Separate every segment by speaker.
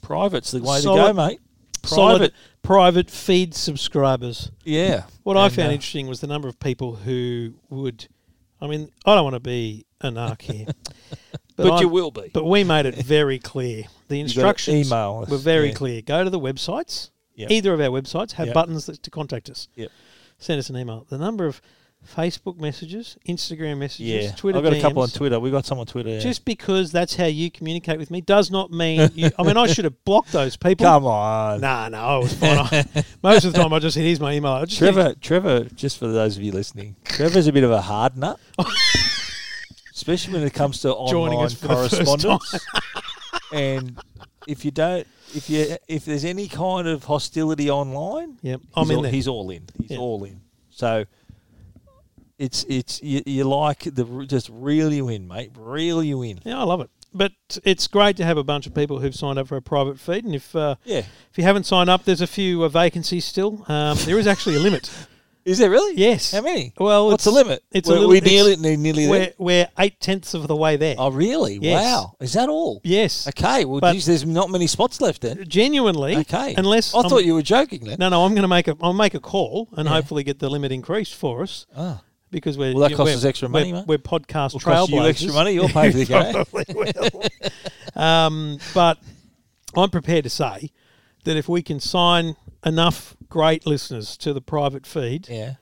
Speaker 1: Private's the way to go,
Speaker 2: Solid-
Speaker 1: mate.
Speaker 2: Solid
Speaker 1: Private.
Speaker 2: private feed subscribers.
Speaker 1: Yeah.
Speaker 2: What I
Speaker 1: And,
Speaker 2: found
Speaker 1: uh,
Speaker 2: interesting was the number of people who would. I mean, I don't want to be an arc here,
Speaker 1: But, you
Speaker 2: I-
Speaker 1: will be.
Speaker 2: But we made it very clear. The instructions
Speaker 1: email us,
Speaker 2: were very
Speaker 1: yeah.
Speaker 2: clear. Go to the websites.
Speaker 1: Yep.
Speaker 2: Either of our websites have
Speaker 1: Yep.
Speaker 2: buttons that, to contact us.
Speaker 1: Yep.
Speaker 2: Send us an email. The number of Facebook messages, Instagram messages,
Speaker 1: yeah.
Speaker 2: Twitter.
Speaker 1: I've got a couple on
Speaker 2: DMs,
Speaker 1: Twitter. We've got some on Twitter. yeah.
Speaker 2: Just because that's how you communicate with me does not mean. You, I mean, I should have blocked those people.
Speaker 1: Come on.
Speaker 2: Nah, no, I was fine. I- most of the time, I just hit here's my email. I just hit-
Speaker 1: Trevor, Trevor, just for those of you listening, Trevor's a bit of a hard nut, especially when it comes to
Speaker 2: Joining
Speaker 1: online
Speaker 2: us for the first
Speaker 1: correspondence. and if you don't, if you, if there's any kind of hostility online,
Speaker 2: Yep,
Speaker 1: he's
Speaker 2: I'm in
Speaker 1: all,
Speaker 2: there.
Speaker 1: He's all in. He's
Speaker 2: Yeah.
Speaker 1: all in. So it's it's you, you like the r- just reel you in, mate. Reel you in.
Speaker 2: Yeah, I love it. But it's great to have a bunch of people who've signed up for a private feed. And if uh,
Speaker 1: Yeah.
Speaker 2: if you haven't signed up, there's a few uh, vacancies still. Um, there is actually a limit.
Speaker 1: Is there really?
Speaker 2: Yes.
Speaker 1: How many?
Speaker 2: Well,
Speaker 1: what's the
Speaker 2: it's-
Speaker 1: limit?
Speaker 2: it's a
Speaker 1: we're,
Speaker 2: little-
Speaker 1: we
Speaker 2: it's-
Speaker 1: nearly nearly there.
Speaker 2: We're, we're eight tenths of the way there.
Speaker 1: Oh, really?
Speaker 2: Yes.
Speaker 1: Wow. Is that all?
Speaker 2: Yes.
Speaker 1: Okay. Well,
Speaker 2: But-
Speaker 1: geez, there's not many spots left then.
Speaker 2: Genuinely.
Speaker 1: Okay.
Speaker 2: Unless
Speaker 1: I
Speaker 2: I'm-
Speaker 1: thought you were joking then.
Speaker 2: No, no. I'm going to make a. I'll make a call and hopefully get the limit increased for us
Speaker 1: Ah.
Speaker 2: because we're.
Speaker 1: Will that
Speaker 2: yeah,
Speaker 1: cost
Speaker 2: we're-
Speaker 1: us extra money,
Speaker 2: we're-
Speaker 1: mate?
Speaker 2: We're podcast
Speaker 1: Will
Speaker 2: trailblazers.
Speaker 1: cost you extra money. You'll pay for the game.
Speaker 2: Probably will. um, but I'm prepared to say that if we can sign enough great listeners to the private feed,
Speaker 1: Yeah.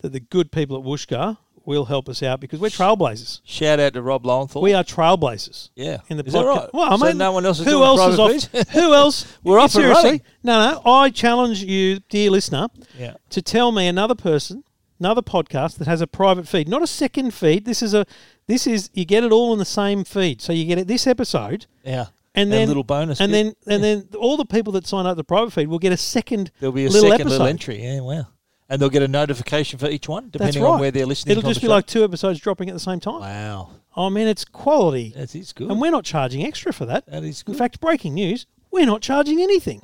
Speaker 2: that the good people at Wooshka will help us out because we're trailblazers.
Speaker 1: Shout out to Rob Lowenthal.
Speaker 2: We are trailblazers.
Speaker 1: Yeah.
Speaker 2: In the
Speaker 1: Is
Speaker 2: podcast.
Speaker 1: that right?
Speaker 2: Well, I
Speaker 1: So
Speaker 2: mean,
Speaker 1: no one else is
Speaker 2: who
Speaker 1: doing
Speaker 2: else
Speaker 1: private
Speaker 2: is off? who else?
Speaker 1: We're up and
Speaker 2: seriously,
Speaker 1: running.
Speaker 2: No, no. I challenge you, dear listener,
Speaker 1: Yeah.
Speaker 2: to tell me another person, another podcast that has a private feed, not a second feed. This is a this is you get it all in the same feed. So you get it this episode,
Speaker 1: yeah.
Speaker 2: and then
Speaker 1: a little bonus.
Speaker 2: and
Speaker 1: bit.
Speaker 2: then and then all the people that sign up to the private feed will get a second.
Speaker 1: there'll be a
Speaker 2: little
Speaker 1: second
Speaker 2: episode.
Speaker 1: little entry. Yeah. Wow. And they'll get a notification for each one,
Speaker 2: That's
Speaker 1: depending
Speaker 2: right.
Speaker 1: on where they're listening.
Speaker 2: It'll
Speaker 1: from
Speaker 2: just
Speaker 1: the
Speaker 2: be
Speaker 1: show.
Speaker 2: like two episodes dropping at the same time.
Speaker 1: wow,
Speaker 2: I mean, it's quality,
Speaker 1: that is good.
Speaker 2: and we're not charging extra for that.
Speaker 1: that is
Speaker 2: In
Speaker 1: good.
Speaker 2: fact, breaking news: we're not charging anything.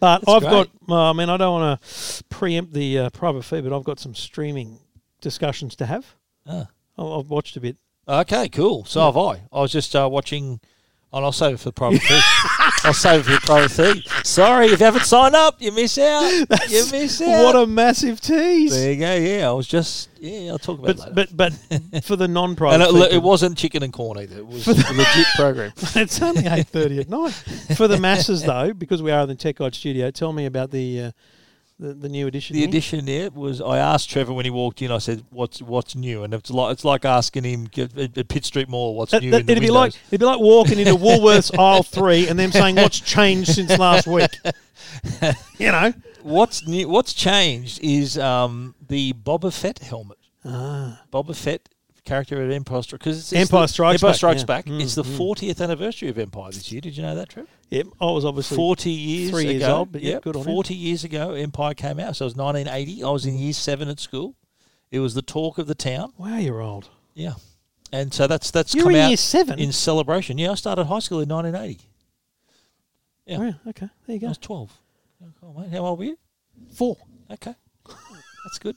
Speaker 2: but I've
Speaker 1: great.
Speaker 2: got. Uh, I mean, I don't want to preempt the uh, private fee, but I've got some streaming discussions to have.
Speaker 1: Ah.
Speaker 2: I- I've watched a bit.
Speaker 1: Okay, cool. So have I. I was just uh, watching, and I'll save it for the private feed. I'll save it for the private feed. Sorry, if you haven't signed up, you miss out. you miss out.
Speaker 2: What a massive tease!
Speaker 1: there you go. Yeah, I was just yeah. I'll talk about it
Speaker 2: But
Speaker 1: later.
Speaker 2: but but for the non-private,
Speaker 1: and it, look, it
Speaker 2: people-
Speaker 1: wasn't chicken and corn either. It was a legit program.
Speaker 2: it's only eight thirty at night. For the masses, though, because we are in the Tech Guide Studio, tell me about the uh, the, the new edition.
Speaker 1: The
Speaker 2: here.
Speaker 1: addition there was I asked Trevor when he walked in. I said, "What's what's new?" And it's like it's like asking him at at Pitt Street Mall, "What's
Speaker 2: That-
Speaker 1: new?"
Speaker 2: that-
Speaker 1: in
Speaker 2: it'd
Speaker 1: the
Speaker 2: be
Speaker 1: windows?"
Speaker 2: like it'd be like walking into Woolworths aisle three and them saying what's changed since last week. you know,
Speaker 1: what's new, what's changed is um, the Boba Fett helmet. Ah. Boba Fett character at Empire Strikes because it's, it's
Speaker 2: Empire
Speaker 1: the-
Speaker 2: Strikes
Speaker 1: Empire
Speaker 2: Back,
Speaker 1: Strikes
Speaker 2: yeah. Hmm, Mm.
Speaker 1: Back. It's the fortieth anniversary of Empire this year. Did you know that, Trevor?
Speaker 2: Yep, I was obviously
Speaker 1: Forty years
Speaker 2: three
Speaker 1: ago,
Speaker 2: years old, but yeah, good on him.
Speaker 1: forty years ago, Empire came out. So it was nineteen eighty. I was in year seven at school. It was the talk of the town.
Speaker 2: Wow, you're old.
Speaker 1: Yeah, and so that's that's
Speaker 2: You were
Speaker 1: come
Speaker 2: in
Speaker 1: out
Speaker 2: year seven?
Speaker 1: in celebration. Yeah, I started high school in nineteen eighty. Yeah.
Speaker 2: Wow, okay, there you
Speaker 1: I
Speaker 2: go.
Speaker 1: was twelve. Oh, mate, how old were you?
Speaker 2: Four.
Speaker 1: Okay, that's good.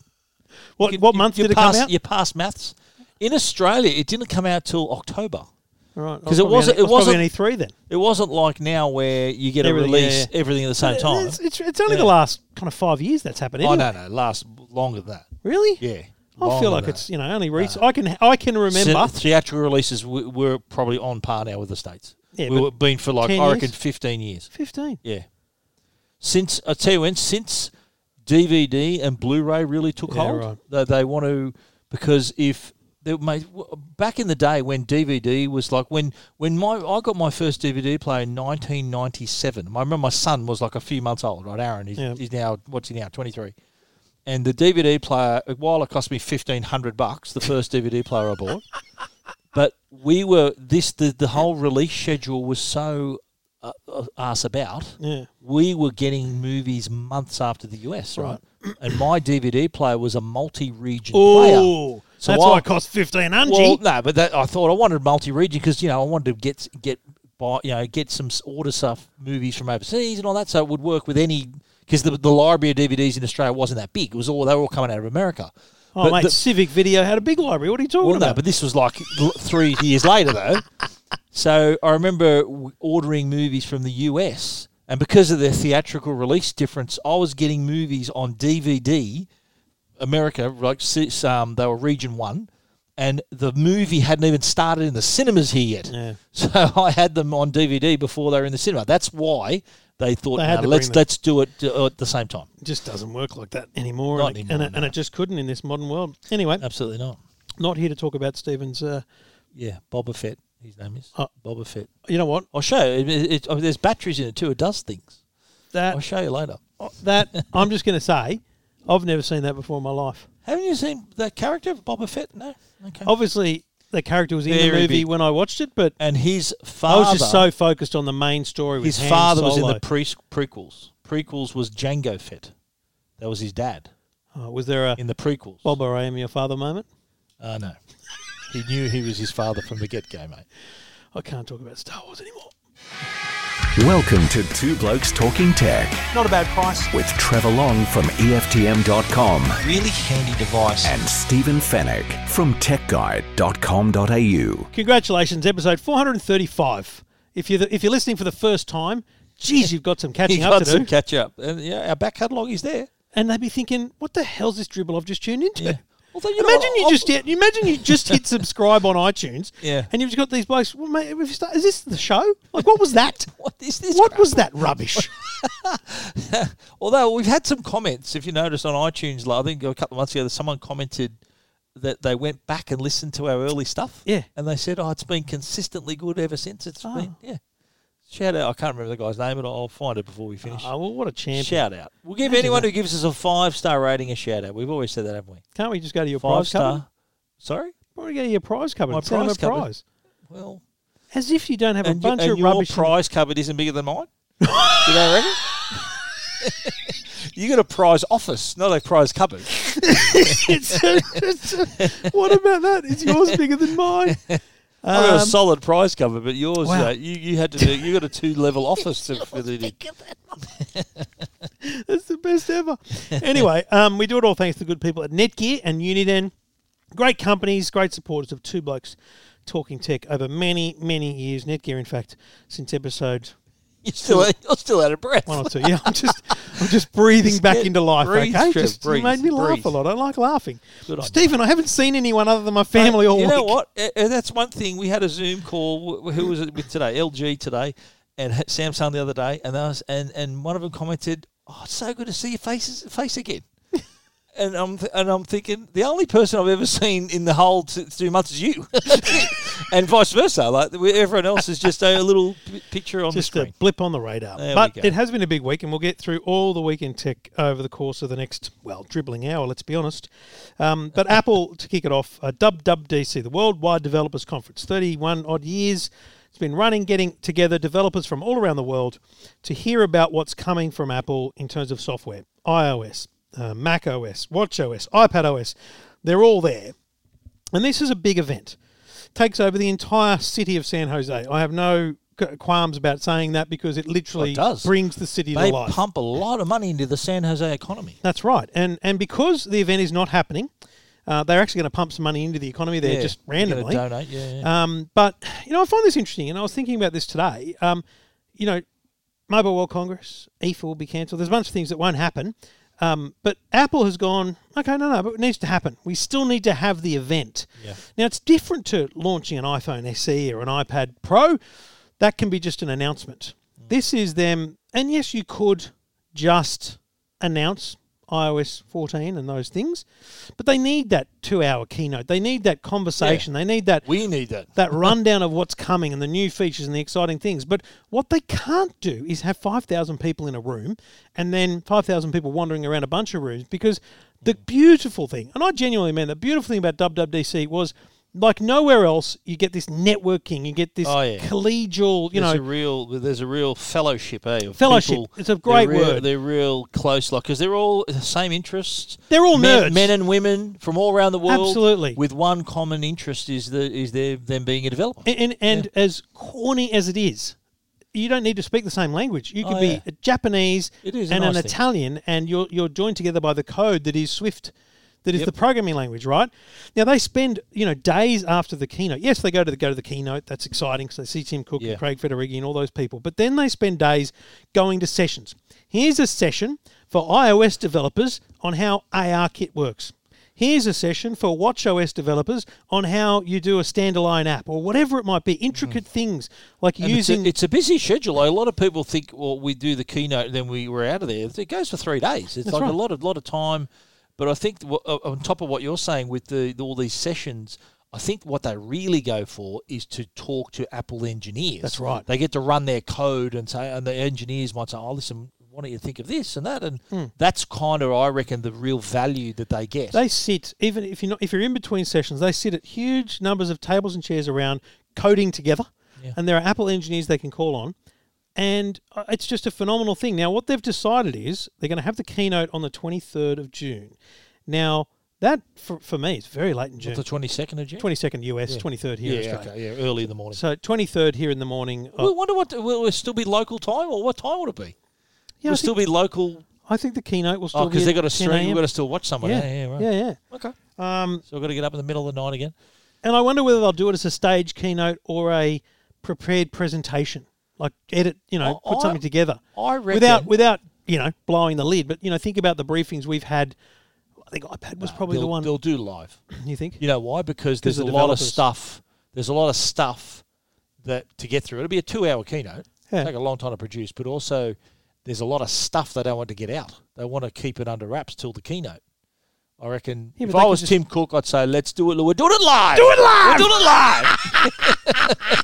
Speaker 2: What
Speaker 1: You-
Speaker 2: what
Speaker 1: you-
Speaker 2: month
Speaker 1: you
Speaker 2: did it
Speaker 1: pass,
Speaker 2: come out?
Speaker 1: You passed maths. In Australia, it didn't come out till October.
Speaker 2: All right, I
Speaker 1: 'Cause it
Speaker 2: probably
Speaker 1: wasn't-
Speaker 2: only-
Speaker 1: it
Speaker 2: I was probably
Speaker 1: wasn't-
Speaker 2: only three then.
Speaker 1: It wasn't like now where you get
Speaker 2: Everything,
Speaker 1: a release
Speaker 2: yeah,
Speaker 1: everything at the same time.
Speaker 2: It's, it's, it's only the
Speaker 1: Yeah.
Speaker 2: last kind of five years that's happened.
Speaker 1: oh
Speaker 2: Anyway.
Speaker 1: no, no, last longer than that.
Speaker 2: Really?
Speaker 1: Yeah,
Speaker 2: I
Speaker 1: longer
Speaker 2: feel like
Speaker 1: than
Speaker 2: it's you know only recent. I can I can
Speaker 1: that.
Speaker 2: remember.
Speaker 1: Cin- theatrical releases w- were probably on par now with the states.
Speaker 2: Yeah,
Speaker 1: we
Speaker 2: but
Speaker 1: were been for like
Speaker 2: 10
Speaker 1: I reckon
Speaker 2: years?
Speaker 1: fifteen years.
Speaker 2: Fifteen.
Speaker 1: Yeah, since I tell you when since DVD and Blu-ray really took
Speaker 2: Yeah,
Speaker 1: hold,
Speaker 2: right.
Speaker 1: they, they want to because if they made w- back in the day when DVD was like when when my I got my first DVD player in 1997. I remember my son was like a few months old, right? Aaron, he's,
Speaker 2: Yeah.
Speaker 1: he's now what's he now 23. And the DVD player, while it cost me fifteen hundred bucks, the first DVD player I bought, but we were this the, the whole release schedule was so uh, uh, ass about
Speaker 2: Yeah.
Speaker 1: we were getting movies months after the US, right?
Speaker 2: Right.
Speaker 1: and my DVD player was a multi-region player.
Speaker 2: Oh,
Speaker 1: So
Speaker 2: that's
Speaker 1: I-
Speaker 2: why it cost fifteen hundred.
Speaker 1: Well, no, but that, I thought I wanted multi-region because you know I wanted to get get buy, you know get some s- order stuff movies from overseas and all that, so it would work with any because the, the library of DVDs in Australia wasn't that big. It was all they were all coming out of America.
Speaker 2: oh
Speaker 1: But
Speaker 2: mate,
Speaker 1: the-
Speaker 2: Civic Video had a big library. What are you talking
Speaker 1: well,
Speaker 2: about?
Speaker 1: no, but this was like l- three years later, though. So I remember w- ordering movies from the US, and because of the theatrical release difference, I was getting movies on DVD. America, like s- um, they were region one, and the movie hadn't even started in the cinemas here yet.
Speaker 2: Yeah.
Speaker 1: So I had them on DVD before they were in the cinema. That's why they thought,
Speaker 2: They had
Speaker 1: "No,
Speaker 2: to
Speaker 1: let's
Speaker 2: bring them."
Speaker 1: let's do it uh, at the same time.
Speaker 2: It just doesn't work like that anymore.
Speaker 1: Not
Speaker 2: and, it,
Speaker 1: anymore,
Speaker 2: and, it, and
Speaker 1: no.
Speaker 2: it just couldn't in this modern world. Anyway,
Speaker 1: Absolutely not.
Speaker 2: not here to talk about Stephen's. Uh,
Speaker 1: Yeah, Boba Fett. His name is
Speaker 2: Oh.
Speaker 1: Boba Fett.
Speaker 2: you know what?
Speaker 1: I'll show you. It, it, oh, there's batteries in it too. It does things. I'll
Speaker 2: That
Speaker 1: show you later.
Speaker 2: that I'm just going to say, I've never seen that before in my life.
Speaker 1: Haven't you seen that character of Boba Fett? No. Okay.
Speaker 2: Oh. Obviously, the character was in the
Speaker 1: Very
Speaker 2: movie
Speaker 1: big.
Speaker 2: when I watched it, but
Speaker 1: and his
Speaker 2: I
Speaker 1: father.
Speaker 2: was just so focused on the main story. With
Speaker 1: his
Speaker 2: Han
Speaker 1: father was in
Speaker 2: Solo.
Speaker 1: the pre- prequels. Prequels was Django Fett. That was his dad
Speaker 2: Oh, was there a
Speaker 1: in the prequels.
Speaker 2: Bob, I am your father moment?
Speaker 1: Uh, no. He knew he was his father from the get go, mate.
Speaker 2: I can't talk about Star Wars anymore.
Speaker 3: Welcome to Two Blokes Talking Tech
Speaker 2: Not a bad price.
Speaker 3: with Trevor Long from E EFTM.com
Speaker 1: Really handy device.
Speaker 3: and Stephen Fennec from TechGuide.com.au.
Speaker 2: Congratulations, episode 435. If you're the, if you're listening for the first time, geez, you've got some
Speaker 1: He
Speaker 2: catching up
Speaker 1: got
Speaker 2: to do.
Speaker 1: some catch up. And yeah, our back catalogue is there.
Speaker 2: and they'd be thinking, "What the hell's this dribble I've just tuned into?"
Speaker 1: Yeah. Although, you know
Speaker 2: imagine
Speaker 1: what,
Speaker 2: you
Speaker 1: I'll-
Speaker 2: just hit, you imagine you just hit subscribe on iTunes,
Speaker 1: Yeah.
Speaker 2: and you've just got these blokes. Well, mate, if you start, is this the show? Like, what was that?
Speaker 1: What is this?
Speaker 2: what
Speaker 1: crap?
Speaker 2: was that rubbish?
Speaker 1: Although we've had some comments, if you notice on iTunes, like, I think a couple of months ago, someone commented that they went back and listened to our early stuff.
Speaker 2: Yeah. Ah.
Speaker 1: and they said, "Oh, it's been consistently good ever since." It's been yeah. Shout out! I can't remember the guy's name, but I'll find it before we finish.
Speaker 2: oh well, what a champion!
Speaker 1: shout out! We'll give anyone who gives us a five star rating a shout out. We've always said that, haven't we?
Speaker 2: Can't we just go to your
Speaker 1: Five
Speaker 2: prize cupboard?
Speaker 1: star. Sorry.
Speaker 2: Why don't we go to your prize cupboard?
Speaker 1: My
Speaker 2: and send them
Speaker 1: prize
Speaker 2: a
Speaker 1: cupboard.
Speaker 2: prize.
Speaker 1: Well,
Speaker 2: As if you don't have a
Speaker 1: and, you-
Speaker 2: bunch
Speaker 1: and
Speaker 2: of
Speaker 1: your
Speaker 2: rubbish. in-
Speaker 1: prize cupboard isn't bigger than mine. you know, reckon? you got a prize office, not a prize cupboard.
Speaker 2: It's- it's- what about that? Is yours bigger than mine?
Speaker 1: I got a
Speaker 2: Um,
Speaker 1: solid prize cover, but yours,
Speaker 2: Wow.
Speaker 1: uh, you, you had to do, you got a two level office to fit it in.
Speaker 2: That's the best ever. anyway, um, we do it all thanks to the good people at Netgear and Uniden. Great companies, great supporters of Two Blokes Talking Tech over many, many years. Netgear, in fact, since episode
Speaker 1: You're still, you're still out of breath.
Speaker 2: one or two. Yeah, I'm just, I'm just breathing
Speaker 1: Just
Speaker 2: back
Speaker 1: get-
Speaker 2: into life.
Speaker 1: breathe,
Speaker 2: okay,
Speaker 1: Trev,
Speaker 2: just you
Speaker 1: breathe,
Speaker 2: made me laugh
Speaker 1: breathe.
Speaker 2: a lot. I like laughing.
Speaker 1: Good idea.
Speaker 2: Stephen, I haven't seen anyone other than my family all
Speaker 1: you
Speaker 2: week.
Speaker 1: know what? Uh, uh, that's one thing. We had a Zoom call. wh- Who was it with today? LG today, and ha- Samsung the other day, and that was, and and one of them commented, "Oh, it's so good to see your faces face again." and I'm th- and I'm thinking the only person I've ever seen in the whole t- two months is you, and vice versa. Like we- everyone else is just a little p- picture on
Speaker 2: Just
Speaker 1: the
Speaker 2: a
Speaker 1: screen.
Speaker 2: blip on the radar.
Speaker 1: There we
Speaker 2: but
Speaker 1: go.
Speaker 2: it has been a big week, and we'll get through all the weekend tech over the course of the next, well, dribbling hour, let's be honest. Um, but Apple, to kick it off, uh, WWDC, the Worldwide Developers Conference, 31 odd years. It's been running, getting together developers from all around the world to hear about what's coming from Apple in terms of software iOS, uh, Mac OS, Watch OS, iPad OS. They're all there. And this is a big event. Takes over the entire city of San Jose. I have no qu- qualms about saying that because it literally
Speaker 1: It does.
Speaker 2: brings the city
Speaker 1: They
Speaker 2: to life.
Speaker 1: pump a lot of money into the San Jose economy.
Speaker 2: That's right. And and because the event is not happening, uh, they're actually going to pump some money into the economy there
Speaker 1: Yeah, Uh,
Speaker 2: just
Speaker 1: they're gonna
Speaker 2: randomly.
Speaker 1: donate, yeah, yeah.
Speaker 2: Um, but you know, I find this interesting, and I was thinking about this today. Um, you know, Mobile World Congress, IFA will be cancelled. There's a bunch of things that won't happen. Um, but Apple has gone, okay, no, no, but it needs to happen. We still need to have the event.
Speaker 1: Yeah.
Speaker 2: Now it's different to launching an iPhone SE or an iPad Pro. That can be just an announcement.
Speaker 1: Mm.
Speaker 2: This is them, and yes, you could just announce iOS 14 and those things, but they need that two-hour keynote. They need that conversation. They need that
Speaker 1: We need that.
Speaker 2: that rundown of what's coming and the new features and the exciting things. But what they can't do is have 5,000 people in a room and then 5,000 people wandering around a bunch of rooms because the beautiful thing, and I genuinely mean the beautiful thing about WWDC was like nowhere else, you get this networking, you get this
Speaker 1: Oh, yeah.
Speaker 2: collegial, you
Speaker 1: there's
Speaker 2: know.
Speaker 1: a real there's a real fellowship, eh? of
Speaker 2: Fellowship.
Speaker 1: people.
Speaker 2: It's a great
Speaker 1: they're real,
Speaker 2: word.
Speaker 1: They're real close, like because they're all the same interests.
Speaker 2: They're all
Speaker 1: men,
Speaker 2: nerds.
Speaker 1: men and women from all around the world.
Speaker 2: Absolutely.
Speaker 1: with one common interest is the is their them being a developer.
Speaker 2: And, and, and as corny as it is, you don't need to speak the same language. You could
Speaker 1: Oh,
Speaker 2: be
Speaker 1: yeah.
Speaker 2: a Japanese
Speaker 1: It is a
Speaker 2: and an
Speaker 1: nice thing.
Speaker 2: Italian, and you're you're joined together by the code that is Swift. that is
Speaker 1: Yep.
Speaker 2: the programming language, right? Now they spend you know days after the keynote. Yes, they go to the go to the keynote. That's exciting because they see Tim Cook
Speaker 1: Yeah.
Speaker 2: and Craig Federighi and all those people. But then they spend days going to sessions. Here's a session for iOS developers on how ARKit works. Here's a session for WatchOS developers on how you do a standalone app or whatever it might be. Intricate things like
Speaker 1: Mm. And it's a-
Speaker 2: using
Speaker 1: it's a, busy schedule. A lot of people think, well, we do the keynote, then we were out of there. It goes for three days. It's like
Speaker 2: right.
Speaker 1: a lot of lot of time. But I think wha- uh, on top of what you're saying with the, the- all these sessions, I think what they really go for is to talk to Apple engineers.
Speaker 2: That's right.
Speaker 1: They get to run their code and say, and the engineers might say, "Oh, listen, why don't you think of this and that?" And
Speaker 2: Hmm.
Speaker 1: that's kind of, I reckon, the real value that they get.
Speaker 2: They sit even if you're not if you're in between sessions, they sit at huge numbers of tables and chairs around coding together,
Speaker 1: Yeah.
Speaker 2: and there are Apple engineers they can call on, and uh, it's just a phenomenal thing. Now, what they've decided is they're going to have the keynote on the 23rd of June. Now, that for, for me is very late in June.
Speaker 1: What, the twenty second of June.
Speaker 2: 22nd US, 23rd here in
Speaker 1: yeah,
Speaker 2: Australia.
Speaker 1: okay, yeah, early in the morning.
Speaker 2: So 23rd here in the morning. Uh,
Speaker 1: we
Speaker 2: Of,
Speaker 1: wonder what will it still be local time or what time would it be?
Speaker 2: yeah, I
Speaker 1: will
Speaker 2: think,
Speaker 1: still be local.
Speaker 2: I think the keynote will still
Speaker 1: Oh,
Speaker 2: be
Speaker 1: because
Speaker 2: at
Speaker 1: they got to
Speaker 2: 10
Speaker 1: stream. We've
Speaker 2: a.m.
Speaker 1: got to still watch somewhere. Yeah, yeah, right.
Speaker 2: yeah, yeah.
Speaker 1: Okay.
Speaker 2: Um,
Speaker 1: So I've got to get up in the middle of the night again.
Speaker 2: And I wonder whether they'll do it as a stage keynote or a prepared presentation, like edit, you know,
Speaker 1: I-
Speaker 2: put
Speaker 1: I-
Speaker 2: something together
Speaker 1: I reckon.
Speaker 2: without without you know blowing the lid. But you know, think about the briefings we've had. I think iPad was probably
Speaker 1: they'll,
Speaker 2: the one.
Speaker 1: they'll do live.
Speaker 2: You think?
Speaker 1: You know why? Because there's
Speaker 2: Because the
Speaker 1: a lot of
Speaker 2: developers.
Speaker 1: stuff. There's a lot of stuff that to get through. It'll be a two-hour keynote.
Speaker 2: Yeah.
Speaker 1: Take a long time to produce, but also there's a lot of stuff they don't want to get out. They want to keep it under wraps till the keynote. I reckon.
Speaker 2: Yeah,
Speaker 1: if
Speaker 2: but they
Speaker 1: I
Speaker 2: could
Speaker 1: was
Speaker 2: just-
Speaker 1: Tim Cook, I'd say, "Let's do it. We're doing it live. Do it live. We're doing it live."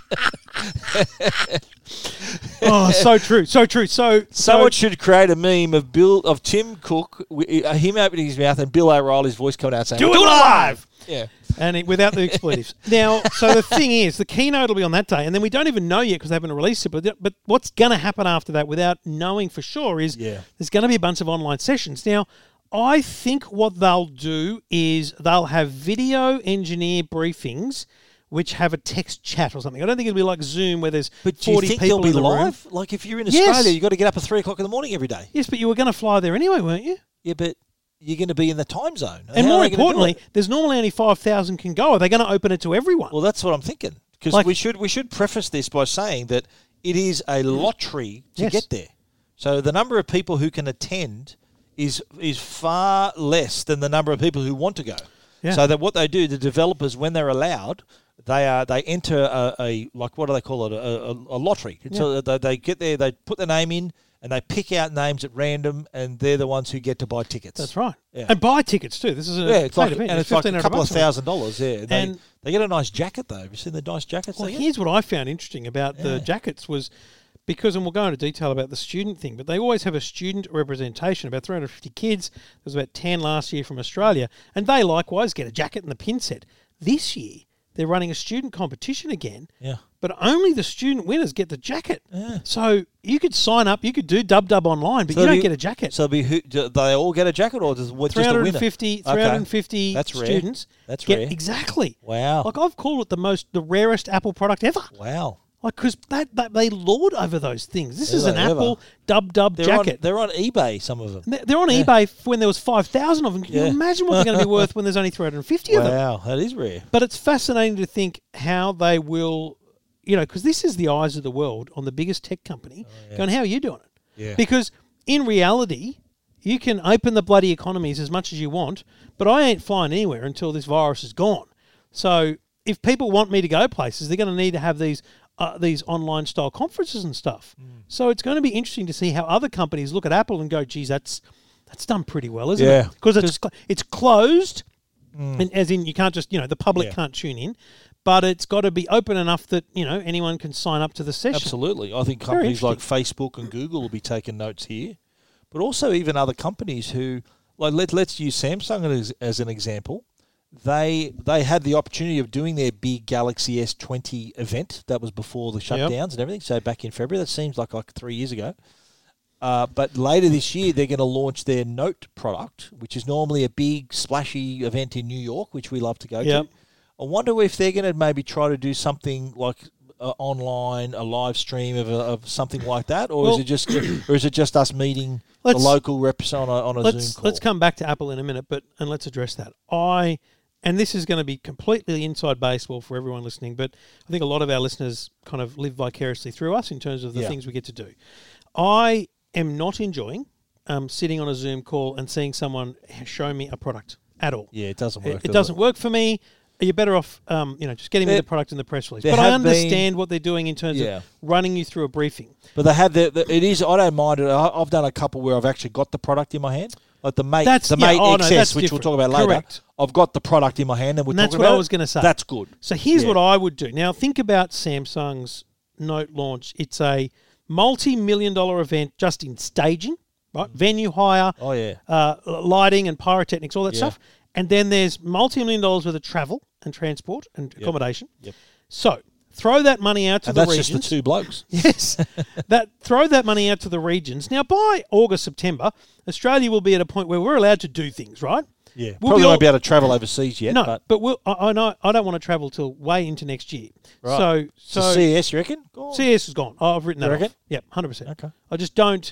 Speaker 2: oh, so true, so true. So
Speaker 1: Someone should create a meme of Bill of Tim Cook, wi- uh, him opening his mouth, and Bill O'Reilly's voice coming out saying,
Speaker 2: do it live.
Speaker 1: Yeah,
Speaker 2: and it, without the expletives. now, so the thing is, the keynote will be on that day, and then we don't even know yet because they haven't released it. But but what's going to happen after that, without knowing for sure, is
Speaker 1: Yeah.
Speaker 2: there's going to be a bunch of online sessions. Now, I think what they'll do is they'll have video engineer briefings. Which have a text chat or something. I don't think it'll be like Zoom where there's
Speaker 1: but do you
Speaker 2: forty
Speaker 1: think
Speaker 2: people
Speaker 1: they'll be
Speaker 2: in the room.
Speaker 1: live? Like if you're in
Speaker 2: Yes.
Speaker 1: Australia, you got to get up at three o'clock in the morning every day.
Speaker 2: Yes, but you were going to fly there anyway, weren't you?
Speaker 1: Yeah, but you're going to be in the time zone,
Speaker 2: And
Speaker 1: How are
Speaker 2: more
Speaker 1: they gonna do
Speaker 2: importantly,
Speaker 1: it?
Speaker 2: there's normally only five thousand can go. Are they going to open it to everyone?
Speaker 1: well, that's what I'm thinking because
Speaker 2: Like-
Speaker 1: we should we should preface this by saying that it is a lottery to
Speaker 2: Yes.
Speaker 1: get there. So the number of people who can attend is is far less than the number of people who want to go.
Speaker 2: Yeah.
Speaker 1: So that what they do, the developers, when they're allowed, they are they enter a, a like what do they call it a, a, a lottery. So they, they get there, they put their name in, and they pick out names at random, and they're the ones who get to buy tickets.
Speaker 2: That's right.
Speaker 1: Yeah.
Speaker 2: And buy tickets too. This is a
Speaker 1: Yeah, it's
Speaker 2: paid
Speaker 1: like,
Speaker 2: event.
Speaker 1: and it's like a
Speaker 2: 1,500
Speaker 1: couple of
Speaker 2: bucks or
Speaker 1: thousand dollars. Yeah, they,
Speaker 2: And-
Speaker 1: they get a nice jacket though. Have you seen the nice jackets?
Speaker 2: Well,
Speaker 1: they get?
Speaker 2: here's what I found interesting about
Speaker 1: Yeah.
Speaker 2: the jackets was because, and we'll go into detail about the student thing, but they always have a student representation. About 350 kids. There was about 10 last year from Australia, and they likewise get a jacket and the pin set. This year, they're running a student competition again.
Speaker 1: Yeah.
Speaker 2: But only the student winners get the jacket. So you could sign up, you could do dub dub online, but
Speaker 1: So
Speaker 2: you
Speaker 1: do
Speaker 2: don't
Speaker 1: you-
Speaker 2: get a jacket.
Speaker 1: So be who, do they all get a jacket or just, what, just a winner?
Speaker 2: 350,
Speaker 1: Okay.
Speaker 2: 350
Speaker 1: That's rare.
Speaker 2: students.
Speaker 1: That's
Speaker 2: get,
Speaker 1: rare.
Speaker 2: Exactly.
Speaker 1: Wow.
Speaker 2: Like I've called it the most, the rarest Apple product ever.
Speaker 1: Wow.
Speaker 2: Like because that, that they lord over those things. This
Speaker 1: Do
Speaker 2: is an
Speaker 1: they ever?
Speaker 2: Apple dub dub
Speaker 1: They're on,
Speaker 2: jacket.
Speaker 1: they're on eBay. Some of them.
Speaker 2: they're, they're on eBay f- when there was five thousand of them. Can
Speaker 1: Yeah.
Speaker 2: you imagine what they're going to be worth when there's only three hundred and fifty of them?
Speaker 1: Wow, that is rare.
Speaker 2: But it's fascinating to think how they will, you know, because this is the eyes of the world on the biggest tech company. Going, how are you doing it?
Speaker 1: Oh, Yeah.
Speaker 2: Because in reality, you can open the bloody economies as much as you want, but I ain't flying anywhere until this virus is gone. So if people want me to go places, they're going to need to have these uh, these online style conferences and stuff.
Speaker 1: Hmm.
Speaker 2: So it's going to be interesting to see how other companies look at Apple and go, "Geez, that's that's done pretty well, isn't
Speaker 1: Yeah.
Speaker 2: it?" Because it's cl- it's closed, and as in you can't just you know the public
Speaker 1: Mm. Yeah.
Speaker 2: can't tune in, but it's got to be open enough that you know anyone can sign up to the session.
Speaker 1: Absolutely. I think companies like Facebook and Google will be taking notes here, but also even other companies who, like, let, let's use Samsung as, as an example. They they had the opportunity of doing their big Galaxy S20 event that was before the shutdowns and everything. So back in February, that seems like like three years ago. Uh, but later this year, they're going to launch their Note product, which is normally a big splashy event in New York, which we love to go
Speaker 2: Yep.
Speaker 1: to. I wonder if they're going to maybe try to do something like uh, online a live stream of, a, of something like that, or
Speaker 2: Well-
Speaker 1: is it just or is it just us meeting the
Speaker 2: Let's-
Speaker 1: local reps on a, on a
Speaker 2: let's
Speaker 1: Zoom call?
Speaker 2: let's come back to Apple in a minute, but and let's address that. I and this is going to be completely inside baseball for everyone listening, but I think a lot of our listeners kind of live vicariously through us in terms of the
Speaker 1: Yeah.
Speaker 2: things we get to do. I am not enjoying um, sitting on a Zoom call and seeing someone show me a product at all.
Speaker 1: Yeah, it doesn't work.
Speaker 2: It, it
Speaker 1: does
Speaker 2: doesn't work for me. You're better off, um, you know, just getting me
Speaker 1: There-
Speaker 2: the product in the press release.
Speaker 1: there
Speaker 2: But I
Speaker 1: have been-
Speaker 2: understand what they're doing in terms
Speaker 1: Yeah.
Speaker 2: of running you through a briefing.
Speaker 1: But they have the, the it is. I don't mind it. I, I've done a couple where I've actually got the product in my hand, like the mate,
Speaker 2: That's-
Speaker 1: the
Speaker 2: yeah,
Speaker 1: mate
Speaker 2: oh, no,
Speaker 1: XS,
Speaker 2: that's
Speaker 1: which we'll
Speaker 2: different.
Speaker 1: talk about later.
Speaker 2: Correct.
Speaker 1: I've got the product in my hand, and we're
Speaker 2: And that's
Speaker 1: talking
Speaker 2: what
Speaker 1: about
Speaker 2: I
Speaker 1: it.
Speaker 2: was gonna say.
Speaker 1: That's good.
Speaker 2: So here's
Speaker 1: Yeah.
Speaker 2: what I would do. Now think about Samsung's Note launch. It's a multi-million dollar event just in staging, right? Venue hire,
Speaker 1: Oh yeah,
Speaker 2: uh, lighting and pyrotechnics, all that
Speaker 1: Yeah.
Speaker 2: stuff. And then there's multi-million dollars worth of travel and transport and accommodation.
Speaker 1: Yep.
Speaker 2: So throw that money out to
Speaker 1: and
Speaker 2: the
Speaker 1: that's
Speaker 2: regions.
Speaker 1: just the two blokes.
Speaker 2: Yes, that throw that money out to the regions. Now, by August, September, Australia will be at a point where we're allowed to do things, right?
Speaker 1: Yeah,
Speaker 2: We'll
Speaker 1: probably
Speaker 2: all-
Speaker 1: won't be able to travel overseas yet.
Speaker 2: no,
Speaker 1: but
Speaker 2: but, we'll, I, I know I don't want to travel till way into next year. So,
Speaker 1: so,
Speaker 2: so
Speaker 1: CES, you reckon? Go on.
Speaker 2: CS is gone. I've written that.
Speaker 1: You reckon?
Speaker 2: Off. Yep, hundred percent.
Speaker 1: Okay.
Speaker 2: I just don't.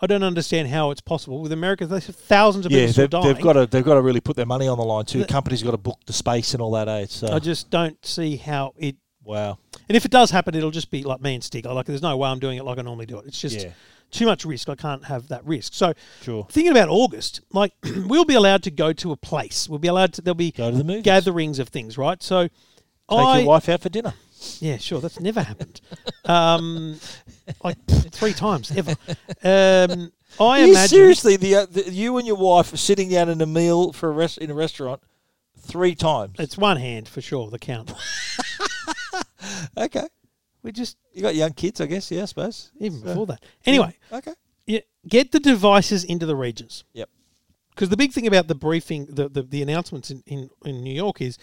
Speaker 2: I don't understand how it's possible with America. There's thousands of
Speaker 1: yeah,
Speaker 2: people
Speaker 1: they've,
Speaker 2: still dying.
Speaker 1: they've got to they've got to really put their money on the line too. Companies got to book the space and all that. Eh? So
Speaker 2: I just don't see how it.
Speaker 1: wow,
Speaker 2: And if it does happen, it'll just be like me and Stig. I Like, there's no way I'm doing it like I normally do it. It's just
Speaker 1: Yeah.
Speaker 2: too much risk. I can't have that risk. So,
Speaker 1: Sure.
Speaker 2: thinking about August, like we'll be allowed to go to a place. We'll be allowed to. There'll be
Speaker 1: Go to the movies.
Speaker 2: gatherings of things, right? So,
Speaker 1: take
Speaker 2: I
Speaker 1: your wife out for dinner.
Speaker 2: Yeah, sure. That's never happened. Um, like three times ever. Um, I
Speaker 1: you
Speaker 2: imagine.
Speaker 1: seriously the, uh, the you and your wife sitting down in a meal for a rest in a restaurant three times?
Speaker 2: It's one hand for sure. The count.
Speaker 1: okay,
Speaker 2: We just
Speaker 1: you got young kids, I guess. Yeah, I suppose.
Speaker 2: even
Speaker 1: So-
Speaker 2: before that. Anyway,
Speaker 1: okay.
Speaker 2: yeah, get the devices into the regions
Speaker 1: Yep.
Speaker 2: because the big thing about the briefing, the the, the announcements in, in, in New York is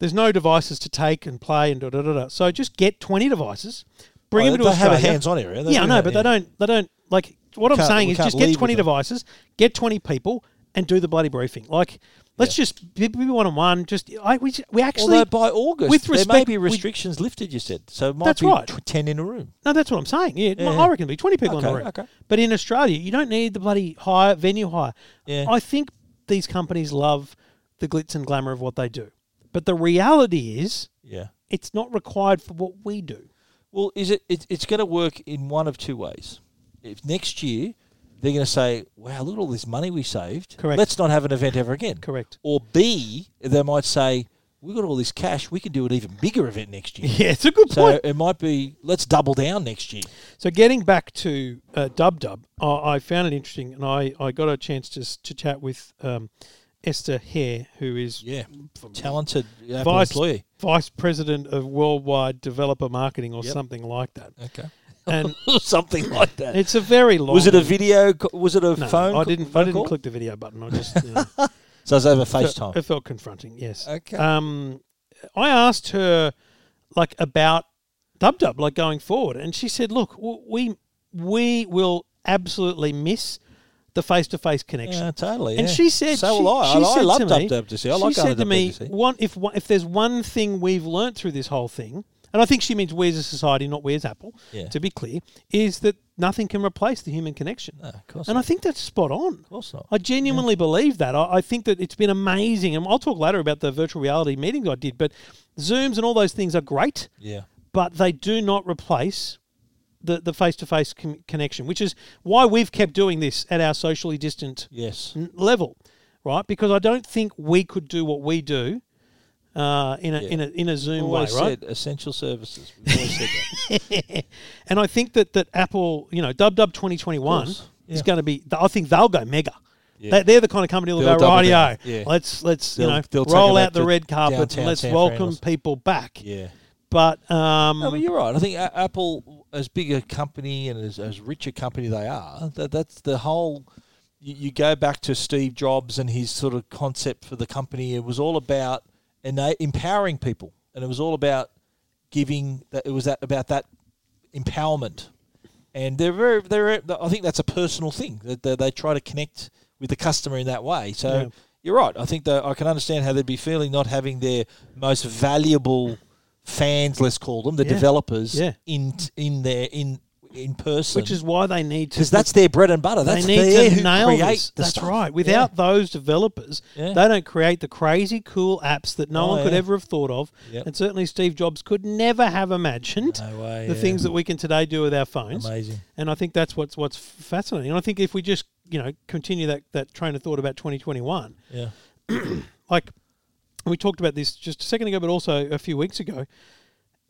Speaker 2: there's no devices to take and play and da da da. da. So just get twenty devices, bring
Speaker 1: Oh,
Speaker 2: them to
Speaker 1: they
Speaker 2: Australia.
Speaker 1: have a hands-on area. They
Speaker 2: yeah, I
Speaker 1: do
Speaker 2: know,
Speaker 1: that,
Speaker 2: but
Speaker 1: yeah.
Speaker 2: they don't. They don't like what I'm
Speaker 1: can't-
Speaker 2: saying
Speaker 1: we
Speaker 2: is
Speaker 1: can't
Speaker 2: just get
Speaker 1: leave
Speaker 2: twenty
Speaker 1: with them.
Speaker 2: devices, get twenty people, and do the bloody briefing. Like, let's just be, be one on one. Just I we, we actually
Speaker 1: Although by August,
Speaker 2: with
Speaker 1: there may
Speaker 2: respect,
Speaker 1: be
Speaker 2: we-
Speaker 1: restrictions lifted. You said so. It might
Speaker 2: That's
Speaker 1: be
Speaker 2: right.
Speaker 1: tw- Ten in a room.
Speaker 2: No, that's what I'm saying. Yeah,
Speaker 1: Yeah,
Speaker 2: I
Speaker 1: yeah.
Speaker 2: reckon it'll be 20 people in
Speaker 1: Okay,
Speaker 2: the room.
Speaker 1: okay.
Speaker 2: But in Australia, you don't need the bloody hire, venue hire.
Speaker 1: Yeah.
Speaker 2: I think these companies love the glitz and glamour of what they do. But the reality is,
Speaker 1: Yeah.
Speaker 2: it's not required for what we do.
Speaker 1: Well, is it, it it's going to work in one of two ways. If next year they're going to say, "Wow, look at all this money we saved.
Speaker 2: Correct.
Speaker 1: Let's not have an event ever again."
Speaker 2: Correct.
Speaker 1: Or B, they might say, "We've got all this cash. We can do an even bigger event next year."
Speaker 2: Yeah, it's a good
Speaker 1: so
Speaker 2: point.
Speaker 1: it might be, "Let's double down next year."
Speaker 2: So getting back to uh, Dub Dub, I, I found it interesting, and I, I got a chance to, s- to chat with um, Esther Hare, who is
Speaker 1: Yeah. Talented Apple
Speaker 2: vice,
Speaker 1: employee.
Speaker 2: vice president of worldwide developer marketing or something like that.
Speaker 1: Okay.
Speaker 2: And
Speaker 1: Something like that.
Speaker 2: it's a very long.
Speaker 1: was it a video? co- Was it a
Speaker 2: No,
Speaker 1: phone?
Speaker 2: Uh, I
Speaker 1: co-
Speaker 2: didn't. I
Speaker 1: phone
Speaker 2: didn't
Speaker 1: call?
Speaker 2: click uh, the video button. I just you know,
Speaker 1: So it's over
Speaker 2: felt-
Speaker 1: FaceTime.
Speaker 2: It felt confronting. Yes.
Speaker 1: Okay.
Speaker 2: Um, I asked her like about Dub Dub, like going forward, and she said, "Look, w- we we will absolutely miss the face to face connection."
Speaker 1: yeah, totally.
Speaker 2: And
Speaker 1: Uh, yeah.
Speaker 2: she said,
Speaker 1: "So
Speaker 2: she,
Speaker 1: will I.
Speaker 2: she
Speaker 1: I,
Speaker 2: said
Speaker 1: I love
Speaker 2: to
Speaker 1: Dub
Speaker 2: me-
Speaker 1: Dub to see. I
Speaker 2: she
Speaker 1: like
Speaker 2: said to
Speaker 1: Dub
Speaker 2: me,
Speaker 1: Dub to see.
Speaker 2: one if one- if there's one thing we've learnt through this whole thing, and I think she means we as a society, not we as Apple,
Speaker 1: Yeah.
Speaker 2: to be clear, is that nothing can replace the human connection.
Speaker 1: No, of course
Speaker 2: and I think that's spot on.
Speaker 1: Oh, Of course not.
Speaker 2: I genuinely believe that. I, I think that it's been amazing, and I'll talk later about the virtual reality meetings I did. But Zooms and all those things are great,
Speaker 1: yeah.
Speaker 2: but they do not replace the the face to face connection, which is why we've kept doing this at our socially distant
Speaker 1: Yes.
Speaker 2: n- level, right? Because I don't think we could do what we do uh, in a
Speaker 1: Yeah.
Speaker 2: in a in a Zoom way,
Speaker 1: Always
Speaker 2: right?
Speaker 1: said essential services. We've always said that.
Speaker 2: And I think that that Apple, you know, Dub Dub twenty twenty one
Speaker 1: course,
Speaker 2: is
Speaker 1: yeah.
Speaker 2: going to be. th- I think they'll go mega.
Speaker 1: Yeah.
Speaker 2: They- They're the kind of company that'll
Speaker 1: They'll
Speaker 2: go
Speaker 1: double
Speaker 2: radio.
Speaker 1: down, yeah.
Speaker 2: Let's let's you
Speaker 1: They'll-
Speaker 2: know
Speaker 1: they'll take
Speaker 2: roll
Speaker 1: it
Speaker 2: out
Speaker 1: back
Speaker 2: the
Speaker 1: to
Speaker 2: red carpet
Speaker 1: downtown
Speaker 2: and let's
Speaker 1: San Fran or
Speaker 2: welcome
Speaker 1: something.
Speaker 2: people back.
Speaker 1: Yeah.
Speaker 2: But um,
Speaker 1: No, but Oh, you're right. I think A- Apple, as big a company and as, as rich a company they are, that that's the whole. You, you go back to Steve Jobs and his sort of concept for the company. It was all about ena- empowering people, and it was all about giving. That it was that about that empowerment, and they're very. They're. I think that's a personal thing that they, they try to connect with the customer in that way. So.
Speaker 2: Yeah.
Speaker 1: You're right. I think that I can understand how they'd be feeling not having their most valuable fans, let's call them the
Speaker 2: Yeah.
Speaker 1: developers,
Speaker 2: Yeah.
Speaker 1: in in their in in person,
Speaker 2: which is why they need to
Speaker 1: because that's their bread and butter. That's
Speaker 2: they need
Speaker 1: their
Speaker 2: to
Speaker 1: who
Speaker 2: nail
Speaker 1: create
Speaker 2: this.
Speaker 1: the
Speaker 2: That's
Speaker 1: stuff.
Speaker 2: right. Without those developers,
Speaker 1: Yeah.
Speaker 2: they don't create the crazy cool apps that no
Speaker 1: Oh,
Speaker 2: one could
Speaker 1: yeah.
Speaker 2: ever have thought of,
Speaker 1: Yep.
Speaker 2: and certainly Steve Jobs could never have imagined
Speaker 1: No way,
Speaker 2: the
Speaker 1: yeah.
Speaker 2: things that we can today do with our phones.
Speaker 1: amazing.
Speaker 2: And I think that's what's what's fascinating. And I think if we just you know continue that that train of thought about 2021,
Speaker 1: Yeah,
Speaker 2: like we talked about this just a second ago, but also a few weeks ago.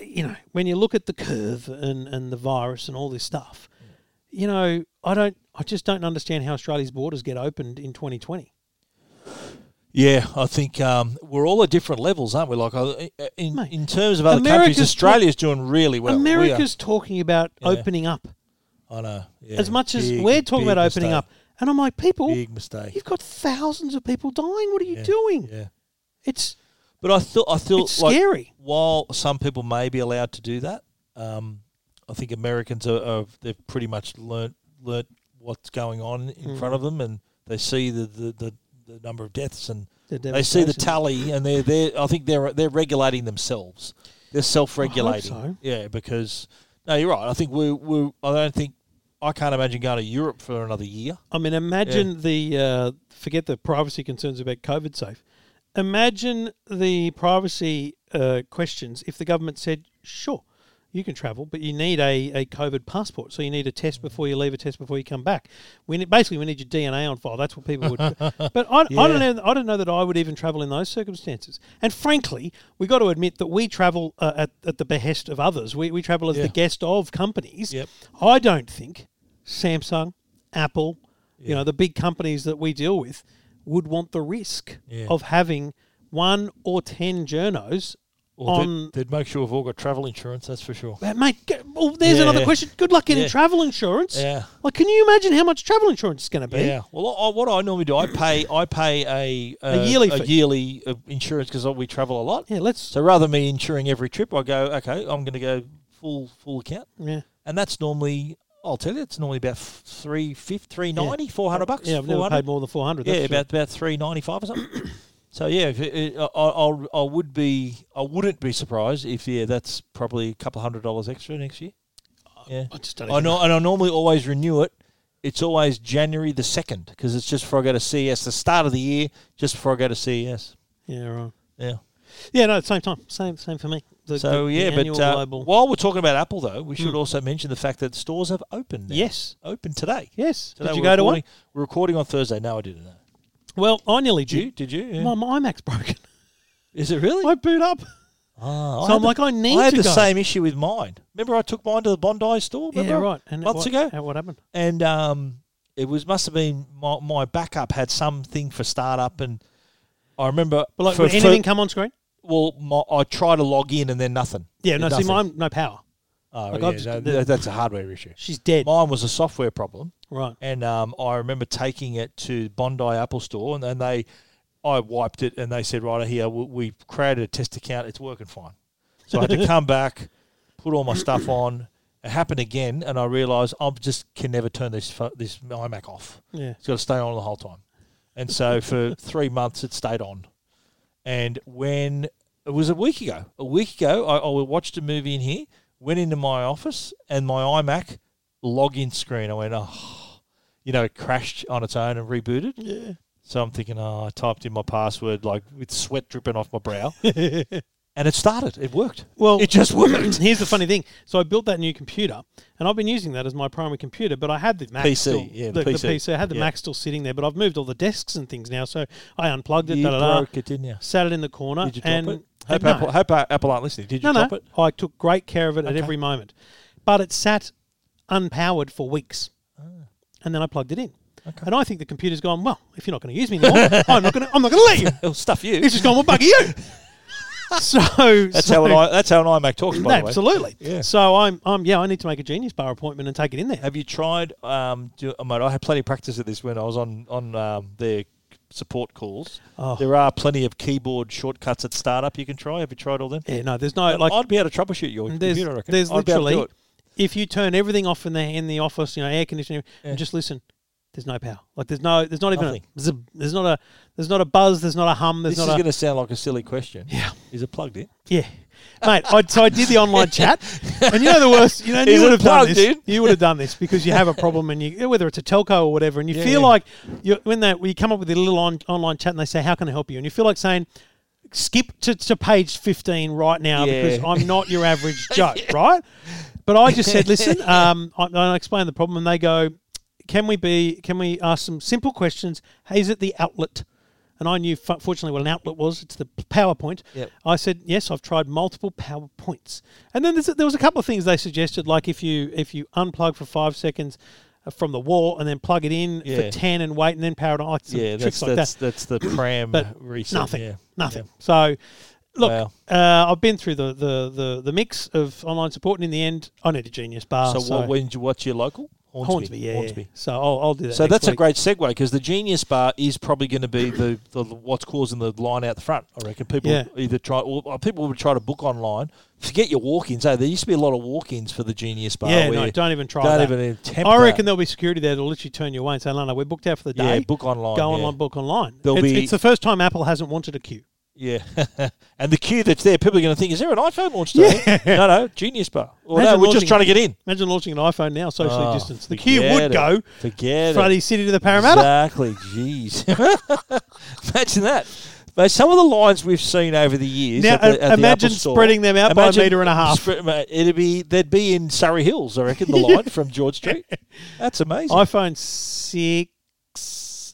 Speaker 2: You know, when you look at the curve and, and the virus and all this stuff, you know, I don't, I just don't understand how Australia's borders get opened in 2020.
Speaker 1: yeah. I think um, we're all at different levels, aren't we? Like I- in
Speaker 2: Mate,
Speaker 1: in terms of other
Speaker 2: America's-
Speaker 1: countries, Australia's doing really well. We are-
Speaker 2: America's talking about
Speaker 1: Yeah.
Speaker 2: opening up
Speaker 1: I know. yeah,
Speaker 2: as much as
Speaker 1: big,
Speaker 2: we're talking
Speaker 1: big
Speaker 2: about opening
Speaker 1: mistake.
Speaker 2: up, and I'm like, people,
Speaker 1: Big mistake.
Speaker 2: you've got thousands of people dying. What are you doing?
Speaker 1: Yeah.
Speaker 2: It's
Speaker 1: But I thought I feel
Speaker 2: It's
Speaker 1: like
Speaker 2: scary.
Speaker 1: while some people may be allowed to do that, um, I think Americans are, are they've pretty much learnt learnt what's going on in
Speaker 2: Hmm.
Speaker 1: front of them, and they see the the, the, the number of deaths and
Speaker 2: The
Speaker 1: they see the
Speaker 2: devastation.
Speaker 1: tally, and they're they are I think they're they're regulating themselves. They're self regulating.
Speaker 2: so.
Speaker 1: Yeah, because no, you're right. I think we we I don't think I can't imagine going to Europe for another year.
Speaker 2: I mean, imagine the uh, forget the privacy concerns about COVID safe. Imagine the privacy uh, questions if the government said, sure, you can travel, but you need a, a COVID passport. So you need a test before you leave, a test before you come back. We need, basically we need your DNA on file. That's what people would. but I, I don't know. I don't know that I would even travel in those circumstances. And frankly, we got to admit that we travel uh, at, at the behest of others. We we travel as
Speaker 1: Yeah.
Speaker 2: the guest of companies.
Speaker 1: Yep.
Speaker 2: I don't think Samsung, Apple, you know, the big companies that we deal with would want the risk
Speaker 1: Yeah.
Speaker 2: of having one or 10 journos
Speaker 1: Well,
Speaker 2: on.
Speaker 1: they'd, they'd make sure we've all got travel insurance. That's for sure.
Speaker 2: But Mate, get, well, there's
Speaker 1: Yeah,
Speaker 2: another
Speaker 1: yeah.
Speaker 2: question. Good luck getting
Speaker 1: Yeah.
Speaker 2: travel insurance.
Speaker 1: Yeah.
Speaker 2: Like, can you imagine how much travel insurance is going to be?
Speaker 1: Yeah. Well, I, I- what I normally do, I pay I pay a uh,
Speaker 2: yearly
Speaker 1: a
Speaker 2: fee.
Speaker 1: yearly uh, insurance because we travel a lot.
Speaker 2: Yeah, let's.
Speaker 1: So rather than me insuring every trip, I go okay, I'm going to go full full account,
Speaker 2: yeah.
Speaker 1: and that's normally I'll tell you, it's normally about f- three fifty, three ninety, four hundred bucks.
Speaker 2: Yeah, I've never
Speaker 1: 400.
Speaker 2: paid more than 400.
Speaker 1: Yeah,
Speaker 2: that's for sure.
Speaker 1: about about three ninety five or something. so yeah, if it, it, I, I I would be I wouldn't be surprised if yeah that's probably a couple hundred dollars extra next year. Yeah.
Speaker 2: I just don't
Speaker 1: I
Speaker 2: even know.
Speaker 1: know, Oh, and I normally always renew it. It's always January the second because it's just before I go to CES, the start of the year, just before I go to CES.
Speaker 2: Yeah, right.
Speaker 1: Yeah.
Speaker 2: Yeah, no, same time. Same same for me. The,
Speaker 1: So
Speaker 2: the- the
Speaker 1: yeah,
Speaker 2: annual
Speaker 1: but uh,
Speaker 2: global- Hmm.
Speaker 1: while we're talking about Apple, though, we should also mention the fact that stores have opened. Now.
Speaker 2: Yes.
Speaker 1: open today.
Speaker 2: Yes.
Speaker 1: Today
Speaker 2: Did you
Speaker 1: we're
Speaker 2: go to one?
Speaker 1: recording- We're recording on Thursday. No, I didn't. Know.
Speaker 2: Well, I nearly
Speaker 1: Did you?
Speaker 2: did.
Speaker 1: Did you? Yeah.
Speaker 2: My, my iMac's broken.
Speaker 1: Is it really?
Speaker 2: I boot up.
Speaker 1: Ah,
Speaker 2: So
Speaker 1: had
Speaker 2: I'm like, I need
Speaker 1: I had
Speaker 2: to
Speaker 1: the
Speaker 2: go.
Speaker 1: same issue with mine. Remember, I took mine to the Bondi store.
Speaker 2: Yeah,
Speaker 1: remember?
Speaker 2: right. And
Speaker 1: months
Speaker 2: what,
Speaker 1: ago,
Speaker 2: and what happened?
Speaker 1: and um, it was must have been my, my backup had something for startup, and I remember
Speaker 2: Well, like,
Speaker 1: for,
Speaker 2: would
Speaker 1: for-
Speaker 2: anything come on screen?
Speaker 1: well, my, I try to log in and then nothing.
Speaker 2: Yeah, no. See,
Speaker 1: Nothing.
Speaker 2: mine, no power.
Speaker 1: Oh,
Speaker 2: like,
Speaker 1: yeah,
Speaker 2: I've just-
Speaker 1: no,
Speaker 2: the-
Speaker 1: that- that's a hardware issue.
Speaker 2: She's dead.
Speaker 1: Mine was a software problem,
Speaker 2: Right.
Speaker 1: and um, I remember taking it to Bondi Apple Store, and, and they, I wiped it, and they said, "Right here, we, we created a test account. It's working fine." So I had to come back, put all my stuff on. It happened again, and I realised I just can never turn this pho- this iMac off.
Speaker 2: Yeah.
Speaker 1: It's got to stay on the whole time. And so for three months, it stayed on. And when it was a week ago, a week ago, I, I watched a movie in here, went into my office, and my iMac login screen, I went, oh, you know, it crashed on its own and rebooted.
Speaker 2: Yeah.
Speaker 1: So I'm thinking, oh, I typed in my password, like with sweat dripping off my brow. and it started. It worked.
Speaker 2: Well,
Speaker 1: it just worked.
Speaker 2: here's the funny thing. So I built that new computer, and I've been using that as my primary computer. But I had the Mac
Speaker 1: PC,
Speaker 2: still.
Speaker 1: yeah,
Speaker 2: the,
Speaker 1: the PC.
Speaker 2: I had the
Speaker 1: Yeah.
Speaker 2: Mac still sitting there, but I've moved all the desks and things now. So I unplugged it.
Speaker 1: you
Speaker 2: da, da, da,
Speaker 1: broke it, didn't you?
Speaker 2: Sat it in the corner.
Speaker 1: Did you drop
Speaker 2: and
Speaker 1: it?
Speaker 2: uh,
Speaker 1: Hope,
Speaker 2: no.
Speaker 1: Apple, hope uh, Apple aren't listening. Did you
Speaker 2: no,
Speaker 1: drop
Speaker 2: no.
Speaker 1: it?
Speaker 2: I took great care of it at
Speaker 1: Okay.
Speaker 2: every moment, but it sat unpowered for weeks,
Speaker 1: Ah.
Speaker 2: and then I plugged it in. And I think the computer's gone. Well, if you're not going to use me anymore, I'm not going. to I'm not going to let you.
Speaker 1: It'll stuff you.
Speaker 2: It's just gone. Well, bugger you. so
Speaker 1: That's
Speaker 2: so,
Speaker 1: how an I, that's how an iMac talks. By the way,
Speaker 2: absolutely.
Speaker 1: Yeah.
Speaker 2: So I'm, I'm, yeah, I need to make a genius bar appointment and take it in there.
Speaker 1: Have you tried? Um, do, oh, mate, I had plenty of practice at this when I was on on um, their support calls.
Speaker 2: Oh.
Speaker 1: There are plenty of keyboard shortcuts at startup you can try. Have you tried all them?
Speaker 2: Yeah, no, there's no like.
Speaker 1: I'd be able to troubleshoot your
Speaker 2: there's,
Speaker 1: computer. I reckon.
Speaker 2: there's
Speaker 1: I'd be able to do
Speaker 2: literally,
Speaker 1: it.
Speaker 2: if you turn everything off in the in the office, you know, air conditioning, and just listen. There's no power. Like there's no, there's not even
Speaker 1: Nothing.
Speaker 2: a zib, there's not a, there's not a buzz, there's not a hum, there's
Speaker 1: This is
Speaker 2: not a,
Speaker 1: going to sound like a silly question.
Speaker 2: Yeah.
Speaker 1: Is it plugged in?
Speaker 2: yeah. mate. I, so I did the online chat, and you know the worst. You know
Speaker 1: Is
Speaker 2: you would
Speaker 1: it
Speaker 2: have done
Speaker 1: plugged
Speaker 2: this.
Speaker 1: in?
Speaker 2: You would have done this because you have a problem, and you whether it's a telco or whatever, and you
Speaker 1: Yeah,
Speaker 2: feel
Speaker 1: yeah.
Speaker 2: like you when they when you come up with a little on, online chat, and they say, "How can I help you?" and you feel like saying. Skip to, to page 15 right now
Speaker 1: Yeah.
Speaker 2: because I'm not your average Joe, right? But I just said, listen, um, I, I explained the problem, and they go, can we be? Can we ask some simple questions? Hey, is it the outlet? And I knew, fu- fortunately, what an outlet was. It's the PowerPoint.
Speaker 1: Yep.
Speaker 2: I said, yes, I've tried multiple PowerPoints. And then there's, there was a couple of things they suggested, like if you if you unplug for five seconds uh, from the wall and then plug it in
Speaker 1: Yeah.
Speaker 2: for ten and wait and then power it on, like some
Speaker 1: yeah, that's
Speaker 2: tricks like
Speaker 1: that's,
Speaker 2: that.
Speaker 1: that's the pram
Speaker 2: But
Speaker 1: reset.
Speaker 2: Nothing,
Speaker 1: yeah.
Speaker 2: nothing.
Speaker 1: Yeah.
Speaker 2: So, look,
Speaker 1: Wow.
Speaker 2: uh, I've been through the, the, the, the mix of online support, and in the end, I need a genius bar.
Speaker 1: So, what, when you watch your local Hornsby,
Speaker 2: Ah, Hornsby, yeah. So I'll, I'll do that.
Speaker 1: So
Speaker 2: next
Speaker 1: that's a
Speaker 2: week.
Speaker 1: great segue because the Genius Bar is probably going to be the, the what's causing the line out the front. I reckon people
Speaker 2: Yeah.
Speaker 1: either try or people would try to book online. Forget your walk-ins. Hey, there used to be a lot of walk-ins for the Genius Bar.
Speaker 2: Yeah,
Speaker 1: where
Speaker 2: no,
Speaker 1: you
Speaker 2: don't even try
Speaker 1: don't
Speaker 2: that.
Speaker 1: even attempt.
Speaker 2: I reckon
Speaker 1: that.
Speaker 2: there'll be security there that'll literally turn you away and say, "No, no, we're booked out for the
Speaker 1: yeah,
Speaker 2: day.
Speaker 1: book online.
Speaker 2: Go
Speaker 1: yeah.
Speaker 2: online, book online."
Speaker 1: There'll
Speaker 2: It's,
Speaker 1: be-
Speaker 2: it's the first time Apple hasn't wanted a queue.
Speaker 1: Yeah, and the queue that's there, people are going to think, is there an iPhone launch today? No, no, Genius Bar. Or no,
Speaker 2: Imagine
Speaker 1: we're just
Speaker 2: launching-
Speaker 1: trying to get in.
Speaker 2: Imagine launching an iPhone now, socially
Speaker 1: Oh,
Speaker 2: distanced. The queue
Speaker 1: forget
Speaker 2: would
Speaker 1: it.
Speaker 2: go
Speaker 1: Forget it.
Speaker 2: Friday City to the Parramatta.
Speaker 1: Exactly. Jeez. imagine that. But some of the lines we've seen over the years.
Speaker 2: Now, uh,
Speaker 1: at the- at the
Speaker 2: imagine
Speaker 1: Apple Store-
Speaker 2: spreading them out by a metre and a half.
Speaker 1: spread- mate, it'd be they'd be in Surrey Hills, I reckon. The line from George Street. That's amazing.
Speaker 2: iPhone six,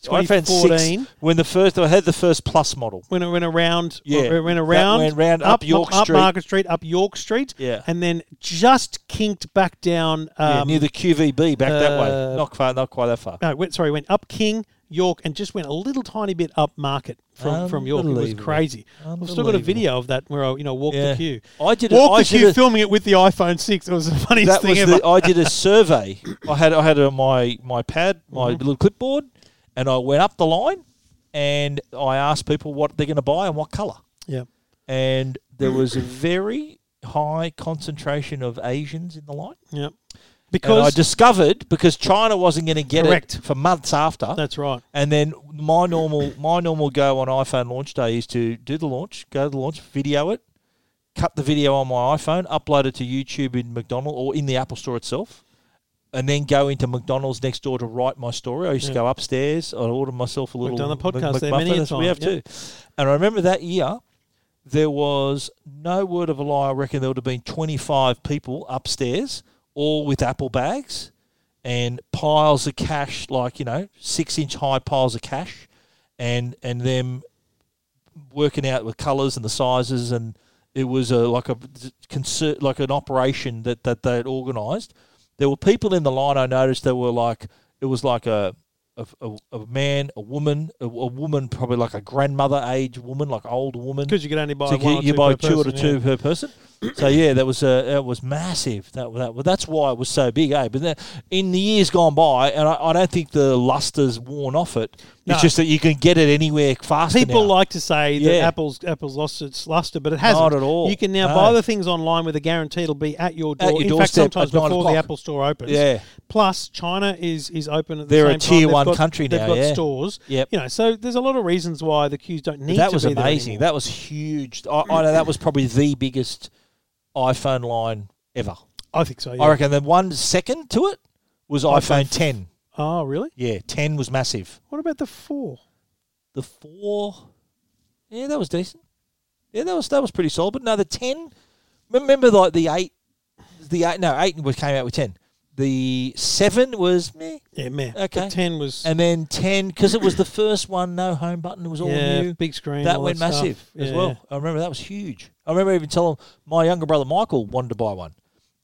Speaker 1: iPhone
Speaker 2: 2014.
Speaker 1: six when the first I had the first Plus model.
Speaker 2: When it went around,
Speaker 1: Yeah,
Speaker 2: yeah, went
Speaker 1: that
Speaker 2: around,
Speaker 1: went round up York
Speaker 2: up
Speaker 1: Street.
Speaker 2: Market Street, up York Street,
Speaker 1: Yeah.
Speaker 2: and then just kinked back down. Um,
Speaker 1: yeah, near the QVB back that way.
Speaker 2: uh,
Speaker 1: Not far, not quite that far.
Speaker 2: no, um, uh, went, sorry, went up King, York, and just went a little tiny bit up market from, from York. It was
Speaker 1: Unbelievable.
Speaker 2: crazy. I've still got a
Speaker 1: Unbelievable.
Speaker 2: video of that where I, you know, walked
Speaker 1: Yeah.
Speaker 2: the queue.
Speaker 1: I did a-
Speaker 2: Walked
Speaker 1: I
Speaker 2: the
Speaker 1: did
Speaker 2: queue,
Speaker 1: a-
Speaker 2: filming it with the iPhone 6. It was the funniest
Speaker 1: that
Speaker 2: thing
Speaker 1: was
Speaker 2: ever.
Speaker 1: the, I did a survey. I had I had it on my my pad, my
Speaker 2: Mm-hmm.
Speaker 1: little clipboard, and I went up the line, and I asked people what they're going to buy and what color.
Speaker 2: yeah.
Speaker 1: And there
Speaker 2: Mm.
Speaker 1: was a very high concentration of Asians in the line.
Speaker 2: Yeah.
Speaker 1: And I
Speaker 2: Because
Speaker 1: discovered because China wasn't going to get
Speaker 2: Correct.
Speaker 1: it for months after.
Speaker 2: that's right.
Speaker 1: And then my normal my normal go on iPhone launch day is to do the launch, go to the launch, video it, cut the video on my iPhone, upload it to YouTube in McDonald's or in the Apple Store itself, and then go into McDonald's next door to write my story. I used to
Speaker 2: Yeah.
Speaker 1: go upstairs. I order myself a little.
Speaker 2: done the
Speaker 1: Mc-
Speaker 2: podcast there many a
Speaker 1: McMuffin, that's what We
Speaker 2: time,
Speaker 1: have too. And I remember that year. There was no word of a lie. I reckon there would have been 25 people upstairs, all with Apple bags and piles of cash, like you know, six inch high piles of cash, and and them working out with colours and the sizes, and it was a like a concert, like an operation that that they had organised. There were people in the line. I noticed that were like it was like a. A, a, a man, a woman, a, a woman, probably like a grandmother age woman, like old woman.
Speaker 2: Because you could only buy
Speaker 1: So
Speaker 2: one
Speaker 1: you,
Speaker 2: or
Speaker 1: you
Speaker 2: two
Speaker 1: buy
Speaker 2: per
Speaker 1: two or
Speaker 2: person,
Speaker 1: two
Speaker 2: yeah.
Speaker 1: per person. So yeah, that was uh, that was massive. That, that well, that's why it was so big, eh? But then, in the years gone by, and I, I don't think the luster's worn off it.
Speaker 2: No.
Speaker 1: It's just that you can get it anywhere faster.
Speaker 2: People
Speaker 1: now.
Speaker 2: like to say that
Speaker 1: Yeah.
Speaker 2: Apple's Apple's lost its luster, but it hasn't.
Speaker 1: at all.
Speaker 2: You can now
Speaker 1: No.
Speaker 2: buy the things online with a guarantee it'll be at your door.
Speaker 1: your
Speaker 2: In fact,
Speaker 1: doorstep
Speaker 2: sometimes
Speaker 1: at nine
Speaker 2: before the
Speaker 1: o'clock.
Speaker 2: Apple Store opens.
Speaker 1: Yeah.
Speaker 2: Plus, China is is open at the
Speaker 1: They're a
Speaker 2: same time.
Speaker 1: tier
Speaker 2: They've
Speaker 1: one
Speaker 2: got-
Speaker 1: country
Speaker 2: they've
Speaker 1: now,
Speaker 2: got
Speaker 1: yeah.
Speaker 2: stores.
Speaker 1: Yep.
Speaker 2: You know, so there's a lot of reasons why the queues don't need
Speaker 1: that
Speaker 2: to
Speaker 1: was
Speaker 2: be there
Speaker 1: amazing.
Speaker 2: anymore.
Speaker 1: That was huge. I, I know that was probably the biggest iPhone line ever.
Speaker 2: I think so. Yeah.
Speaker 1: I reckon the one second to it was iPhone, 10.
Speaker 2: Oh, really?
Speaker 1: Yeah, 10 was massive.
Speaker 2: What about the four?
Speaker 1: The four, yeah, that was decent. Yeah, that was that was pretty solid. But no, the ten. Remember, like the eight, the eight. No, eight was came out with ten. The seven was meh,
Speaker 2: Yeah, man.
Speaker 1: Okay.
Speaker 2: The ten was
Speaker 1: and then ten because it was the first one. No home button. It was all
Speaker 2: yeah,
Speaker 1: new.
Speaker 2: big screen.
Speaker 1: That
Speaker 2: all
Speaker 1: went
Speaker 2: stuff.
Speaker 1: massive as
Speaker 2: Yeah.
Speaker 1: well. I remember that was huge. I remember even telling my younger brother Michael wanted to buy one,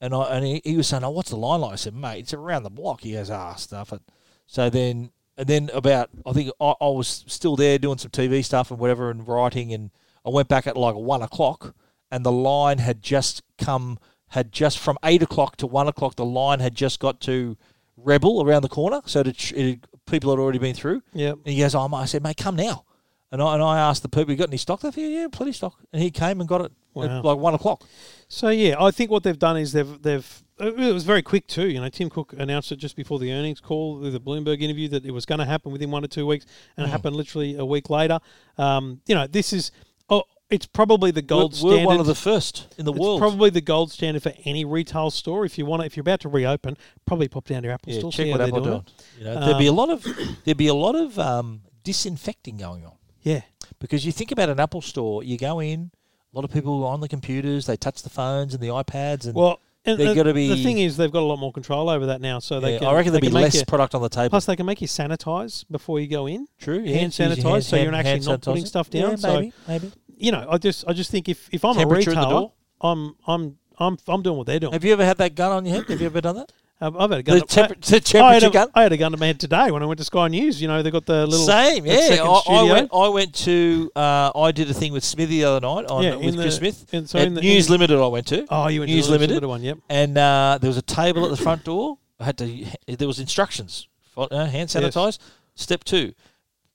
Speaker 1: and I and he, he was saying, "Oh, what's the line like?" I said, "Mate, it's around the block." He goes, "Ah, stuff it." So then, and then about I think I, I was still there doing some TV stuff and whatever and writing, and I went back at like one o'clock, and the line had just come had just from eight o'clock to one o'clock. The line had just got to Rebel around the corner, so it, had sh- it, had- people had already been through.
Speaker 2: Yep.
Speaker 1: And he goes, oh, mate. I said, mate, come now. And I, and I asked the people, you got any stock left? Yeah, yeah, plenty of stock. And he came and got it
Speaker 2: Wow.
Speaker 1: at like one o'clock.
Speaker 2: So yeah, I think what they've done is they've they've uh, it was very quick too. You know, Tim Cook announced it just before the earnings call with the Bloomberg interview that it was
Speaker 1: Mm.
Speaker 2: going to happen within one or two weeks, and it happened literally a week later. Um, you know, this is. Oh, it's probably the gold
Speaker 1: we're,
Speaker 2: standard.
Speaker 1: we're one of the first in the
Speaker 2: it's
Speaker 1: world.
Speaker 2: probably the gold standard for any retail store. If you want, to, if you're about to reopen, probably pop down to Apple
Speaker 1: yeah,
Speaker 2: Store.
Speaker 1: check
Speaker 2: see
Speaker 1: what
Speaker 2: how
Speaker 1: Apple
Speaker 2: they're doing. Um,
Speaker 1: doing. You know, there'd be a lot of there'd be a lot of um, disinfecting going on
Speaker 2: Yeah,
Speaker 1: because you think about an Apple store. You go in, a lot of people are on the computers, they touch the phones and the iPads, and
Speaker 2: well, and
Speaker 1: They've
Speaker 2: the,
Speaker 1: gotta
Speaker 2: the
Speaker 1: be-
Speaker 2: thing is they've got a lot more control over that now. So they,
Speaker 1: Yeah,
Speaker 2: can,
Speaker 1: I reckon there'd
Speaker 2: they
Speaker 1: be
Speaker 2: can make
Speaker 1: less
Speaker 2: you-
Speaker 1: product on the table.
Speaker 2: Plus, they can make you sanitize before you go in.
Speaker 1: True,
Speaker 2: hand
Speaker 1: so you use
Speaker 2: sanitise,
Speaker 1: your hand-
Speaker 2: so you're
Speaker 1: hand-
Speaker 2: actually
Speaker 1: hand
Speaker 2: not putting
Speaker 1: sanitizer.
Speaker 2: stuff
Speaker 1: Yeah,
Speaker 2: down, so-
Speaker 1: maybe, maybe.
Speaker 2: You know, I just, I just think if, if I'm a
Speaker 1: Temperature in the
Speaker 2: retailer,
Speaker 1: door?
Speaker 2: I'm, I'm, I'm, I'm doing what they're doing.
Speaker 1: Have you ever had that gun on your head? Have you ever done that?
Speaker 2: I've, I've had a gun.
Speaker 1: The,
Speaker 2: to-
Speaker 1: temper-
Speaker 2: I-
Speaker 1: the
Speaker 2: I had,
Speaker 1: temperature
Speaker 2: a,
Speaker 1: gun.
Speaker 2: I had a gun to my head today when I went to Sky News. You know, they got the little
Speaker 1: Same,
Speaker 2: that
Speaker 1: yeah.
Speaker 2: second
Speaker 1: I, I
Speaker 2: studio.
Speaker 1: went. I went to. Uh, I did a thing with Smithy the other night on
Speaker 2: Yeah, in
Speaker 1: with Chris
Speaker 2: the-
Speaker 1: Smith.
Speaker 2: in- so
Speaker 1: at
Speaker 2: in the-
Speaker 1: News
Speaker 2: in-
Speaker 1: Limited, I went to.
Speaker 2: Oh, you went to
Speaker 1: News
Speaker 2: the News
Speaker 1: Limited.
Speaker 2: Limited one, yep.
Speaker 1: And uh, there was a table at the front door. I had to. There was instructions. Fo- uh, Hand
Speaker 2: Yes.
Speaker 1: sanitize. Step two,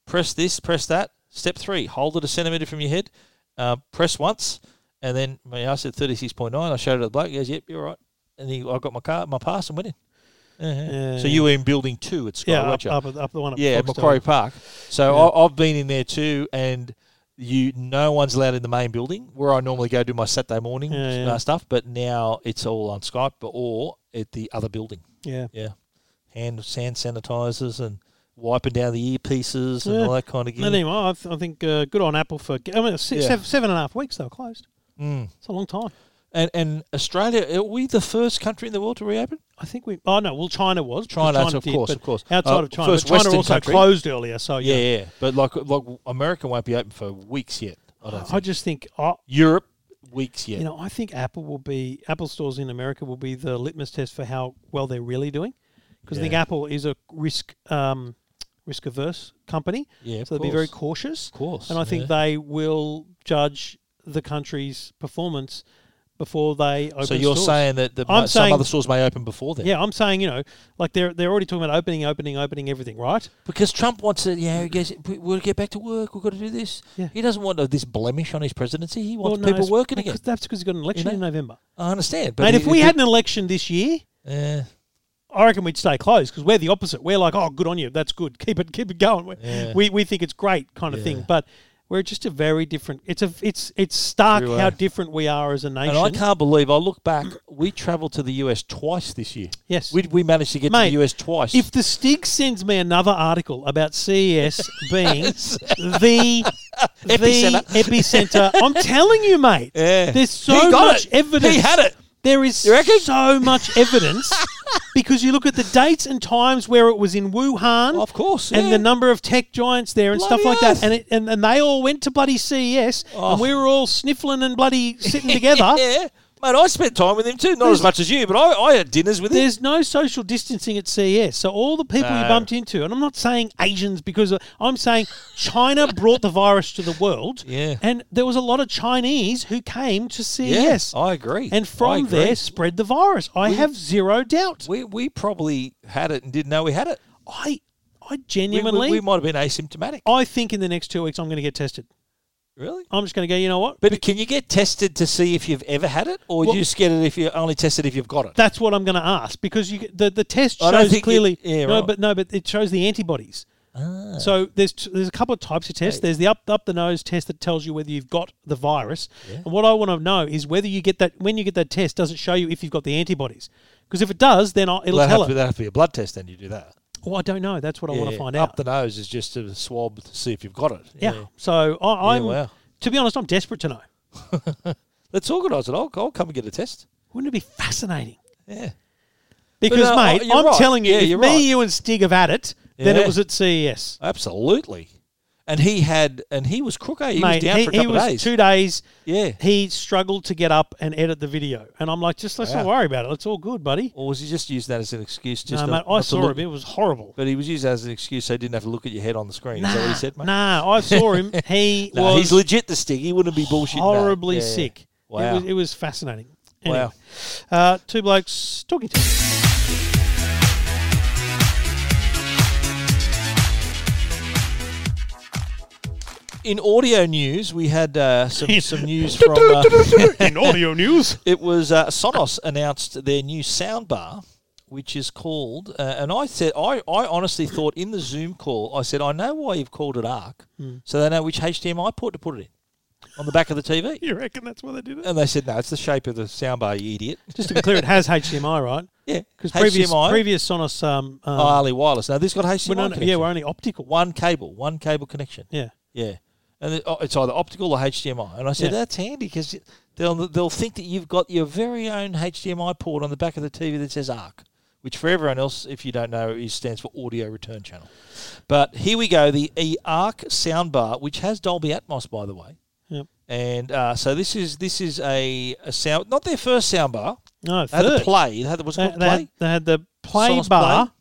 Speaker 1: press this, press that. Step three, hold it a centimeter from your head. Uh, press once, and then my I said thirty six point nine. I showed it to the bloke. He goes, "Yep, you're right." And he, I got my car, my pass, and went in. Yeah, yeah.
Speaker 2: Yeah,
Speaker 1: so
Speaker 2: yeah.
Speaker 1: you were in building two at Sky,
Speaker 2: Yeah,
Speaker 1: weren't
Speaker 2: up,
Speaker 1: you?
Speaker 2: up, up the one at
Speaker 1: Yeah, at
Speaker 2: Foxtel.
Speaker 1: Macquarie Park. So
Speaker 2: Yeah.
Speaker 1: I, I've been in there too, and you no one's allowed in the main building where I normally go do my Saturday morning
Speaker 2: Yeah, yeah.
Speaker 1: uh, stuff. But now it's all on Skype, but or at the other building.
Speaker 2: Yeah.
Speaker 1: Yeah, hand hand sanitizers and wiping down the earpieces and
Speaker 2: Yeah.
Speaker 1: all that kind of.
Speaker 2: And
Speaker 1: Gig.
Speaker 2: anyway, I, th- I think uh, good on Apple for. I mean, six,
Speaker 1: Yeah.
Speaker 2: seven, seven and a half weeks they were closed.
Speaker 1: Mm.
Speaker 2: It's a long time.
Speaker 1: And and Australia, are we the first country in the world to reopen?
Speaker 2: I think we. Oh no, well, China was 'cause
Speaker 1: China, of
Speaker 2: did,
Speaker 1: course,
Speaker 2: but
Speaker 1: of course.
Speaker 2: Outside
Speaker 1: Uh,
Speaker 2: of China,
Speaker 1: first
Speaker 2: but China
Speaker 1: Western
Speaker 2: also
Speaker 1: country.
Speaker 2: closed earlier. So Oh, yeah,
Speaker 1: Yeah, yeah. But like like America won't be open for weeks yet. I don't
Speaker 2: I
Speaker 1: think.
Speaker 2: just think I,
Speaker 1: Europe weeks yet.
Speaker 2: you know, I think Apple will be Apple stores in America will be the litmus test for how well they're really doing, because I think
Speaker 1: Yeah.
Speaker 2: Apple is a risk um, risk averse company,
Speaker 1: yeah, of
Speaker 2: so they'll be very
Speaker 1: course.
Speaker 2: cautious.
Speaker 1: Of course.
Speaker 2: And I think
Speaker 1: yeah.
Speaker 2: they will judge the country's performance before they open.
Speaker 1: So you're
Speaker 2: stores.
Speaker 1: saying that the,
Speaker 2: I'm
Speaker 1: some
Speaker 2: saying-
Speaker 1: other stores may open before then?
Speaker 2: Yeah, I'm saying you know, like they're they're already talking about opening, opening, opening everything, right?
Speaker 1: Because Trump wants it, you know, he goes, "We- we'll get back to work, we've got to do this.
Speaker 2: Yeah.
Speaker 1: He doesn't want uh, this blemish on his presidency. He wants
Speaker 2: no,
Speaker 1: people
Speaker 2: it's-
Speaker 1: working
Speaker 2: because
Speaker 1: again.
Speaker 2: That's because he's got an election
Speaker 1: know?
Speaker 2: in November.
Speaker 1: I understand. But
Speaker 2: But
Speaker 1: he-
Speaker 2: if we
Speaker 1: he-
Speaker 2: had an election this year,
Speaker 1: Yeah.
Speaker 2: I reckon we'd stay closed because we're the opposite. We're like, oh, good on you. That's good. Keep it, keep it going. We-
Speaker 1: Yeah.
Speaker 2: We, we think it's great kind of
Speaker 1: Yeah.
Speaker 2: thing. But we're just a very different. It's a it's it's stark
Speaker 1: True, eh?
Speaker 2: how different we are as a
Speaker 1: And I
Speaker 2: nation.
Speaker 1: can't believe, I look back, we travelled to the US twice this year.
Speaker 2: Yes.
Speaker 1: We, we managed to get
Speaker 2: Mate,
Speaker 1: to the US twice.
Speaker 2: if the Stig sends me another article about CES being the
Speaker 1: Epicenter.
Speaker 2: the epicenter, I'm telling you, mate.
Speaker 1: Yeah.
Speaker 2: There's so
Speaker 1: He got
Speaker 2: much
Speaker 1: it.
Speaker 2: evidence.
Speaker 1: He had it.
Speaker 2: There is
Speaker 1: You reckon?
Speaker 2: so much evidence because you look at the dates and times where it was in Wuhan.
Speaker 1: Of course,
Speaker 2: And
Speaker 1: yeah.
Speaker 2: the number of tech giants there and stuff
Speaker 1: Bloody
Speaker 2: like
Speaker 1: oath.
Speaker 2: that. And, it, and and they all went to bloody CES and we were all sniffling and bloody sitting together.
Speaker 1: yeah. Mate, I spent time with him too. Not as much as you, but I, I had dinners with him.
Speaker 2: There's no social distancing at CES. So all the people
Speaker 1: No.
Speaker 2: you bumped into, and I'm not saying Asians because uh, I'm saying China brought the virus to the world.
Speaker 1: Yeah.
Speaker 2: And there was a lot of Chinese who came to CES.
Speaker 1: I agree.
Speaker 2: And
Speaker 1: I
Speaker 2: from
Speaker 1: agree.
Speaker 2: there spread the virus. I have zero doubt.
Speaker 1: we, we probably had it and didn't know we had it.
Speaker 2: I I
Speaker 1: We,
Speaker 2: genuinely
Speaker 1: we, we might have been asymptomatic.
Speaker 2: I think in the next two weeks I'm gonna get tested.
Speaker 1: Really?
Speaker 2: I'm just gonna go, you know what?
Speaker 1: But can you get tested to see if you've ever had it, or
Speaker 2: Well-
Speaker 1: you just get it if you only tested if you've got it?
Speaker 2: That's what I'm going to ask because you, the the test
Speaker 1: Oh, I don't
Speaker 2: shows
Speaker 1: think
Speaker 2: clearly.
Speaker 1: you- yeah,
Speaker 2: no,
Speaker 1: right. Ah.
Speaker 2: but no, but it shows the antibodies. So there's t- there's a couple of types of tests. There's the up up the nose test that tells you whether you've got the virus. And what I want to know is whether you get that when you get that test, does it show you if you've got the antibodies? Because if it does, then I, it'll
Speaker 1: Well, that'd
Speaker 2: tell
Speaker 1: have, to,
Speaker 2: it.
Speaker 1: that'd have to be a blood test. Then you do that.
Speaker 2: Well, I don't know. That's what I want to
Speaker 1: Yeah,
Speaker 2: find
Speaker 1: up
Speaker 2: out.
Speaker 1: the nose is just a swab to see if you've got it.
Speaker 2: yeah. So I, I'm
Speaker 1: wow.
Speaker 2: to be honest, I'm desperate to know.
Speaker 1: Let's organise it. I'll, I'll come and get a test.
Speaker 2: Wouldn't it be fascinating?
Speaker 1: Yeah.
Speaker 2: Because
Speaker 1: uh,
Speaker 2: mate,
Speaker 1: you're
Speaker 2: I'm
Speaker 1: right.
Speaker 2: telling you,
Speaker 1: Yeah,
Speaker 2: if me,
Speaker 1: you're right.
Speaker 2: you, and Stig have had it, then
Speaker 1: Yeah.
Speaker 2: it was at E CES.
Speaker 1: Absolutely. And he had, and he was crook. eh? He was
Speaker 2: Mate,
Speaker 1: down
Speaker 2: he,
Speaker 1: for a
Speaker 2: he
Speaker 1: couple
Speaker 2: was
Speaker 1: of days.
Speaker 2: two days.
Speaker 1: yeah.
Speaker 2: He struggled to get up and edit the video, and I'm like, just let's not
Speaker 1: Wow.
Speaker 2: worry about it. It's all good, buddy.
Speaker 1: Or was he just using that as an excuse? Just
Speaker 2: No,
Speaker 1: not,
Speaker 2: mate,
Speaker 1: not
Speaker 2: I
Speaker 1: to
Speaker 2: saw
Speaker 1: look-
Speaker 2: him. It was horrible.
Speaker 1: But he was using that as an excuse so he didn't have to look at your head on the screen. Is that what he said, mate?
Speaker 2: Nah, I saw him. He
Speaker 1: No,
Speaker 2: was
Speaker 1: he's legit the stick. He wouldn't be bullshit.
Speaker 2: horribly sick.
Speaker 1: Wow.
Speaker 2: It was, it was fascinating. Anyway,
Speaker 1: Wow.
Speaker 2: Uh, two blokes talking to you.
Speaker 1: In audio news, we had uh, some, some news from. Uh,
Speaker 2: in audio news.
Speaker 1: It was uh, Sonos announced their new soundbar, which is called. Uh, and I said, I, I honestly thought in
Speaker 2: Hmm.
Speaker 1: the Zoom call, I said, I know why you've called it Arc, so they know which HDMI port to put it in. on the back of the TV.
Speaker 2: You reckon that's why they did it?
Speaker 1: And they said, no, it's the shape of the soundbar, you idiot.
Speaker 2: Just to be clear, it has HDMI, right?
Speaker 1: Yeah,
Speaker 2: Because previous
Speaker 1: HDMI,
Speaker 2: previous Sonos, um, um
Speaker 1: oh, Ali Wireless. Now this got HDMI.
Speaker 2: we're not, yeah,
Speaker 1: connection.
Speaker 2: we're only optical.
Speaker 1: one cable, one cable connection.
Speaker 2: Yeah,
Speaker 1: Yeah, and it, oh, it's either optical or HDMI. And I said
Speaker 2: Yeah.
Speaker 1: that's handy because they'll they'll think that you've got your very own HDMI port on the back of the TV that says ARC, which for everyone else, if you don't know, is stands for Audio Return Channel. But here we go, the e ARC soundbar, which has Dolby Atmos, by the way.
Speaker 2: Yep.
Speaker 1: And uh, so this is this is a, a sound, not their first soundbar.
Speaker 2: no,
Speaker 1: They had
Speaker 2: third.
Speaker 1: the play. They had the, what's it
Speaker 2: They,
Speaker 1: called
Speaker 2: they
Speaker 1: play.
Speaker 2: had, they had the play
Speaker 1: Sonos
Speaker 2: bar.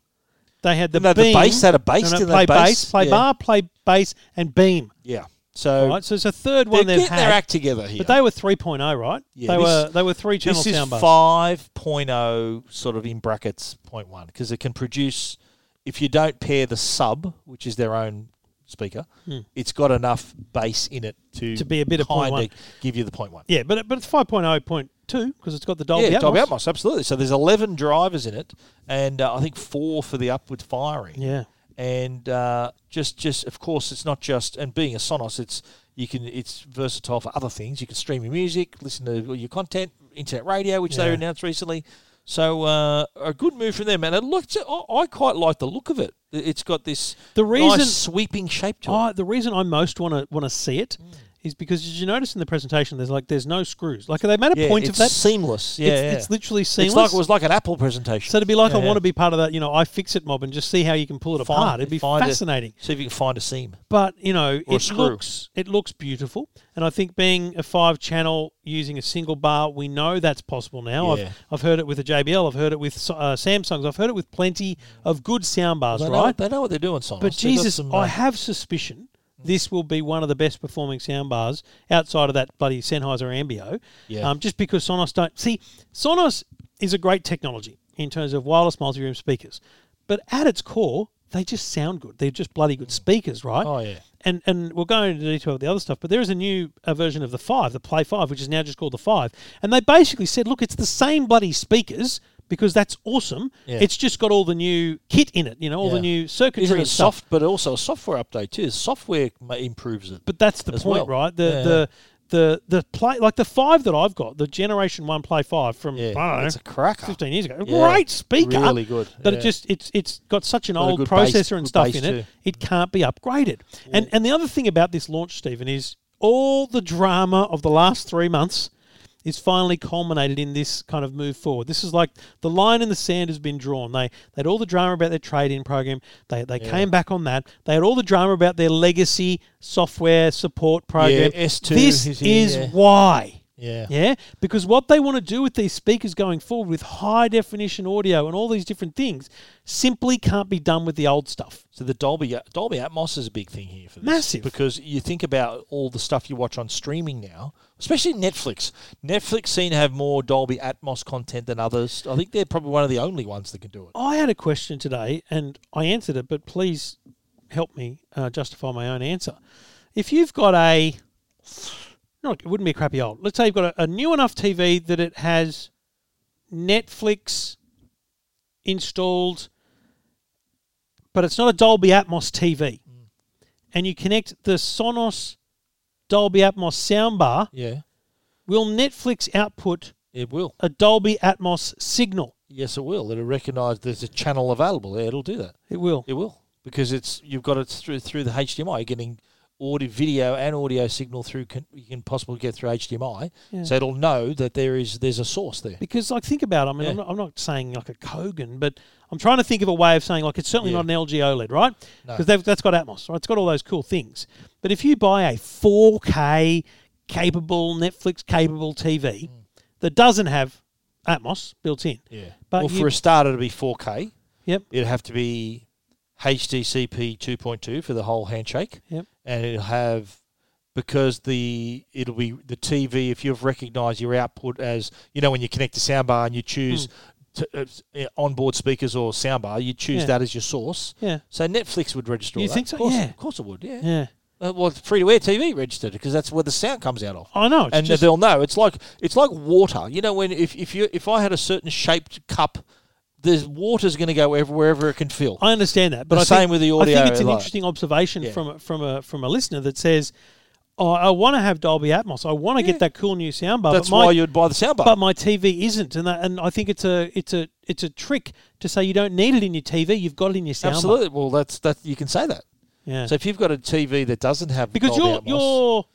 Speaker 2: They had the
Speaker 1: No, the
Speaker 2: beam.
Speaker 1: bass, they had a bass,
Speaker 2: No, no,
Speaker 1: didn't
Speaker 2: play
Speaker 1: they? Bass,
Speaker 2: bass, play
Speaker 1: yeah.
Speaker 2: bar, play bass, and beam.
Speaker 1: yeah. So
Speaker 2: Right, so it's a third
Speaker 1: they're
Speaker 2: one they've
Speaker 1: getting
Speaker 2: had.
Speaker 1: their act together here.
Speaker 2: But they were 3.0, right?
Speaker 1: Yeah,
Speaker 2: they
Speaker 1: this-
Speaker 2: were they were three channel
Speaker 1: This is
Speaker 2: soundbars.
Speaker 1: 5.0 sort of in brackets 0.1 because it can produce if you don't pair the sub, which is their own speaker, it's got enough bass in it to
Speaker 2: Hmm. To be a bit of
Speaker 1: kinda
Speaker 2: 0.1.
Speaker 1: give you the 0.1.
Speaker 2: Yeah, but it- but it's 5.0.2 because it's got the Dolby
Speaker 1: yeah,
Speaker 2: Atmos.
Speaker 1: Dolby Atmos, absolutely. So there's 11 drivers in it, and uh, I think four for the upward firing.
Speaker 2: Yeah.
Speaker 1: and uh, just just of course it's not just and being a Sonos, it's you can it's versatile for other things. You can stream your music, listen to all your content, internet radio, which
Speaker 2: Yeah.
Speaker 1: they announced recently. So uh, a good move from them, and it looked I I quite like the look of it. It- It's got this
Speaker 2: The reason-
Speaker 1: nice sweeping shape to it.
Speaker 2: I, the reason I most want to want to see it
Speaker 1: Mm.
Speaker 2: is because did you notice in the presentation there's like there's no screws. Like they made a
Speaker 1: yeah,
Speaker 2: point
Speaker 1: it's
Speaker 2: of that.
Speaker 1: seamless. Yeah,
Speaker 2: it's,
Speaker 1: yeah.
Speaker 2: it's literally seamless.
Speaker 1: It's like it was like an Apple presentation.
Speaker 2: so to be like,
Speaker 1: Yeah,
Speaker 2: I
Speaker 1: yeah.
Speaker 2: want to be part of that. You know, I fix it mob and just see how you can pull it
Speaker 1: Find-
Speaker 2: apart. It'd be
Speaker 1: find a-
Speaker 2: fascinating.
Speaker 1: see if you can find a seam.
Speaker 2: but you know,
Speaker 1: Or a
Speaker 2: it
Speaker 1: screw.
Speaker 2: looks it looks beautiful, and I think being a five channel using a single bar, we know that's possible now.
Speaker 1: Yeah.
Speaker 2: I've, I've heard it with a JBL, I've heard it with uh, Samsungs, I've heard it with plenty of good sound bars,
Speaker 1: They, know,
Speaker 2: right?
Speaker 1: they know what they're doing, Sonos.
Speaker 2: But
Speaker 1: They've got
Speaker 2: Jesus,
Speaker 1: some,
Speaker 2: I
Speaker 1: uh,
Speaker 2: have suspicion this will be one of the best performing sound bars outside of that bloody Sennheiser Ambio.
Speaker 1: Yeah.
Speaker 2: Um, just because Sonos don't see Sonos is a great technology in terms of wireless multi-room speakers, but at its core, they just sound good. They're just bloody good speakers, right?
Speaker 1: Mm. Oh, yeah.
Speaker 2: And and we'll go into detail of the other stuff, but there is a new uh version of the five, the Play Five, which is now just called the Five, and they basically said, look, it's the same bloody speakers. Because that's awesome.
Speaker 1: Yeah.
Speaker 2: It's just got all the new kit in it, you know, all the
Speaker 1: Yeah.
Speaker 2: new circuitry
Speaker 1: isn't
Speaker 2: and
Speaker 1: it
Speaker 2: stuff.
Speaker 1: soft, but also a software update too. Software ma- improves it.
Speaker 2: But that's the
Speaker 1: as
Speaker 2: point,
Speaker 1: well.
Speaker 2: right? The
Speaker 1: Yeah.
Speaker 2: the the the play like the five that I've got, the Generation One Play Five from
Speaker 1: Yeah,
Speaker 2: I don't know,
Speaker 1: it's a cracker.
Speaker 2: fifteen years ago.
Speaker 1: Yeah,
Speaker 2: Great speaker,
Speaker 1: really good,
Speaker 2: But it
Speaker 1: yeah.
Speaker 2: just it's it's got such an
Speaker 1: a
Speaker 2: old
Speaker 1: good bass-
Speaker 2: processor and
Speaker 1: good
Speaker 2: stuff
Speaker 1: bass
Speaker 2: in it,
Speaker 1: too.
Speaker 2: it can't be upgraded. And and the other thing about this launch, Stephen, is all the drama of the last three months is finally culminated in this kind of move forward. This is like the line in the sand has been drawn. They they had all the drama about their trade-in program. They they came back on that. They had all the drama about their legacy software support program.
Speaker 1: Yeah, S2
Speaker 2: this
Speaker 1: is
Speaker 2: is,
Speaker 1: in, yeah.
Speaker 2: why.
Speaker 1: Yeah.
Speaker 2: Yeah, because what they want to do with these speakers going forward with high definition audio and all these different things simply can't be done with the old stuff.
Speaker 1: So the Dolby uh, Dolby Atmos is a big thing here for this.
Speaker 2: Massive.
Speaker 1: because you think about all the stuff you watch on streaming now, especially Netflix. Netflix seem to have more Dolby Atmos content than others. I think they're probably one of the only ones that can do it.
Speaker 2: I had a question today and I answered it, but please help me uh, justify my own answer. If you've got a, no, it wouldn't be a crappy old. Let's say you've got a, a new enough TV that it has Netflix installed, but it's not a Dolby Atmos TV, and you connect the Sonos Dolby Atmos soundbar,
Speaker 1: Yeah,
Speaker 2: will Netflix output
Speaker 1: it will.
Speaker 2: a Dolby Atmos signal?
Speaker 1: Yes, it will. It'll recognise there's a channel available. Yeah, it'll do that.
Speaker 2: It will.
Speaker 1: It will because it's you've got it through through the HDMI. You're getting audio, video, and audio signal through can, you can possibly get through HDMI.
Speaker 2: Yeah.
Speaker 1: So it'll know that there is there's a source there.
Speaker 2: Because, like, think about. It. I mean,
Speaker 1: Yeah.
Speaker 2: I'm, not, I'm not saying like a Kogan, but I'm trying to think of a way of saying like it's certainly
Speaker 1: Yeah.
Speaker 2: not an LG OLED, E right?
Speaker 1: No.
Speaker 2: Because that's got Atmos, right? It's got all those cool things. But if you buy a 4K capable Netflix capable
Speaker 1: Mm.
Speaker 2: TV that doesn't have Atmos built in,
Speaker 1: Yeah.
Speaker 2: But
Speaker 1: well,
Speaker 2: you-
Speaker 1: for a starter to be 4K,
Speaker 2: yep,
Speaker 1: it'd have to be HDCP 2.2 for the whole handshake,
Speaker 2: yep,
Speaker 1: and it'll have because the it'll be the TV. If you've recognised your output as you know when you connect the soundbar and you choose to, uh, s- uh, onboard speakers or soundbar, you choose
Speaker 2: Hmm. Yeah.
Speaker 1: that as your source.
Speaker 2: yeah,
Speaker 1: So Netflix would register.
Speaker 2: You
Speaker 1: all
Speaker 2: think
Speaker 1: that.
Speaker 2: so?
Speaker 1: Of course,
Speaker 2: Yeah.
Speaker 1: of course it would. Yeah.
Speaker 2: yeah.
Speaker 1: Uh, well, free to air TV registered because that's where the sound comes out of
Speaker 2: I know. It's
Speaker 1: and
Speaker 2: just,
Speaker 1: they'll know. It's like it's like water. You know, when if, if you if I had a certain shaped cup, the water's going to go ever, wherever it can fill.
Speaker 2: I understand that, but
Speaker 1: The
Speaker 2: I think,
Speaker 1: same with the
Speaker 2: I
Speaker 1: audio,
Speaker 2: think it's an
Speaker 1: like-
Speaker 2: interesting observation
Speaker 1: Yeah.
Speaker 2: from a- from a from a listener that says, oh, I want to have Dolby Atmos. I want to
Speaker 1: Yeah.
Speaker 2: get that cool new soundbar.
Speaker 1: That's
Speaker 2: but my,
Speaker 1: why you'd buy the soundbar.
Speaker 2: but my TV isn't, and that, and I think it's a it's a it's a trick to say you don't need it in your TV. You've got it in your soundbar.
Speaker 1: Absolutely. Well, that's that. You can say that.
Speaker 2: Yeah.
Speaker 1: So if you've got a TV that doesn't have
Speaker 2: because
Speaker 1: Dolby
Speaker 2: you're
Speaker 1: Atmos-
Speaker 2: you're.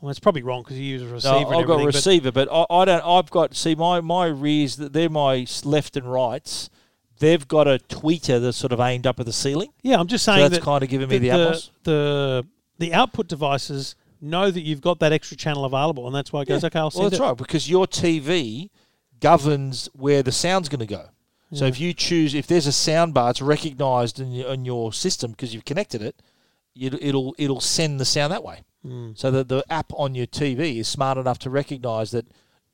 Speaker 2: Well, it's probably wrong because you use a receiver.
Speaker 1: No,
Speaker 2: and
Speaker 1: I've got a
Speaker 2: everything, but-
Speaker 1: receiver, but, I, I don't. I've got see my my rears that they're my s- left and rights. They've got a tweeter that's sort of aimed up at the ceiling.
Speaker 2: Yeah, I'm just
Speaker 1: So
Speaker 2: saying
Speaker 1: that's
Speaker 2: that
Speaker 1: kind of giving me the,
Speaker 2: the,
Speaker 1: apples.
Speaker 2: the the output devices know that you've got that extra channel available, and that's why it goes, okay, I'll send
Speaker 1: Well, that's
Speaker 2: it.
Speaker 1: right because your TV governs where the sound's going to go. So if you choose, if there's a sound bar, it's recognised in, your- in your system because you've connected it. It, it'll it'll send the sound that way,
Speaker 2: Hmm.
Speaker 1: so that the app on your TV is smart enough to recognise that.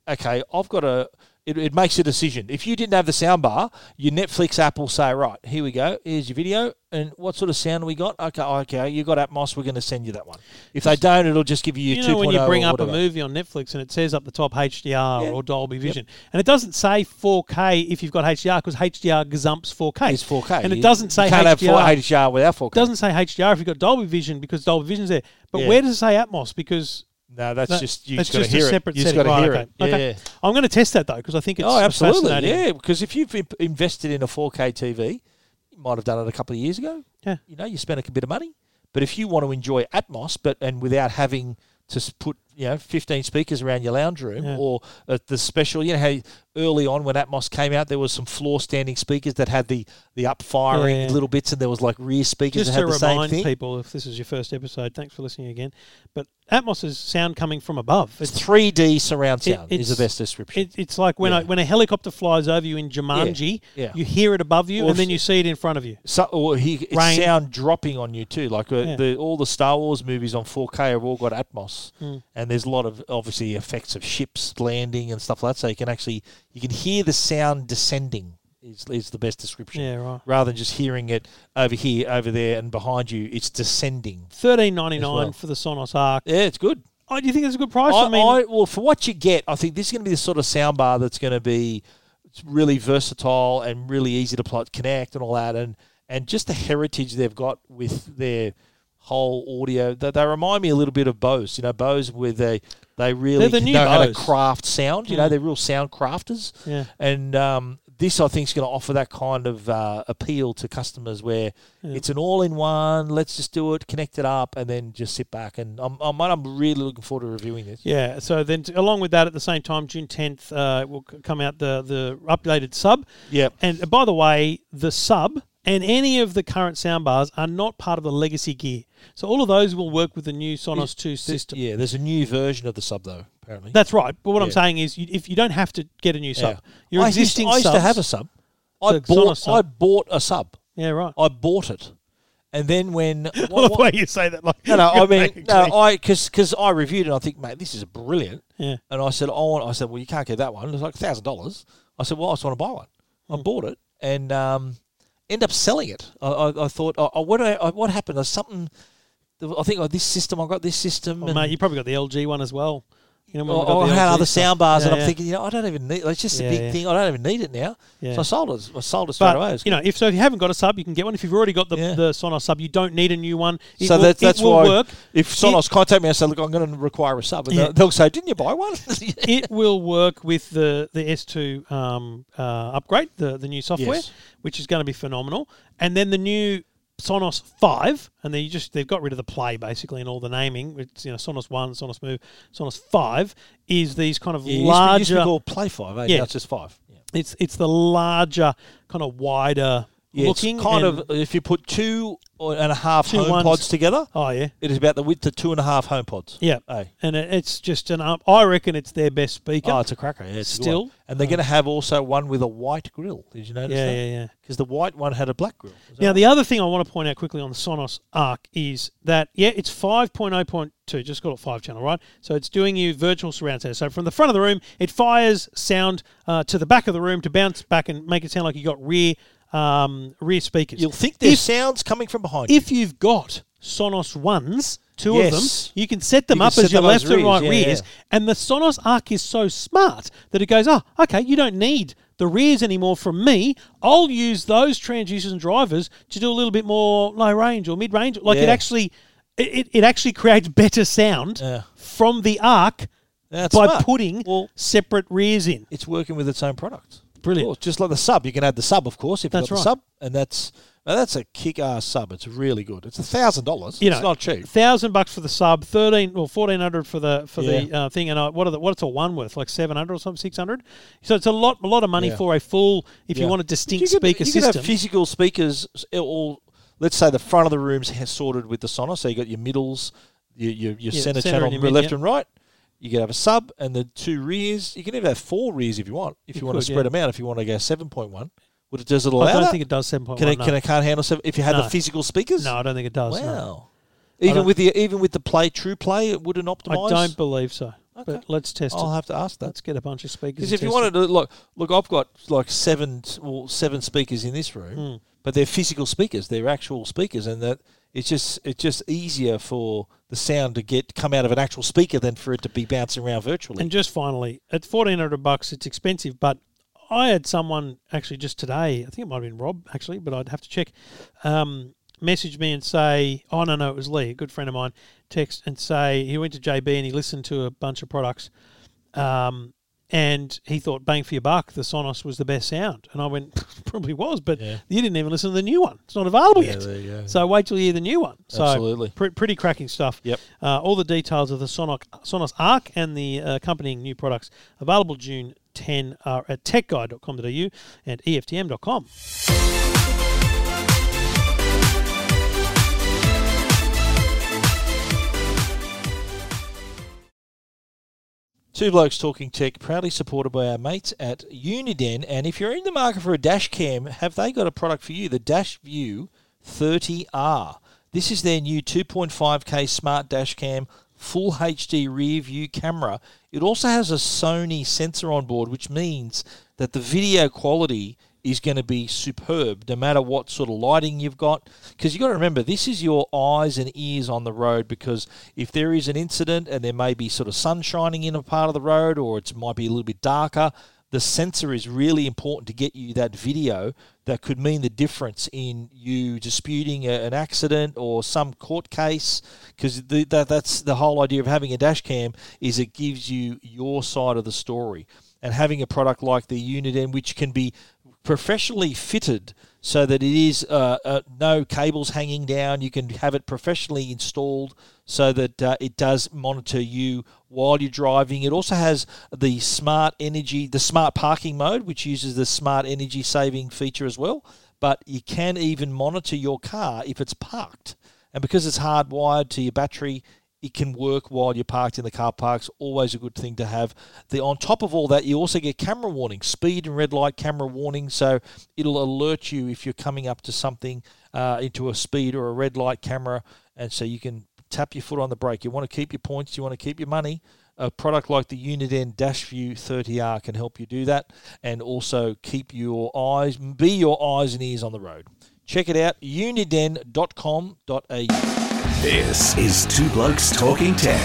Speaker 1: Okay, I've got a. It, it makes a decision. If you didn't have the sound bar, your Netflix app will say, "Right, here we go. Here's your video, and what sort of sound we got? Okay, okay, you got Atmos. We're going to send you that one. If they don't, it'll just give you, your
Speaker 2: You know
Speaker 1: 2.0
Speaker 2: when you
Speaker 1: or
Speaker 2: bring up a
Speaker 1: whatever.
Speaker 2: movie on Netflix and it says up the top HDR
Speaker 1: Yeah.
Speaker 2: or Dolby Vision, and it doesn't say 4K if you've got HDR because HDR gazumps 4K.
Speaker 1: It's 4K,
Speaker 2: and it
Speaker 1: You-
Speaker 2: doesn't
Speaker 1: you
Speaker 2: say
Speaker 1: can't have
Speaker 2: HDR.
Speaker 1: 4 HDR without 4K.
Speaker 2: doesn't say HDR if you've got Dolby Vision because Dolby Vision's there. But
Speaker 1: Yeah.
Speaker 2: where does it say Atmos? Because
Speaker 1: No, that's
Speaker 2: that-
Speaker 1: just you
Speaker 2: that's
Speaker 1: just got to
Speaker 2: just a
Speaker 1: hear
Speaker 2: separate
Speaker 1: it. You just
Speaker 2: setting.
Speaker 1: got to
Speaker 2: Right,
Speaker 1: hear
Speaker 2: okay.
Speaker 1: it. Yeah,
Speaker 2: Okay.
Speaker 1: yeah.
Speaker 2: I'm going to test that though because I think it's
Speaker 1: Oh, absolutely.
Speaker 2: fascinating.
Speaker 1: Yeah, because if you've imp- invested in a 4K TV, you might have done it a couple of years ago.
Speaker 2: Yeah.
Speaker 1: You know, you spent a bit of money. But if you want to enjoy Atmos, but and without having to s- put you know 15 speakers around your lounge room
Speaker 2: Yeah.
Speaker 1: or at the special, you know how early on when Atmos came out, there was some floor standing speakers that had the the up firing
Speaker 2: Yeah.
Speaker 1: little bits, and there was like rear speakers
Speaker 2: Just
Speaker 1: that
Speaker 2: to
Speaker 1: had the same
Speaker 2: remind
Speaker 1: thing.
Speaker 2: people, if this is your first episode, thanks for listening again. But Atmos is sound coming from above.
Speaker 1: It's
Speaker 2: It's
Speaker 1: 3D surround
Speaker 2: It-
Speaker 1: sound is the
Speaker 2: it's-
Speaker 1: best description.
Speaker 2: it, it's like when
Speaker 1: Yeah.
Speaker 2: a when a helicopter flies over you in Jumanji,
Speaker 1: yeah.
Speaker 2: you hear it above you,
Speaker 1: Or
Speaker 2: and then
Speaker 1: if-
Speaker 2: you see it in front of you.
Speaker 1: So, or he it's
Speaker 2: Rain.
Speaker 1: sound dropping on you too. Like uh,
Speaker 2: Yeah.
Speaker 1: the, all the Star Wars movies on 4K have all got Atmos,
Speaker 2: Hmm.
Speaker 1: and there's a lot of obviously effects of ships landing and stuff like that. So you can actually you can hear the sound descending is is the best description.
Speaker 2: Yeah, right.
Speaker 1: Rather than just hearing it over here, over there, and behind you, it's descending.
Speaker 2: Thirteen ninety nine
Speaker 1: well.
Speaker 2: for the Sonos Arc.
Speaker 1: Yeah, it's good.
Speaker 2: Oh, do you think it's a good price? I,
Speaker 1: I,
Speaker 2: mean,
Speaker 1: I- well, for what you get, I think this is going to be the sort of soundbar that's going to be really versatile and really easy to plot, connect, and all that, and and just the heritage they've got with their whole audio. They, they remind me a little bit of Bose. You know, Bose where they they really
Speaker 2: the new
Speaker 1: know how to
Speaker 2: Bose. Hmm.
Speaker 1: craft sound. You know, they're real sound crafters.
Speaker 2: Yeah.
Speaker 1: And um, this, I think, is going to offer that kind of uh, appeal to customers where it's an all-in-one. Let's just do it, connect it up, and then just sit back. And I'm I'm, I'm really looking forward to reviewing this.
Speaker 2: yeah. So then, t- along with that, at the same time, June tenth uh, will c- come out the the updated sub.
Speaker 1: Yep.
Speaker 2: And uh, by the way, the sub and any of the current soundbars are not part of the legacy gear. So all of those will work with the new Sonos Two system.
Speaker 1: Yeah, there's a new version of the sub though. Apparently,
Speaker 2: That's right. But what I'm
Speaker 1: Yeah.
Speaker 2: saying is, you, if you don't have to get a new
Speaker 1: Yeah.
Speaker 2: sub, your
Speaker 1: I
Speaker 2: existing
Speaker 1: Used, I used to
Speaker 2: subs-
Speaker 1: have a sub. I
Speaker 2: The
Speaker 1: bought.
Speaker 2: Sonos sub.
Speaker 1: I bought a sub.
Speaker 2: yeah, right.
Speaker 1: I bought it, and then when what-
Speaker 2: I love
Speaker 1: what-
Speaker 2: the way you say that. Like,
Speaker 1: no, no, I
Speaker 2: you're
Speaker 1: mean,
Speaker 2: making me-
Speaker 1: no, I because because I reviewed it. and I think, mate, this is brilliant.
Speaker 2: Yeah.
Speaker 1: And I said, I want. I said, well, you can't get that one. It's like thousand dollars. I said, well, I just want to buy one.
Speaker 2: Hmm.
Speaker 1: I bought it and um, end up selling it. I, I, I thought, oh, oh, what I, I- what happened? There's something. I think oh, this system. I got this system.
Speaker 2: Oh,
Speaker 1: and-
Speaker 2: mate, you probably got the LG one as well. You know, when we got
Speaker 1: or, or
Speaker 2: the
Speaker 1: Oh, had
Speaker 2: LG
Speaker 1: other
Speaker 2: stuff.
Speaker 1: sound bars,
Speaker 2: Yeah,
Speaker 1: and I'm
Speaker 2: yeah.
Speaker 1: thinking, you know, I don't even need. It's just a
Speaker 2: Yeah,
Speaker 1: big
Speaker 2: yeah.
Speaker 1: thing. I don't even need it now.
Speaker 2: Yeah.
Speaker 1: So I sold it. I sold it straight away.
Speaker 2: But you know, if so, if you haven't got a sub, you can get one. If you've already got the,
Speaker 1: Yeah.
Speaker 2: the Sonos sub, you don't need a new one. It
Speaker 1: so
Speaker 2: will,
Speaker 1: that's
Speaker 2: it
Speaker 1: that's
Speaker 2: will
Speaker 1: why
Speaker 2: work.
Speaker 1: if Sonos contact me and say, look, I'm going to require a sub, and
Speaker 2: Yeah.
Speaker 1: they'll, they'll say, didn't you buy one?
Speaker 2: it will work with the the S2 um, uh, upgrade, the the new software,
Speaker 1: Yes.
Speaker 2: which is going to be phenomenal. And then the new Sonos Five, and they just they've got rid of the play basically and all the naming. It's you know Sonos One, Sonos Move, Sonos Five is these kind of
Speaker 1: Yeah, it used to be- it used to
Speaker 2: larger.
Speaker 1: be called Play Five. Eh?
Speaker 2: Yeah.
Speaker 1: Now it's just five. Yeah.
Speaker 2: it's it's the larger kind of wider
Speaker 1: Yeah,
Speaker 2: looking
Speaker 1: it's kind
Speaker 2: and-
Speaker 1: of if you put two or- and a half
Speaker 2: Two
Speaker 1: home
Speaker 2: ones.
Speaker 1: pods together,
Speaker 2: oh yeah
Speaker 1: it is about the width of two and a half home pods.
Speaker 2: yeah,
Speaker 1: Eh?
Speaker 2: and it, it's just an up. I reckon it's their best speaker.
Speaker 1: Oh, it's a cracker. Yeah, it's a good one.
Speaker 2: Still.
Speaker 1: and they're going to have also one with a white grill. Did you notice
Speaker 2: yeah,
Speaker 1: that?
Speaker 2: yeah, yeah.
Speaker 1: Because the white one had a black grill. Is that
Speaker 2: Now, the other thing I want to point out quickly on the Sonos Arc is that, yeah, it's 5.0.2, just call it 5 channel, right? So it's doing you virtual surround sound. So from the front of the room, it fires sound uh, to the back of the room to bounce back and make it sound like you got rear um, rear speakers.
Speaker 1: You'll think there's
Speaker 2: If-
Speaker 1: sounds coming from behind.
Speaker 2: if you've got Sonos ones, two
Speaker 1: Yes.
Speaker 2: of them, you can set them
Speaker 1: You can
Speaker 2: up
Speaker 1: set
Speaker 2: as your
Speaker 1: them as
Speaker 2: left and
Speaker 1: rears,
Speaker 2: right
Speaker 1: yeah,
Speaker 2: rears. And the Sonos Arc is so smart that it goes, oh, okay, you don't need the rears anymore from me. I'll use those transducers and drivers to do a little bit more low range or mid range. Like
Speaker 1: Yeah.
Speaker 2: it actually. It, it, it actually creates better sound
Speaker 1: Yeah.
Speaker 2: from the arc
Speaker 1: That's
Speaker 2: by
Speaker 1: smart.
Speaker 2: putting
Speaker 1: Well-
Speaker 2: separate rears in.
Speaker 1: it's working with its own product.
Speaker 2: Brilliant.
Speaker 1: Of course, Just like the sub, you can add the sub, of course, if
Speaker 2: That's
Speaker 1: you've got
Speaker 2: right.
Speaker 1: the sub, and that's now that's a kick-ass sub. It's really good. It's a thousand dollars.
Speaker 2: You know,
Speaker 1: It's not cheap.
Speaker 2: Thousand bucks for the sub, thirteen or fourteen hundred for the for the
Speaker 1: Yeah.
Speaker 2: uh, thing, and I, what are the, what's a one worth? Like seven hundred or something, six hundred. So it's a lot a lot of money
Speaker 1: Yeah.
Speaker 2: for a full. If you
Speaker 1: Yeah.
Speaker 2: want a
Speaker 1: You
Speaker 2: distinct
Speaker 1: could-
Speaker 2: speaker
Speaker 1: you could
Speaker 2: system,
Speaker 1: have physical speakers s- all. Let's say the front of the rooms has sorted with the Sonos, so you got your middles, your your, your
Speaker 2: Yeah,
Speaker 1: center,
Speaker 2: centre
Speaker 1: channel,
Speaker 2: and your mid,
Speaker 1: left
Speaker 2: yeah.
Speaker 1: and right. You could have a sub and the two rears. You can even have four rears if you want. If you,
Speaker 2: You
Speaker 1: want
Speaker 2: could,
Speaker 1: to spread
Speaker 2: yeah.
Speaker 1: them out, if you want to go seven point one, would it does it allow
Speaker 2: I don't
Speaker 1: that?
Speaker 2: think it does seven point
Speaker 1: can
Speaker 2: one.
Speaker 1: it, can it can't handle seven? If you had
Speaker 2: No.
Speaker 1: the physical speakers,
Speaker 2: no, I don't think it does.
Speaker 1: Wow.
Speaker 2: no.
Speaker 1: Even
Speaker 2: don't-
Speaker 1: with the even with the play true play, it wouldn't optimize.
Speaker 2: I don't believe so.
Speaker 1: Okay.
Speaker 2: But let's test
Speaker 1: I'll
Speaker 2: it.
Speaker 1: have to ask that
Speaker 2: Let's get a bunch of speakers.
Speaker 1: because
Speaker 2: and
Speaker 1: if you
Speaker 2: test
Speaker 1: wanted to look, look, I've got like seven well, seven speakers in this room,
Speaker 2: Hmm.
Speaker 1: but they're physical speakers. They're actual speakers, and that it's just it's just easier for the sound to get come out of an actual speaker than for it to be bouncing around virtually.
Speaker 2: And just finally, at fourteen hundred bucks, it's expensive, but I had someone actually just today. I think it might have been Rob actually, but I'd have to check. Um, message me and say, "Oh no, no, it was Lee, a good friend of mine." Text and say he went to JB and he listened to a bunch of products, um, and he thought, "Bang for your buck, the Sonos was the best sound." And I went, "Probably was, but
Speaker 1: Yeah.
Speaker 2: you didn't even listen to the new one. It's not available
Speaker 1: Yeah,
Speaker 2: yet.
Speaker 1: there you go.
Speaker 2: So wait till you hear the new one." So
Speaker 1: Absolutely.
Speaker 2: pre- pretty cracking stuff.
Speaker 1: Yep.
Speaker 2: Uh, all the details of the Sonoc, Sonos Arc and the uh, accompanying new products available June 10 are at techguide.com.au and E EFTM.com.
Speaker 1: Two Blokes Talking Tech, proudly supported by our mates at Uniden. And if you're in the market for a dash cam, have they got a product for you? The Dash View 30R. This is their new 2.5K smart dash cam, full HD rear view camera. It also has a Sony sensor on board, which means that the video quality is going to be superb no matter what sort of lighting you've got because you've got to remember this is your eyes and ears on the road because if there is an incident and there may be sort of sun shining in a part of the road or it might be a little bit darker the sensor is really important to get you that video that could mean the difference in you disputing a, an accident or some court case because that, that's the whole idea of having a dash cam is it gives you your side of the story and having a product like the unit in which can be professionally fitted so that it is uh, uh, no cables hanging down. You can have it professionally installed so that uh, it does monitor you while you're driving. It also has the smart energy, the smart parking mode, which uses the smart energy saving feature as well. But you can even monitor your car if it's parked. And because it's hardwired to your battery, it can work while you're parked in the car parks. Always a good thing to have. The on top of all that, you also get camera warning, speed and red light camera warning. So it'll alert you if you're coming up to something uh, into a speed or a red light camera, and so you can tap your foot on the brake. You want to keep your points. You want to keep your money. A product like the Uniden Dash View 30R can help you do that, and also keep your eyes, be your eyes and ears on the road. Check it out, uniden.com.au.
Speaker 3: This is Two Blokes Talking Tech.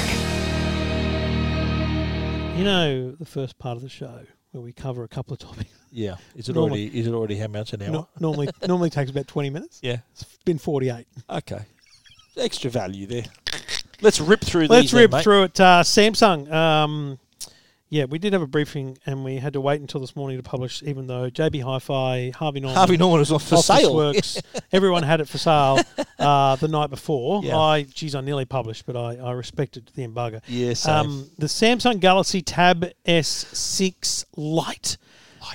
Speaker 2: You know, the first part of the show where we cover a couple of topics
Speaker 1: Yeah. Is it
Speaker 2: Normally-
Speaker 1: already? Is it already how much an hour?
Speaker 2: Nor- normally normally takes about 20 minutes.
Speaker 1: Yeah.
Speaker 2: It's been 48.
Speaker 1: Okay. Extra value there. Let's rip through
Speaker 2: Let's
Speaker 1: these.
Speaker 2: rip
Speaker 1: then, mate.
Speaker 2: through it. Uh, Samsung. Um, yeah, we did have a briefing and we had to wait until this morning to publish, even though JB Hi Fi, Harvey Norman,
Speaker 1: Harvey Norman was off for
Speaker 2: Office
Speaker 1: sale.
Speaker 2: Works. Everyone had it for sale uh, the night before.
Speaker 1: Yeah.
Speaker 2: I, geez, I nearly published, but I, I respected the embargo.
Speaker 1: Yeah, same.
Speaker 2: Um, the Samsung Galaxy Tab S6 Lite.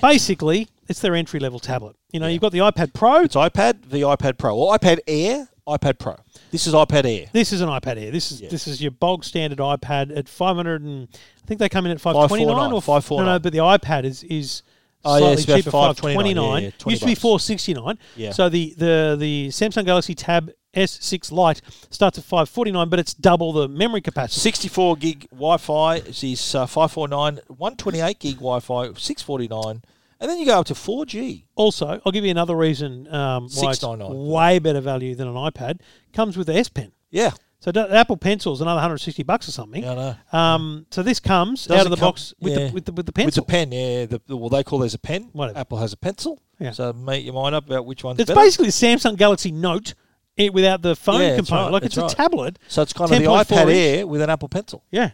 Speaker 2: Basically, it's their entry level tablet. You know, you've got the iPad Pro.
Speaker 1: It's iPad, the iPad Pro, or iPad Air, iPad Pro. This is iPad Air.
Speaker 2: This is an iPad Air. This is
Speaker 1: Yeah.
Speaker 2: this is your bog standard iPad at 500 and I think they come in at 529 or
Speaker 1: 549.
Speaker 2: No, no, but the iPad is is
Speaker 1: Oh, yeah,
Speaker 2: slightly
Speaker 1: it's about
Speaker 2: cheaper
Speaker 1: 529,
Speaker 2: 529.
Speaker 1: yeah, yeah, 20
Speaker 2: Used to be
Speaker 1: bucks.
Speaker 2: 469.
Speaker 1: Yeah.
Speaker 2: So the the the Samsung Galaxy Tab S6 Lite starts at 549, but it's double the memory capacity.
Speaker 1: 64 gig Wi-Fi is uh, 549, 128 gig Wi-Fi, 649, and then you go up to 4G.
Speaker 2: Also, I'll give you another reason um, why it's
Speaker 1: 699.
Speaker 2: way better value than an iPad. Comes with the S Pen.
Speaker 1: Yeah,
Speaker 2: So the Apple Pencil's another 160 bucks or something.
Speaker 1: I know.
Speaker 2: Um, so this comes out
Speaker 1: Doesn't
Speaker 2: of the
Speaker 1: come-
Speaker 2: box with,
Speaker 1: yeah.
Speaker 2: the, with the with the
Speaker 1: With
Speaker 2: pencil.
Speaker 1: the pen, yeah. The, the- well, they call theirs a pen.
Speaker 2: Whatever.
Speaker 1: Apple has a pencil.
Speaker 2: Yeah.
Speaker 1: So make your mind up about which one's
Speaker 2: It's
Speaker 1: better.
Speaker 2: basically the Samsung Galaxy Note it without the phone
Speaker 1: Yeah, that's
Speaker 2: component.
Speaker 1: right,
Speaker 2: Like it's
Speaker 1: that's
Speaker 2: a
Speaker 1: right.
Speaker 2: tablet.
Speaker 1: So it's kind of the
Speaker 2: 10.4
Speaker 1: iPad
Speaker 2: inch.
Speaker 1: Air with an Apple Pencil.
Speaker 2: Yeah.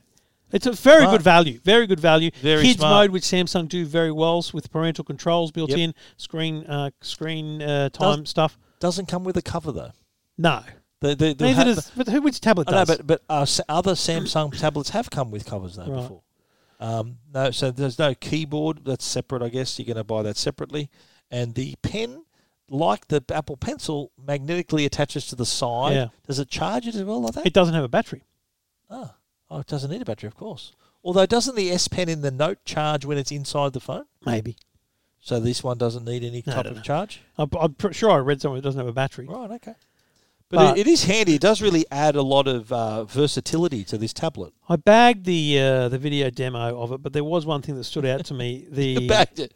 Speaker 2: It's a very
Speaker 1: Smart.
Speaker 2: good value. Very good value.
Speaker 4: Very
Speaker 2: Kids
Speaker 4: smart.
Speaker 2: mode, which Samsung do very well s- with parental controls built
Speaker 1: Yep.
Speaker 2: in, screen uh, screen uh, time stuff.
Speaker 1: Doesn't come with a cover though.
Speaker 2: No,
Speaker 1: The, the, the
Speaker 2: neither
Speaker 1: ha-
Speaker 2: does. But who which tablet
Speaker 1: I know,
Speaker 2: does?
Speaker 1: but but uh, s- other Samsung tablets have come with covers though
Speaker 2: Right.
Speaker 1: before. Um, no, so there's no keyboard that's separate. I guess you're going to buy that separately, and the pen, like the Apple Pencil, magnetically attaches to the side.
Speaker 2: Yeah.
Speaker 1: Does it charge it as well like that?
Speaker 2: it doesn't have a battery.
Speaker 1: oh. oh, it doesn't need a battery, of course. Although doesn't the S Pen in the Note charge when it's inside the phone?
Speaker 2: Maybe
Speaker 1: So this one doesn't need any
Speaker 2: No, I
Speaker 1: type
Speaker 2: don't
Speaker 1: of
Speaker 2: know.
Speaker 1: charge.
Speaker 2: I'm, I'm pr- sure I read somewhere it doesn't have a battery.
Speaker 1: Right, okay. But,
Speaker 2: But-
Speaker 1: it, it is handy. It does really add a lot of uh, versatility to this tablet.
Speaker 2: I bagged the uh, the video demo of it, but there was one thing that stood out to me. The
Speaker 1: Back to,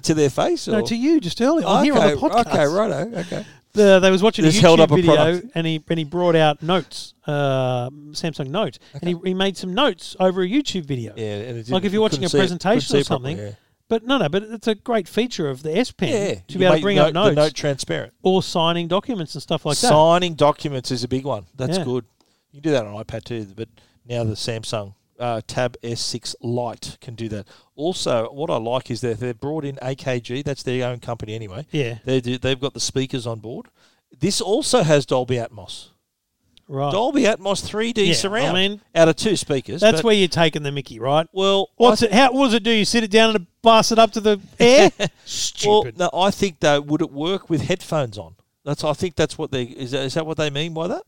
Speaker 1: to their face?
Speaker 2: no,
Speaker 1: or?
Speaker 2: to you just earlier on here on the podcast.
Speaker 1: Okay, righto. Okay.
Speaker 2: The, they was watching a
Speaker 1: Just
Speaker 2: YouTube
Speaker 1: held up a
Speaker 2: video,
Speaker 1: product.
Speaker 2: and he and he brought out notes, uh, Samsung Note, and he, he made some notes over a YouTube video.
Speaker 1: Yeah. And it
Speaker 2: Like if
Speaker 1: didn't-
Speaker 2: you're watching
Speaker 1: couldn't
Speaker 2: a
Speaker 1: see it-
Speaker 2: presentation
Speaker 1: couldn't
Speaker 2: or
Speaker 1: see it properly,
Speaker 2: something, but no, no, but it's a great feature of the S Pen
Speaker 1: yeah. yeah.
Speaker 2: to
Speaker 1: You
Speaker 2: be able
Speaker 1: make
Speaker 2: to bring
Speaker 1: note,
Speaker 2: up notes
Speaker 1: The note transparent.
Speaker 2: or signing documents and stuff like that.
Speaker 1: Signing documents is a big one. That's
Speaker 2: Yeah.
Speaker 1: good. You can do that on iPad too, but now the Samsung uh, Tab S6 Lite can do that. Also, what I like is that they've brought in AKG. That's their own company anyway.
Speaker 2: Yeah,
Speaker 1: They do, they've got the speakers on board. This also has Dolby Atmos.
Speaker 2: right.
Speaker 1: Dolby Atmos 3D
Speaker 2: Oh. Yeah, I
Speaker 1: surround
Speaker 2: mean,
Speaker 1: out of two speakers.
Speaker 2: That's
Speaker 1: but-
Speaker 2: where you're taking the Mickey, right?
Speaker 1: Well, I
Speaker 2: What's it? How what does it do? You sit it down and blast it up to the air? Stupid.
Speaker 1: Well, no, I think though, would it work with headphones on? That's I think that's what they is that, is that what they mean by that?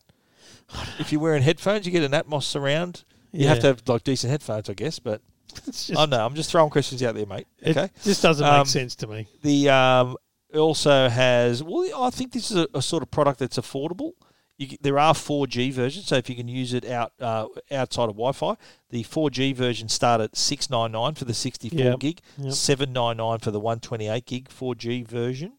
Speaker 1: If you're wearing headphones, you get an Atmos surround. You have
Speaker 2: Yeah.
Speaker 1: to have like decent headphones, I guess. But
Speaker 2: It's
Speaker 1: I
Speaker 2: just,
Speaker 1: don't know. I'm just throwing questions out there, mate. Okay.
Speaker 2: It just doesn't make
Speaker 1: Um,
Speaker 2: sense to me.
Speaker 1: the um, it also has well, I think this is a, a sort of product that's affordable. You, c- there are 4G versions, so if you can use it out uh, outside of Wi-Fi, the 4G version start at 699 for the 64
Speaker 2: Yep.
Speaker 1: gig,
Speaker 2: Yep.
Speaker 1: 799 for the 128 gig 4G version.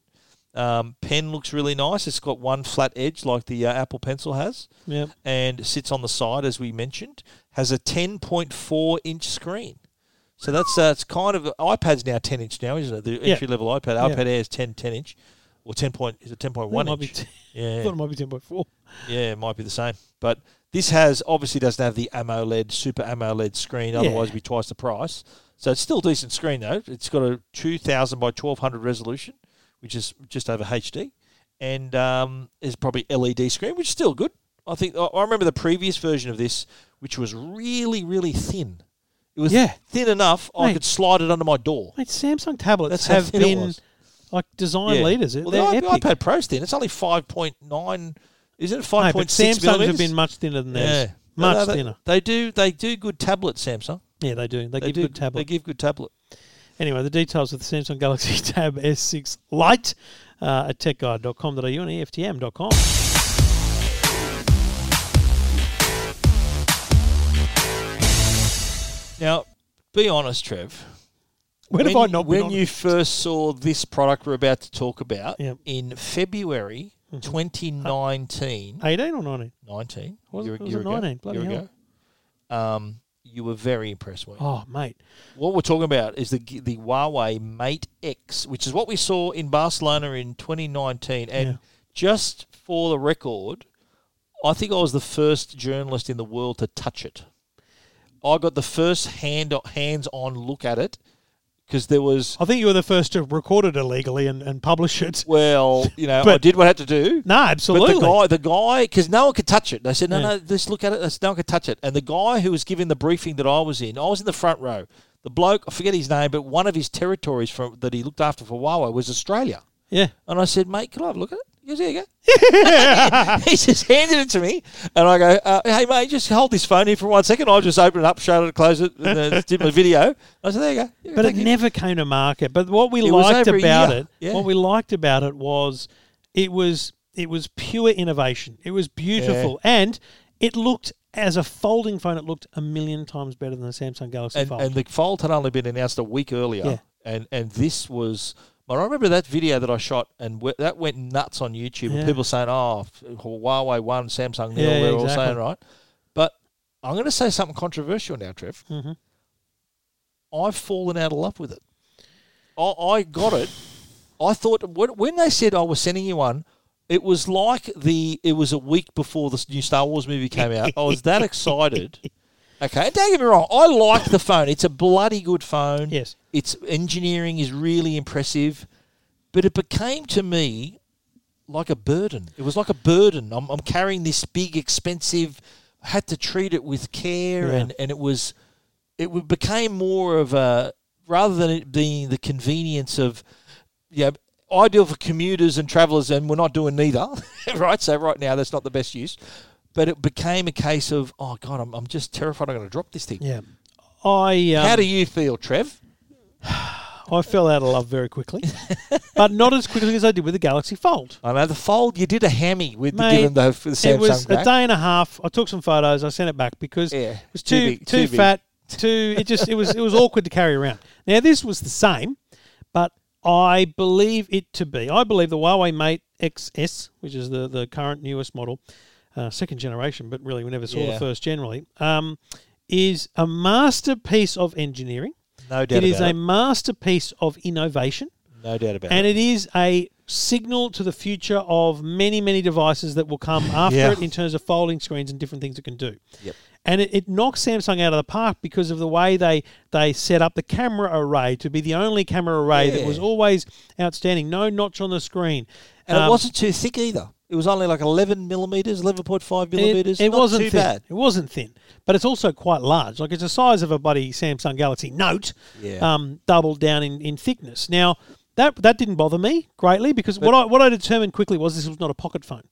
Speaker 1: Um, pen looks really nice. It's got one flat edge like the uh, Apple Pencil has,
Speaker 2: Yeah.
Speaker 1: and sits on the side as we mentioned. Has a 10.4 inch screen. So that's uh, it's kind of iPad's now 10 inch now, isn't it? The
Speaker 2: Yeah.
Speaker 1: entry level iPad,
Speaker 2: Yeah.
Speaker 1: iPad Air is 10, 10 inch, or 10 point is it 10.1
Speaker 2: Might be
Speaker 1: inch?
Speaker 2: t- I
Speaker 1: yeah,
Speaker 2: thought it might be ten point four.
Speaker 1: yeah, it might be the same. But this has obviously doesn't have the AMOLED Super AMOLED screen, otherwise it'd be twice the price. So it's still a decent screen though. It's got a 2000 by 1200 resolution, which is just over HD, and um, is probably LED screen, which is still good. I think I I remember the previous version of this, which was really really thin. It was
Speaker 2: Yeah.
Speaker 1: thin enough I
Speaker 2: Mate.
Speaker 1: could slide it under my door.
Speaker 2: Mate, Samsung tablets
Speaker 1: That's how
Speaker 2: have
Speaker 1: thin it
Speaker 2: been
Speaker 1: was.
Speaker 2: like design
Speaker 1: Yeah.
Speaker 2: leaders.
Speaker 1: Well,
Speaker 2: They're
Speaker 1: the i-
Speaker 2: epic.
Speaker 1: iPad Pro's thin. It's only five point nine. Isn't it
Speaker 2: No,
Speaker 1: five
Speaker 2: but
Speaker 1: point six
Speaker 2: Samsungs have been much thinner than theirs. Much
Speaker 1: No, no, they-
Speaker 2: thinner.
Speaker 1: They do. They do good tablets. Samsung.
Speaker 2: Yeah, they do. They,
Speaker 1: They
Speaker 2: give
Speaker 1: do
Speaker 2: good
Speaker 1: They
Speaker 2: tablet.
Speaker 1: give good tablet.
Speaker 2: anyway, the details of the Samsung Galaxy Tab S6 Lite uh, at techguide.com.au and EFTM.com.
Speaker 1: Now, be honest, Trev.
Speaker 2: When, have I not
Speaker 1: when
Speaker 2: been on
Speaker 1: you first saw this product we're about to talk about
Speaker 2: Yep.
Speaker 1: in February
Speaker 2: Mm-hmm.
Speaker 1: 2019,
Speaker 2: 18 or 19?
Speaker 1: 19,
Speaker 2: Was it-
Speaker 1: year,
Speaker 2: was
Speaker 1: year
Speaker 2: it
Speaker 1: ago,
Speaker 2: 19? Bloody
Speaker 1: year
Speaker 2: hell.
Speaker 1: ago, um, you were very impressed. Weren't you?
Speaker 2: Oh, mate.
Speaker 1: What we're talking about is the the Huawei Mate X, which is what we saw in Barcelona in 2019. And
Speaker 2: Yeah.
Speaker 1: just for the record, I think I was the first journalist in the world to touch it. I got the first hand hands on look at it because there was
Speaker 2: I think you were the first to record it illegally and, and publish it.
Speaker 1: well, you know, I
Speaker 2: But-
Speaker 1: did what I had to do.
Speaker 2: No, absolutely.
Speaker 1: But the guy, the guy, because no one could touch it. They said, no,
Speaker 2: Yeah.
Speaker 1: no, just look at it. That's- No one could touch it. And the guy who was giving the briefing that I was in, I was in the front row. The bloke, I forget his name, but one of his territories from, that he looked after for Huawei was Australia.
Speaker 2: yeah.
Speaker 1: And I said, mate, can I have a look at it? He goes, here you go. he just handed it to me. And I go, uh, hey, mate, just hold this phone here for one second. I'll just open it up, shut it, close it, and uh, did my video. I said, there you go. Here,
Speaker 2: But it
Speaker 1: take it."
Speaker 2: never came to market. But what we
Speaker 1: It was
Speaker 2: liked
Speaker 1: over a
Speaker 2: about
Speaker 1: year.
Speaker 2: it,
Speaker 1: Yeah.
Speaker 2: what we liked about it was, it was it was pure innovation. It was beautiful, and it looked as a folding phone. It looked a million times better than the Samsung Galaxy
Speaker 1: and,
Speaker 2: Fold.
Speaker 1: and the fold had only been announced a week earlier,
Speaker 2: Yeah.
Speaker 1: and and this was. But I remember that video that I shot, and w- that went nuts on YouTube.
Speaker 2: Yeah.
Speaker 1: And people saying, "Oh, f- Huawei won, Samsung nil."
Speaker 2: Yeah,
Speaker 1: they're all
Speaker 2: exactly.
Speaker 1: saying right. But I'm going to say something controversial now, Trev.
Speaker 2: Mhm.
Speaker 1: I've fallen out of love with it. I, I got it. I thought when, when they said I was sending you one, It was like the it was a week before the new Star Wars movie came out. I was that excited. Okay, and don't get me wrong. I like the phone. It's a bloody good phone.
Speaker 2: Yes.
Speaker 1: Its engineering is really impressive, but it became to me like a burden. It was like a burden. I'm, I'm carrying this big, expensive. I had to treat it with care,
Speaker 2: Yeah.
Speaker 1: and, and it was, it w- became more of a rather than it being the convenience of, yeah, ideal for commuters and travellers, and we're not doing neither, right? So right now that's not the best use, but it became a case of oh god, I'm, I'm just terrified I'm going to drop this thing.
Speaker 2: Yeah. I um,
Speaker 1: How do you feel, Trev?
Speaker 2: I fell out of love very quickly, but not as quickly as I did with the Galaxy Fold.
Speaker 1: I know the fold. You did a hammy with
Speaker 2: Mate,
Speaker 1: giving the, the Samsung
Speaker 2: it was
Speaker 1: back.
Speaker 2: a day and a half. I took some photos. I sent it back because
Speaker 1: Yeah,
Speaker 2: it was
Speaker 1: too
Speaker 2: too
Speaker 1: big,
Speaker 2: too,
Speaker 1: too big.
Speaker 2: fat. Too it just it was it was awkward to carry around. Now this was the same, but I believe it to be. I believe the Huawei Mate XS, which is the the current newest model, uh, second generation, but really we never saw
Speaker 1: Yeah.
Speaker 2: the first generally. Um, is a masterpiece of engineering.
Speaker 1: No doubt
Speaker 2: it is
Speaker 1: about
Speaker 2: a
Speaker 1: it.
Speaker 2: masterpiece of innovation.
Speaker 1: No doubt about
Speaker 2: And
Speaker 1: it.
Speaker 2: it is a signal to the future of many, many devices that will come after
Speaker 1: Yeah.
Speaker 2: it in terms of folding screens and different things it can do.
Speaker 1: Yep.
Speaker 2: And it, it knocks Samsung out of the park because of the way they, they set up the camera array to be the only camera array
Speaker 1: Yeah.
Speaker 2: that was always outstanding. No notch on the screen.
Speaker 1: And it
Speaker 2: Um,
Speaker 1: wasn't too thick either. It was only like 11 millimetres, 11.5
Speaker 2: it-
Speaker 1: millimetres.
Speaker 2: It,
Speaker 1: Not
Speaker 2: wasn't
Speaker 1: too
Speaker 2: thin.
Speaker 1: bad.
Speaker 2: It wasn't thin, but it's also quite large. Like it's the size of a buddy Samsung Galaxy Note,
Speaker 1: Yeah.
Speaker 2: um, doubled down in, in thickness. Now that that didn't bother me greatly because what I what I determined quickly was this was not a pocket phone.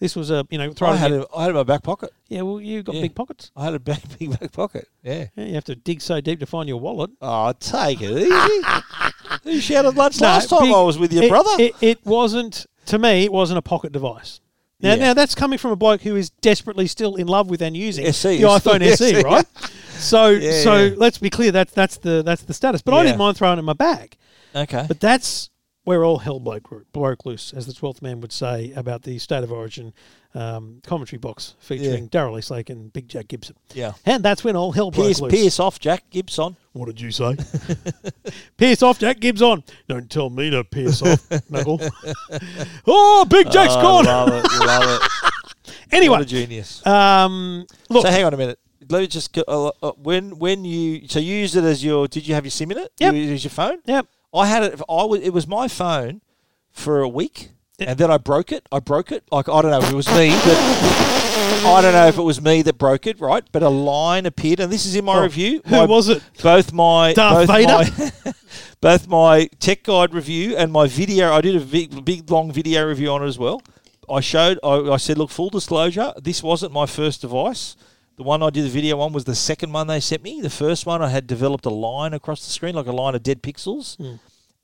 Speaker 2: This was a you know throw
Speaker 1: I
Speaker 2: it
Speaker 1: had,
Speaker 2: in-
Speaker 1: it, I had it in my back pocket.
Speaker 2: yeah. Well, you got
Speaker 1: yeah.
Speaker 2: big pockets.
Speaker 1: I had a big, big back pocket. Yeah.
Speaker 2: Yeah, you have to dig so deep to find your wallet.
Speaker 1: Oh, take it easy. you shouted lunch last
Speaker 2: No,
Speaker 1: time
Speaker 2: big-
Speaker 1: I was with your
Speaker 2: it-
Speaker 1: brother.
Speaker 2: It, it wasn't to me. It wasn't a pocket device. Now,
Speaker 1: Yeah.
Speaker 2: now that's coming from a bloke who is desperately still in love with and using
Speaker 1: SE,
Speaker 2: the iPhone
Speaker 1: yes,
Speaker 2: SE,
Speaker 1: yeah.
Speaker 2: right? So,
Speaker 1: Yeah,
Speaker 2: so
Speaker 1: yeah.
Speaker 2: let's be clear. That's that's the that's the status. But I
Speaker 1: Yeah.
Speaker 2: didn't mind throwing it in my bag.
Speaker 1: okay.
Speaker 2: But that's where all hell broke, broke loose, as the twelfth man would say about the state of origin um, commentary box featuring Daryl Eastlake and Big Jack Gibson.
Speaker 1: yeah.
Speaker 2: And that's when all hell broke
Speaker 1: Pierce,
Speaker 2: loose.
Speaker 1: Pierce off, Jack Gibson.
Speaker 2: What did you say? pierce off, Jack Gibbs on. Don't tell me to pierce off, Muggle. oh, Big Jack's
Speaker 1: Oh,
Speaker 2: gone.
Speaker 1: love it. Love it. What a
Speaker 2: Anyway,
Speaker 1: genius.
Speaker 2: um, look,
Speaker 1: so hang on a minute. Let me just go, uh, uh, when when you so you used it as your did you have your sim in it?
Speaker 2: Yep.
Speaker 1: You used your phone.
Speaker 2: Yep.
Speaker 1: I had it. I was. It was my phone for a week, and then I broke it. I broke it. Like I don't know if it was me, but I don't know if it was me that broke it, right? But a line appeared, and this is in my
Speaker 2: Oh,
Speaker 1: review.
Speaker 2: who
Speaker 1: My-
Speaker 2: was it?
Speaker 1: Both my
Speaker 2: Darth
Speaker 1: both My, both my tech guide review and my video. I did a big, big long video review on it as well. I showed. I, I said, look, full disclosure, this wasn't my first device. The one I did the video on was the second one they sent me. The first one I had developed a line across the screen, like a line of dead pixels,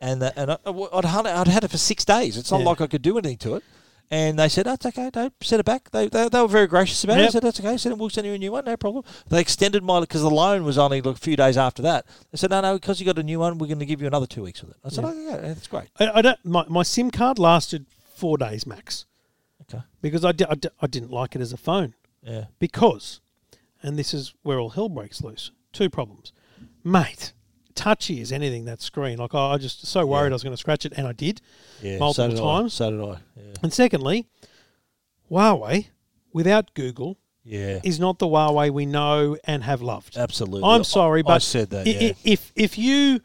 Speaker 1: and the, and I, uh, I'd had it, I'd had it for six days. It's not
Speaker 2: Yeah.
Speaker 1: like I could do anything to it. And they said, that's okay, don't set it back. They, they, they were very gracious about it. I
Speaker 2: Yep.
Speaker 1: said, that's okay. I said, we'll send you a new one, no problem. They extended my, because the loan was only like, a few days after that. They said, no, no, because you got a new one, we're going to give you another two weeks with it. I said,
Speaker 2: Yeah.
Speaker 1: oh, yeah, that's great.
Speaker 2: I, I don't, my, my SIM card lasted four days max
Speaker 1: Okay.
Speaker 2: because I, di- I, di- I didn't like it as a phone.
Speaker 1: Yeah.
Speaker 2: Because, and this is where all hell breaks loose, two problems. Mate, touchy as anything, that screen. Like, I, I just so worried I was going to scratch it, and I did
Speaker 1: yeah. so
Speaker 2: multiple
Speaker 1: did I.
Speaker 2: times.
Speaker 1: So did I. Yeah.
Speaker 2: And secondly, Huawei, without Google,
Speaker 1: Yeah.
Speaker 2: is not the Huawei we know and have loved.
Speaker 1: Absolutely. I-
Speaker 2: I'm sorry, but
Speaker 1: I said that.
Speaker 2: i-
Speaker 1: Yeah.
Speaker 2: i- If if you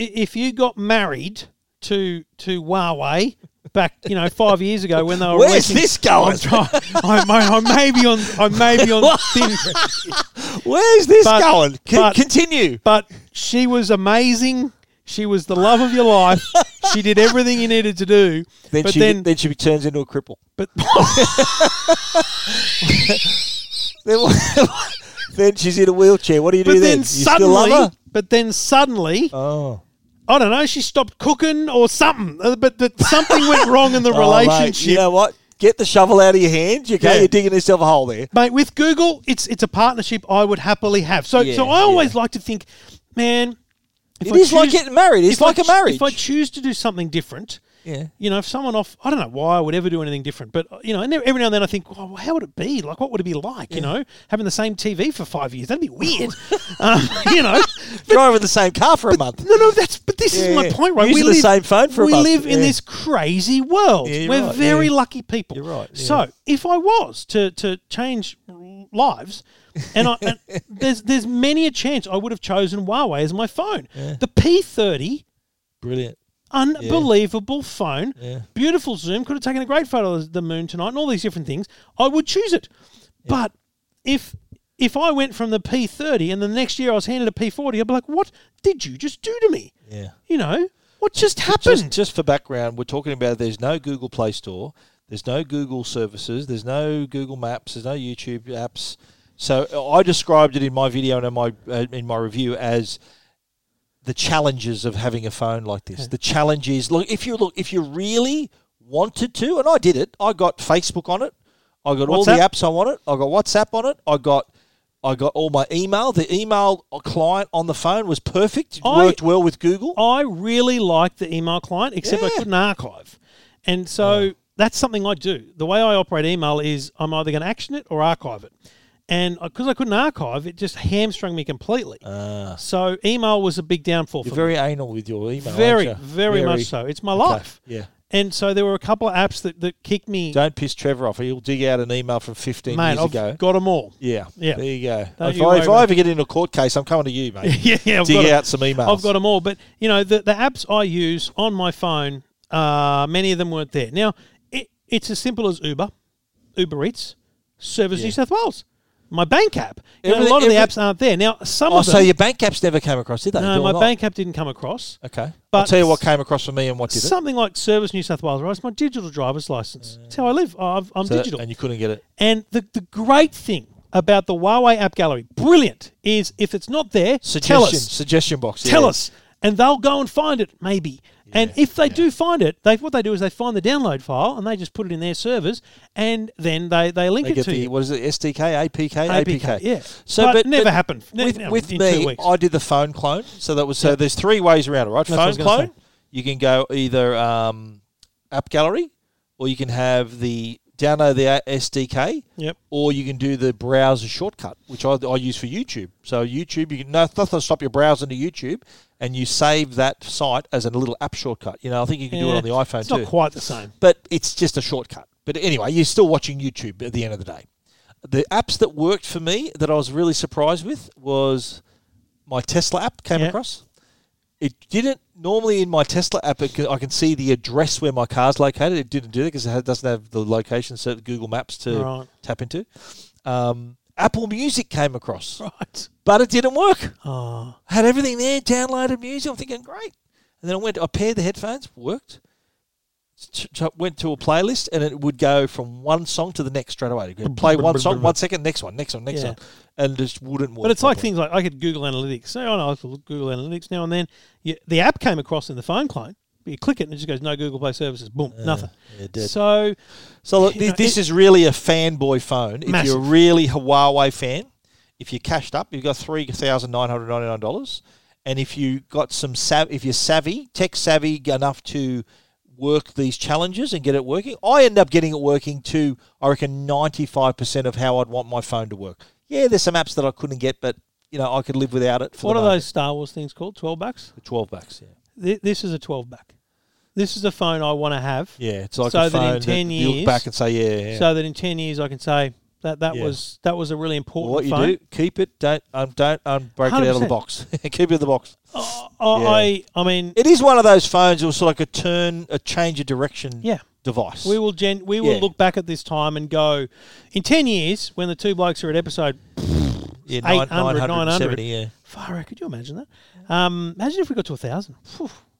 Speaker 2: i- if you got married to to Huawei back, you know, five years ago when they were
Speaker 1: Where's
Speaker 2: releasing-
Speaker 1: this going?
Speaker 2: I'm try- I, may- I may be on I may be on thin,
Speaker 1: Where's this
Speaker 2: but-
Speaker 1: going? Con-
Speaker 2: but-
Speaker 1: continue.
Speaker 2: but she was amazing. She was the love of your life. She did everything you needed to do.
Speaker 1: Then
Speaker 2: but
Speaker 1: she,
Speaker 2: then,
Speaker 1: then, she turns into a cripple.
Speaker 2: but
Speaker 1: Then, then she's in a wheelchair. What do you
Speaker 2: but
Speaker 1: do
Speaker 2: then
Speaker 1: You still love
Speaker 2: suddenly,
Speaker 1: her?
Speaker 2: but then suddenly,
Speaker 1: Oh.
Speaker 2: I don't know, she stopped cooking or something, uh, but that something went wrong in the
Speaker 1: Oh, mate,
Speaker 2: relationship.
Speaker 1: you know what? Get the shovel out of your hands. Okay,
Speaker 2: Yeah.
Speaker 1: you're digging yourself a hole there.
Speaker 2: Mate, with Google, it's it's a partnership I would happily have. So
Speaker 1: Yeah,
Speaker 2: so I always like to think, man, if
Speaker 1: It is like
Speaker 2: choose-
Speaker 1: getting married. It's
Speaker 2: if
Speaker 1: like
Speaker 2: I
Speaker 1: a
Speaker 2: ch-
Speaker 1: marriage.
Speaker 2: If I choose to do something different,
Speaker 1: Yeah.
Speaker 2: you know, if someone off, I don't know why I would ever do anything different, but uh, you know, and every now and then I think, oh, how would it be? Like, what would it be like? You know, having the same TV for five years—that'd be weird. um, you know,
Speaker 1: Driving the same car for a month.
Speaker 2: no, no, that's but this
Speaker 1: Yeah,
Speaker 2: is my
Speaker 1: yeah.
Speaker 2: point, right?
Speaker 1: Using the same phone for a
Speaker 2: we
Speaker 1: month,
Speaker 2: live in
Speaker 1: yeah.
Speaker 2: this crazy world.
Speaker 1: Yeah, you're
Speaker 2: We're
Speaker 1: right,
Speaker 2: very
Speaker 1: yeah.
Speaker 2: lucky people.
Speaker 1: You're right, yeah.
Speaker 2: So if I was to to change lives, and, I, and there's there's many a chance I would have chosen Huawei as my phone. The P30
Speaker 1: Brilliant.
Speaker 2: unbelievable phone.
Speaker 1: Yeah.
Speaker 2: Beautiful zoom. Could have taken a great photo of the moon tonight and all these different things. I would choose it. But if if I went from the P30 and the next year I was handed a P40, I'd be like, what did you just do to me?
Speaker 1: Yeah.
Speaker 2: You know, what just
Speaker 1: Just,
Speaker 2: happened?
Speaker 1: just for background, we're talking about there's no Google Play Store, there's no Google services, there's no Google Maps, there's no YouTube apps. So I described it in my video and in my uh, in my review as the challenges of having a phone like
Speaker 2: Hmm.
Speaker 1: this. The challenge is look if you look if you really wanted to, and I did it. I got Facebook on it. I got all the
Speaker 2: WhatsApp?
Speaker 1: apps I wanted. I got WhatsApp on it. I got I got all my email. The email client on the phone was perfect. It
Speaker 2: I-
Speaker 1: worked well with Google.
Speaker 2: I really like the email client, except I
Speaker 1: Yeah.
Speaker 2: couldn't archive. And so that's something I do. The way I operate email is I'm either going to action it or archive it. And because I couldn't archive, it just hamstrung me completely. so email was a big downfall
Speaker 1: Ah. You're
Speaker 2: for me.
Speaker 1: very anal with your email. aren't
Speaker 2: very,
Speaker 1: you?
Speaker 2: very, much so. It's my life.
Speaker 1: Yeah.
Speaker 2: And so there were a couple of apps that, that kicked me.
Speaker 1: Don't piss Trevor off. He'll dig out an email from 15
Speaker 2: mate,
Speaker 1: years
Speaker 2: I've
Speaker 1: ago.
Speaker 2: got them all.
Speaker 1: yeah.
Speaker 2: Yeah.
Speaker 1: There you go.
Speaker 2: Don't
Speaker 1: if
Speaker 2: you
Speaker 1: I, if
Speaker 2: worry.
Speaker 1: I ever get in a court case, I'm coming to you, mate.
Speaker 2: yeah, yeah. I've
Speaker 1: dig
Speaker 2: got 'em.
Speaker 1: out some emails.
Speaker 2: I've got them all. But you know, the, the apps I use on my phone, uh, many of them weren't there. Now, it, it's as simple as Uber, Uber Eats, Service New South Wales, my bank app. You know,
Speaker 1: Everything-
Speaker 2: a lot of the
Speaker 1: every-
Speaker 2: apps aren't there now. Some
Speaker 1: Oh,
Speaker 2: of them,
Speaker 1: so your bank apps never came across, did they?
Speaker 2: no,
Speaker 1: Do
Speaker 2: my
Speaker 1: not?
Speaker 2: bank app didn't come across.
Speaker 1: Okay. I'll
Speaker 2: but
Speaker 1: tell you what came across for me and what did it.
Speaker 2: Something like Service New South Wales, right? It's my digital driver's license. It's how I live. I've, I'm
Speaker 1: So-
Speaker 2: digital.
Speaker 1: And you couldn't get it.
Speaker 2: And the, the great thing about the Huawei app gallery, brilliant, is if it's not there,
Speaker 1: Suggestion.
Speaker 2: tell us.
Speaker 1: Suggestion box.
Speaker 2: Tell
Speaker 1: yeah.
Speaker 2: us. And they'll go and find it, maybe. and if they do find it, they what they do is they find the download file and they just put it in their servers and then they, they link
Speaker 1: They
Speaker 2: it
Speaker 1: get
Speaker 2: to
Speaker 1: the
Speaker 2: you.
Speaker 1: what is it? SDK, APK,
Speaker 2: APK,
Speaker 1: APK.
Speaker 2: yeah.
Speaker 1: So,
Speaker 2: But
Speaker 1: but,
Speaker 2: never
Speaker 1: but
Speaker 2: happened. Ne-
Speaker 1: With,
Speaker 2: never-
Speaker 1: with
Speaker 2: in two
Speaker 1: me,
Speaker 2: weeks.
Speaker 1: I did the phone clone. So that was so. There's three ways around it, right?
Speaker 2: what I
Speaker 1: phone
Speaker 2: was gonna
Speaker 1: clone. You can go either um, App Gallery, or you can have the download the A- SDK.
Speaker 2: Yep.
Speaker 1: Or you can do the browser shortcut, which I, I use for YouTube. So YouTube, you can no, nothing stop your browser to YouTube, and you save that site as a little app shortcut. You know, I think you can do it
Speaker 2: Yeah,
Speaker 1: on the iPhone
Speaker 2: It's
Speaker 1: too
Speaker 2: not quite the same.
Speaker 1: but it's just a shortcut. But anyway, you're still watching YouTube at the end of the day. The apps that worked for me that I was really surprised with was my Tesla app came
Speaker 2: Yeah.
Speaker 1: across. It didn't normally in my Tesla app. It can, I can see the address where my car's located. It didn't do that because it ha- doesn't have the location so Google Maps to
Speaker 2: Right.
Speaker 1: tap into. Um, Apple Music came across,
Speaker 2: Right.
Speaker 1: but it didn't work.
Speaker 2: Oh,
Speaker 1: Had everything there, downloaded music. I'm thinking, great. And then I went, I paired the headphones, worked. Ch- ch- Went to a playlist and it would go from one song to the next straight away. It'd go play one song, one second, next one, next one, next
Speaker 2: Yeah.
Speaker 1: one, and it just wouldn't work.
Speaker 2: but it's like
Speaker 1: properly.
Speaker 2: things like I could Google Analytics. So I know I could look Google Analytics now and then. You, the app came across in the phone client. but You click it and it just goes no Google Play services. Boom, nothing.
Speaker 1: yeah, it did.
Speaker 2: So
Speaker 1: So look,
Speaker 2: you
Speaker 1: thi-
Speaker 2: know,
Speaker 1: this
Speaker 2: it-
Speaker 1: is really a fanboy phone. If you're
Speaker 2: Massive.
Speaker 1: really Huawei fan, if you're cashed up, you've got three thousand nine hundred ninety nine dollars, and if you got some sav- if you're savvy, tech savvy enough to work these challenges and get it working, I end up getting it working to I reckon ninety five percent of how I'd want my phone to work. Yeah, there's some apps that I couldn't get, but you know I could live without it. For
Speaker 2: what
Speaker 1: the
Speaker 2: are
Speaker 1: moment.
Speaker 2: those Star Wars things called? Twelve bucks.
Speaker 1: The Twelve bucks. Yeah.
Speaker 2: Th- This is a twelve buck. This is a phone I want to have.
Speaker 1: Yeah, it's like
Speaker 2: So
Speaker 1: a
Speaker 2: that in
Speaker 1: phone
Speaker 2: 10
Speaker 1: you look
Speaker 2: years-
Speaker 1: back and say, yeah, yeah.
Speaker 2: so that in 10 years I can say that that
Speaker 1: Yeah.
Speaker 2: was that was a really important
Speaker 1: what you
Speaker 2: phone.
Speaker 1: do, keep it. Don't um, don't um, break it out of the
Speaker 2: 100%.
Speaker 1: box. keep it in the box.
Speaker 2: I,
Speaker 1: Yeah.
Speaker 2: I I mean
Speaker 1: It is one of those phones. that was sort of like a turn, a change of direction.
Speaker 2: Yeah.
Speaker 1: device.
Speaker 2: we will gen we will
Speaker 1: Yeah.
Speaker 2: look back at this time and go in 10 years when the two blokes are at episode
Speaker 1: yeah,
Speaker 2: 800,
Speaker 1: 970,
Speaker 2: 900.
Speaker 1: Yeah,
Speaker 2: far out could you imagine that um imagine if we got to a thousand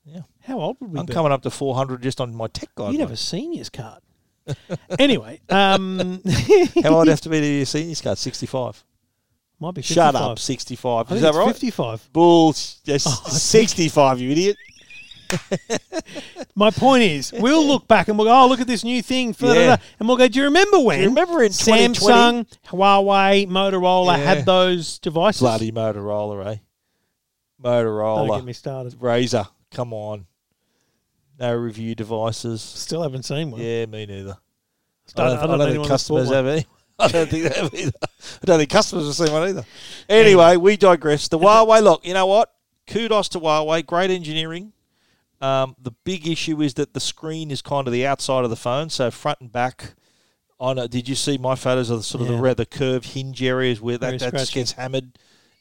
Speaker 1: Yeah.
Speaker 2: how old would we
Speaker 1: I'm
Speaker 2: be
Speaker 1: coming up to 400 just on my tech guide.
Speaker 2: you'd have a seniors card anyway um
Speaker 1: How old have to be to be a senior's card? 65.
Speaker 2: might be 55.
Speaker 1: Shut up, 65.
Speaker 2: I
Speaker 1: Is
Speaker 2: think
Speaker 1: that
Speaker 2: it's Oh,
Speaker 1: right?
Speaker 2: 55
Speaker 1: Bull, yes, 65, you idiot.
Speaker 2: my point is we'll look back and we'll go oh look at this new thing da, da,
Speaker 1: Yeah.
Speaker 2: da," and we'll go do you remember when
Speaker 1: remember in 2020?
Speaker 2: Samsung Huawei Motorola
Speaker 1: Yeah.
Speaker 2: had those devices
Speaker 1: Bloody Motorola, eh?
Speaker 2: Don't get
Speaker 1: Motorola.
Speaker 2: me started.
Speaker 1: Razor, come on. no review devices.
Speaker 2: Still haven't seen one.
Speaker 1: Yeah, me neither.
Speaker 2: I don't- I don't know
Speaker 1: think
Speaker 2: anyone that's bought
Speaker 1: customers
Speaker 2: one.
Speaker 1: have any. I don't think they have either. I don't think customers have seen one either. Anyway, we digress. The Huawei look, you know what? Kudos to Huawei. Great engineering. Um, the big issue is that the screen is kind of the outside of the phone, so front and back. I know. Did you see my photos of the sort of
Speaker 2: Yeah.
Speaker 1: the rather curved hinge areas where
Speaker 2: Very
Speaker 1: that, that just
Speaker 2: scratchy.
Speaker 1: gets hammered?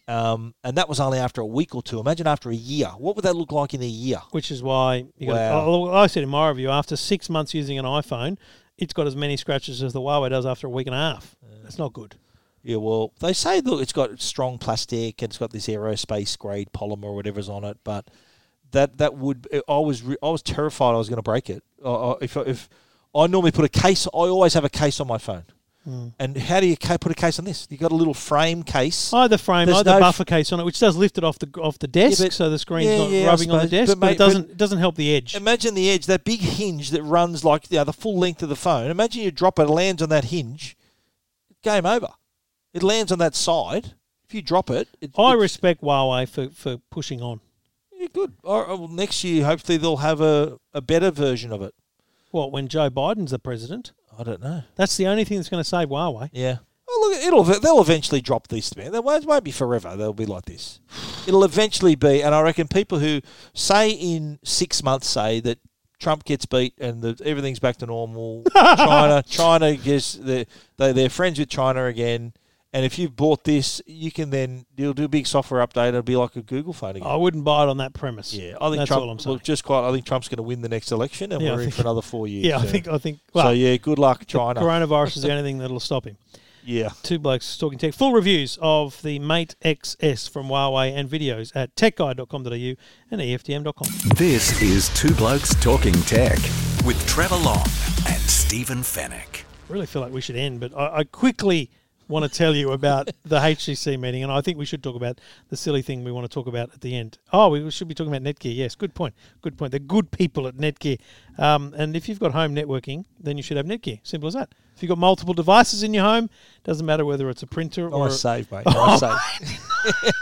Speaker 1: Um, and that was only after a week or two. Imagine after a year. What would that look like in a year?
Speaker 2: Which is why you
Speaker 1: Wow.
Speaker 2: got. I said in my review, after six months using an iPhone, it's got as many scratches as the Huawei does after a week and a half. That's not good.
Speaker 1: Yeah, well, they say look, it's got strong plastic and it's got this aerospace grade polymer or whatever's on it, but that that would I was re- I was terrified I was going to break it. Uh, if if I normally put a case, I always have a case on my phone. And how do you ca- put a case on this? You got a little frame case.
Speaker 2: Either frame,
Speaker 1: There's
Speaker 2: either
Speaker 1: no-
Speaker 2: buffer case on it, which does lift it off the off the desk,
Speaker 1: but-
Speaker 2: so the screen's
Speaker 1: yeah,
Speaker 2: not
Speaker 1: yeah, I
Speaker 2: rubbing on the
Speaker 1: suppose,
Speaker 2: desk,
Speaker 1: but
Speaker 2: but,
Speaker 1: mate,
Speaker 2: it
Speaker 1: but-
Speaker 2: doesn't it doesn't help the edge.
Speaker 1: Imagine the edge, that big hinge that runs like you know, the full length of the phone. Imagine you drop it, it lands on that hinge. Game over. It lands on that side. If you drop it, it
Speaker 2: I
Speaker 1: it's-
Speaker 2: respect Huawei for, for pushing on.
Speaker 1: Yeah, good. All right, well, next year, hopefully, they'll have a, a better version of it.
Speaker 2: What when Joe Biden's the president?
Speaker 1: I don't know.
Speaker 2: That's the only thing that's going to save Huawei.
Speaker 1: Yeah. Well, look, it'll they'll eventually drop this. thing. They won't, it won't be forever. They'll be like this. It'll eventually be, and I reckon people who say in six months say that Trump gets beat and that everything's back to normal. China, China gets they they they're friends with China again. And if you've bought this, you can then you'll do a big software update. It'll be like a Google phone again.
Speaker 2: I wouldn't buy it on that premise.
Speaker 1: Yeah, I think
Speaker 2: that's
Speaker 1: Trump.
Speaker 2: all I'm saying.
Speaker 1: well, just quite. I think Trump's going to win the next election, and
Speaker 2: Yeah, I
Speaker 1: we're in
Speaker 2: think-
Speaker 1: for another four years.
Speaker 2: yeah, I think I think
Speaker 1: so
Speaker 2: well,
Speaker 1: yeah, good luck, China.
Speaker 2: coronavirus is the only thing that'll stop him.
Speaker 1: yeah,
Speaker 2: Two blokes talking tech. Full reviews of the Mate XS from Huawei and videos at techguide.com.au and E EFTM.com.
Speaker 3: This is Two Blokes Talking Tech with Trevor Long and Stephen Fennec.
Speaker 2: really feel like we should end, but I, I quickly want to tell you about the HCC meeting, and I think we should talk about the silly thing we want to talk about at the end. Oh, we should be talking about Netgear. Yes, good point. Good point. They're good people at Netgear. Um, and if you've got home networking, then you should have Netgear. Simple as that. If you've got multiple devices in your home, doesn't matter whether it's a printer or
Speaker 1: nice
Speaker 2: a-
Speaker 1: save, mate. Nice save.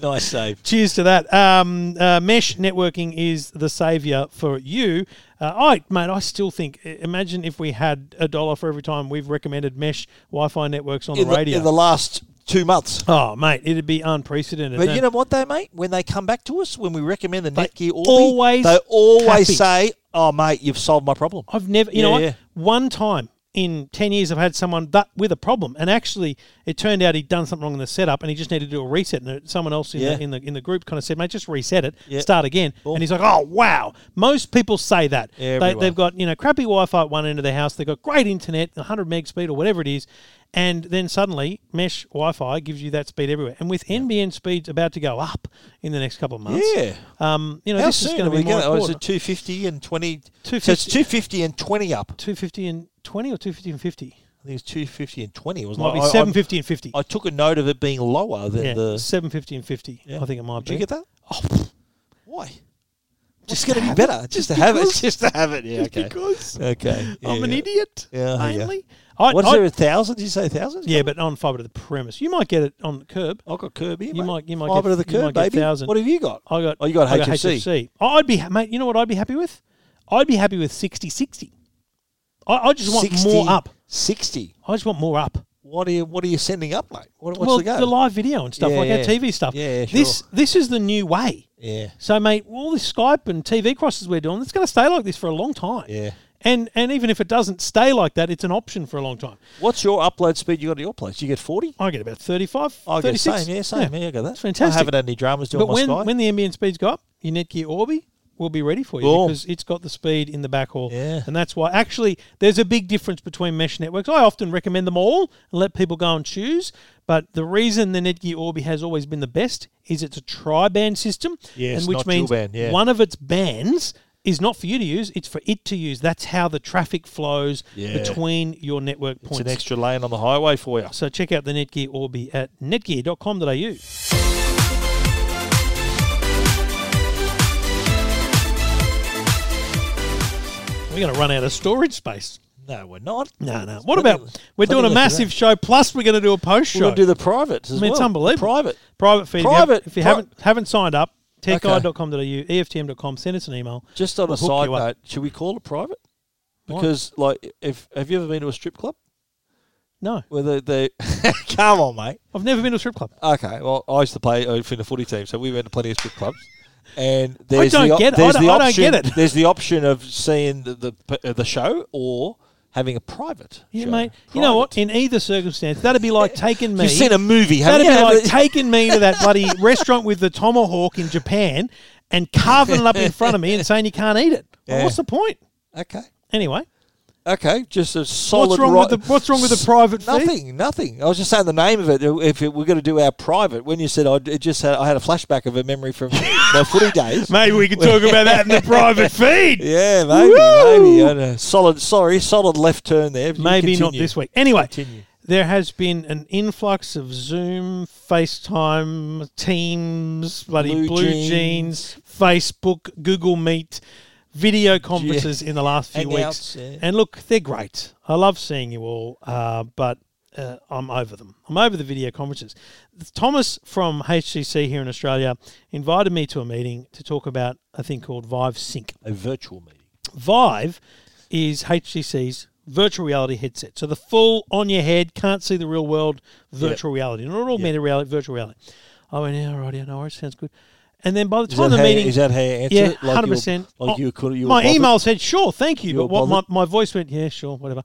Speaker 1: nice save.
Speaker 2: Cheers to that. Um, uh, mesh networking is the savior for you. Uh, I, mate, I still think. i- Imagine if we had a dollar for every time we've recommended mesh Wi-Fi networks on
Speaker 1: In
Speaker 2: the
Speaker 1: the,
Speaker 2: radio.
Speaker 1: in the last two months,
Speaker 2: oh, mate, it'd be unprecedented.
Speaker 1: but
Speaker 2: And-
Speaker 1: you know what, though, mate? When they come back to us, when we recommend the Netgear, Orbi,
Speaker 2: always
Speaker 1: they always say,
Speaker 2: happy. Oh,
Speaker 1: "Oh, mate, you've solved my problem."
Speaker 2: I've never, you know
Speaker 1: Yeah,
Speaker 2: what?
Speaker 1: yeah.
Speaker 2: One time in 10 years, I've had someone that with a problem. And actually, it turned out he'd done something wrong in the setup and he just needed to do a reset. And it- someone else in,
Speaker 1: Yeah.
Speaker 2: the, in, the, in the group kind of said, mate, just reset it,
Speaker 1: Yeah.
Speaker 2: start again. And he's like, oh, wow. Most people say that. They,
Speaker 1: Everyone.
Speaker 2: they've got, you know, crappy Wi Fi at one end of their house, they've got great internet, 100 meg speed or whatever it is. And then suddenly, mesh Wi Fi gives you that speed everywhere. And with NBN speeds about to go up in the next couple of months,
Speaker 1: Yeah.
Speaker 2: um, you know,
Speaker 1: How
Speaker 2: this is
Speaker 1: soon
Speaker 2: going
Speaker 1: are
Speaker 2: to
Speaker 1: we
Speaker 2: be more
Speaker 1: going? Oh, is
Speaker 2: important.
Speaker 1: it two fifty and twenty? So it's
Speaker 2: 250.
Speaker 1: two fifty and twenty up.
Speaker 2: 250 and 20 or 250 and 50?
Speaker 1: I think it's two fifty and twenty. It was
Speaker 2: Might
Speaker 1: like,
Speaker 2: be
Speaker 1: I- I-
Speaker 2: seven fifty and fifty.
Speaker 1: I took a note of it being lower than
Speaker 2: yeah,
Speaker 1: the
Speaker 2: seven fifty and fifty. I think it might
Speaker 1: Did
Speaker 2: be.
Speaker 1: you get that? Oh, why? Just gonna be better. Just, to have it. Just to have it. Yeah. Okay.
Speaker 2: Because
Speaker 1: Okay. yeah,
Speaker 2: I'm an
Speaker 1: yeah.
Speaker 2: idiot.
Speaker 1: Yeah, yeah.
Speaker 2: mainly. I,
Speaker 1: What is
Speaker 2: I,
Speaker 1: there? A thousand? Did you say a thousand?
Speaker 2: yeah, but on fibre to the premise, you might get it on the curb.
Speaker 1: I got curb here.
Speaker 2: You
Speaker 1: mate.
Speaker 2: might- you might
Speaker 1: Fibre
Speaker 2: get-
Speaker 1: to the
Speaker 2: you
Speaker 1: curb,
Speaker 2: might get
Speaker 1: baby.
Speaker 2: 1,000.
Speaker 1: What have you got?
Speaker 2: I got.
Speaker 1: Oh, you got
Speaker 2: I got
Speaker 1: HFC.
Speaker 2: HFC. I'd be ha- mate. You know what? I'd be happy with. I'd be happy with 60-60. I, I just want
Speaker 1: 60,
Speaker 2: more up.
Speaker 1: Sixty.
Speaker 2: I just want more up.
Speaker 1: What are you? What are you sending up, mate? What, what's
Speaker 2: well,
Speaker 1: the go?
Speaker 2: live video and stuff
Speaker 1: Yeah,
Speaker 2: like
Speaker 1: yeah.
Speaker 2: our TV stuff.
Speaker 1: Yeah, yeah,
Speaker 2: This
Speaker 1: sure.
Speaker 2: this is the new way.
Speaker 1: yeah.
Speaker 2: So, mate, all this Skype and TV crosses we're doing, it's going to stay like this for a long time.
Speaker 1: Yeah.
Speaker 2: And and even if it doesn't stay like that, it's an option for a long time.
Speaker 1: What's your upload speed? You got at your place? You get forty?
Speaker 2: I get about 35,
Speaker 1: I get
Speaker 2: 36.
Speaker 1: same. Yeah, same. Yeah, I got that.
Speaker 2: It's fantastic.
Speaker 1: I haven't had any dramas doing
Speaker 2: But
Speaker 1: my
Speaker 2: when,
Speaker 1: Sky.
Speaker 2: when the NBN speeds go up, your Netgear Orbi will be ready for you
Speaker 1: Cool.
Speaker 2: because it's got the speed in the backhaul.
Speaker 1: Yeah.
Speaker 2: And that's why, actually, there's a big difference between mesh networks. I often recommend them all and let people go and choose. But the reason the Netgear Orbi has always been the best is it's a tri band system.
Speaker 1: Yes,
Speaker 2: and which
Speaker 1: not
Speaker 2: means
Speaker 1: dual-band, yeah.
Speaker 2: one of its bands is not for you to use, it's for it to use. That's how the traffic flows
Speaker 1: Yeah.
Speaker 2: between your network
Speaker 1: it's
Speaker 2: points.
Speaker 1: an extra lane on the highway for you.
Speaker 2: So check out the Netgear Orbi at netgear.com.au. We're going to run out of storage space.
Speaker 1: No, we're not.
Speaker 2: No, no.
Speaker 1: There's plenty
Speaker 2: What about
Speaker 1: of-
Speaker 2: we're
Speaker 1: plenty
Speaker 2: doing a
Speaker 1: left
Speaker 2: massive
Speaker 1: around.
Speaker 2: show? Plus, we're going to do a post
Speaker 1: We're
Speaker 2: show.
Speaker 1: gonna do the privates as
Speaker 2: I mean,
Speaker 1: well.
Speaker 2: it's unbelievable.
Speaker 1: Private.
Speaker 2: private feed. If you
Speaker 1: Private.
Speaker 2: haven't- If you
Speaker 1: Pri-
Speaker 2: haven't haven't signed up, techguide.com.au, EFTM.com. Send us an email.
Speaker 1: Just on a
Speaker 2: We'll hook
Speaker 1: side
Speaker 2: you up.
Speaker 1: note, should we call it private?
Speaker 2: Why?
Speaker 1: Because like, if have you ever been to a strip club?
Speaker 2: No,
Speaker 1: Where they, they come on, mate.
Speaker 2: I've never been to a strip club.
Speaker 1: Okay, well, I used to play uh, for the footy team, so we went to plenty of strip clubs. And
Speaker 2: I
Speaker 1: there's
Speaker 2: don't
Speaker 1: the op-
Speaker 2: get it. I
Speaker 1: there's
Speaker 2: don't-
Speaker 1: the
Speaker 2: I don't
Speaker 1: option,
Speaker 2: get it.
Speaker 1: There's the option of seeing the the, p- uh, the show or having a private.
Speaker 2: Yeah,
Speaker 1: show.
Speaker 2: mate. You know what?
Speaker 1: Private.
Speaker 2: In either circumstance, that'd be like taking me.
Speaker 1: You've seen a movie, haven't
Speaker 2: That'd
Speaker 1: you?
Speaker 2: be like
Speaker 1: Haven't-
Speaker 2: taking me to that bloody restaurant with the tomahawk in Japan and carving it up in front of me and saying you can't eat it. Well,
Speaker 1: Yeah.
Speaker 2: what's the point?
Speaker 1: okay.
Speaker 2: Anyway,
Speaker 1: Okay, just a solid.
Speaker 2: wrong
Speaker 1: right-
Speaker 2: with the- what's wrong with the private fee?
Speaker 1: Nothing, nothing. I was just saying the name of it. uh, If it, we're going to do our private, when you said I it just had, I had a flashback of a memory from my footy days.
Speaker 2: maybe we could talk about that in the private feed.
Speaker 1: Yeah, maybe,
Speaker 2: Woo!
Speaker 1: maybe. I don't know. Solid, sorry, solid left turn there. You
Speaker 2: Maybe not
Speaker 1: continue.
Speaker 2: this week. Anyway,
Speaker 1: Continue.
Speaker 2: there has been an influx of Zoom, FaceTime, Teams, bloody Blue,
Speaker 1: Blue
Speaker 2: Jeans.
Speaker 1: Jeans.
Speaker 2: Facebook, Google Meet, video conferences in the last few
Speaker 1: Hangouts,
Speaker 2: weeks.
Speaker 1: yeah.
Speaker 2: And look, they're great. I love seeing you all, uh, but uh, I'm over them. I'm over the video conferences. Thomas from HCC here in Australia invited me to a meeting to talk about a thing called Vive Sync.
Speaker 1: A virtual meeting.
Speaker 2: Vive is HTC's virtual reality headset. So the full on your head, can't see the real world virtual reality. Not all meta reality, virtual reality. Oh, I went, yeah, all right, yeah, no worries, sounds good. And then by the
Speaker 1: Is
Speaker 2: time
Speaker 1: that how-
Speaker 2: the meeting,
Speaker 1: is that how you answer
Speaker 2: yeah,
Speaker 1: it? Like you were-
Speaker 2: hundred percent. Oh,
Speaker 1: like you could- you were
Speaker 2: my
Speaker 1: bothered?
Speaker 2: email said, sure, thank you,
Speaker 1: You
Speaker 2: but
Speaker 1: were
Speaker 2: what my,
Speaker 1: bothered?
Speaker 2: my voice went, yeah, sure, whatever.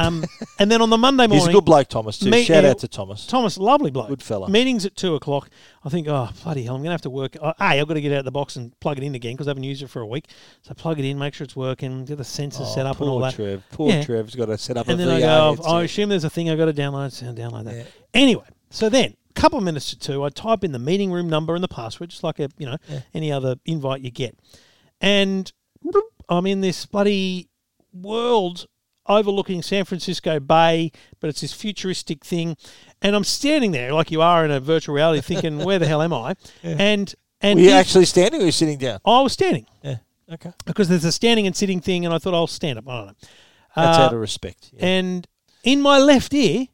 Speaker 2: Um, and then on the Monday morning,
Speaker 1: He's a good bloke, Thomas. Too.
Speaker 2: Me-
Speaker 1: Shout
Speaker 2: yeah.
Speaker 1: out to Thomas.
Speaker 2: Thomas, lovely bloke.
Speaker 1: Good fella.
Speaker 2: Meetings at two o'clock. I think, oh, bloody hell, I'm going to have to work. Uh, hey, I've got to get out of the box and plug it in again because I haven't used it for a week. So plug it in, make sure it's working, get the sensors set up
Speaker 1: Oh, poor
Speaker 2: and all that.
Speaker 1: Trev. Poor
Speaker 2: Yeah.
Speaker 1: Trev's got to set up
Speaker 2: And
Speaker 1: a
Speaker 2: then
Speaker 1: VR
Speaker 2: I go, oh, I
Speaker 1: headset.
Speaker 2: assume there's a thing I've got to download, so I'll download that. Anyway, so then, a couple of minutes to two, I type in the meeting room number and the password, just like a, you know, any other invite you get. And bloop, I'm in this bloody world overlooking San Francisco Bay, but it's this futuristic thing. And I'm standing there like you are in a virtual reality thinking, where the hell am I? And and
Speaker 1: Were you
Speaker 2: if-
Speaker 1: actually standing or were you sitting down?
Speaker 2: I was standing
Speaker 1: Yeah. Okay.
Speaker 2: because there's a standing and sitting thing, and I thought I'll stand up. I don't know.
Speaker 1: That's
Speaker 2: Uh,
Speaker 1: out of respect. Yeah.
Speaker 2: and in my left ear,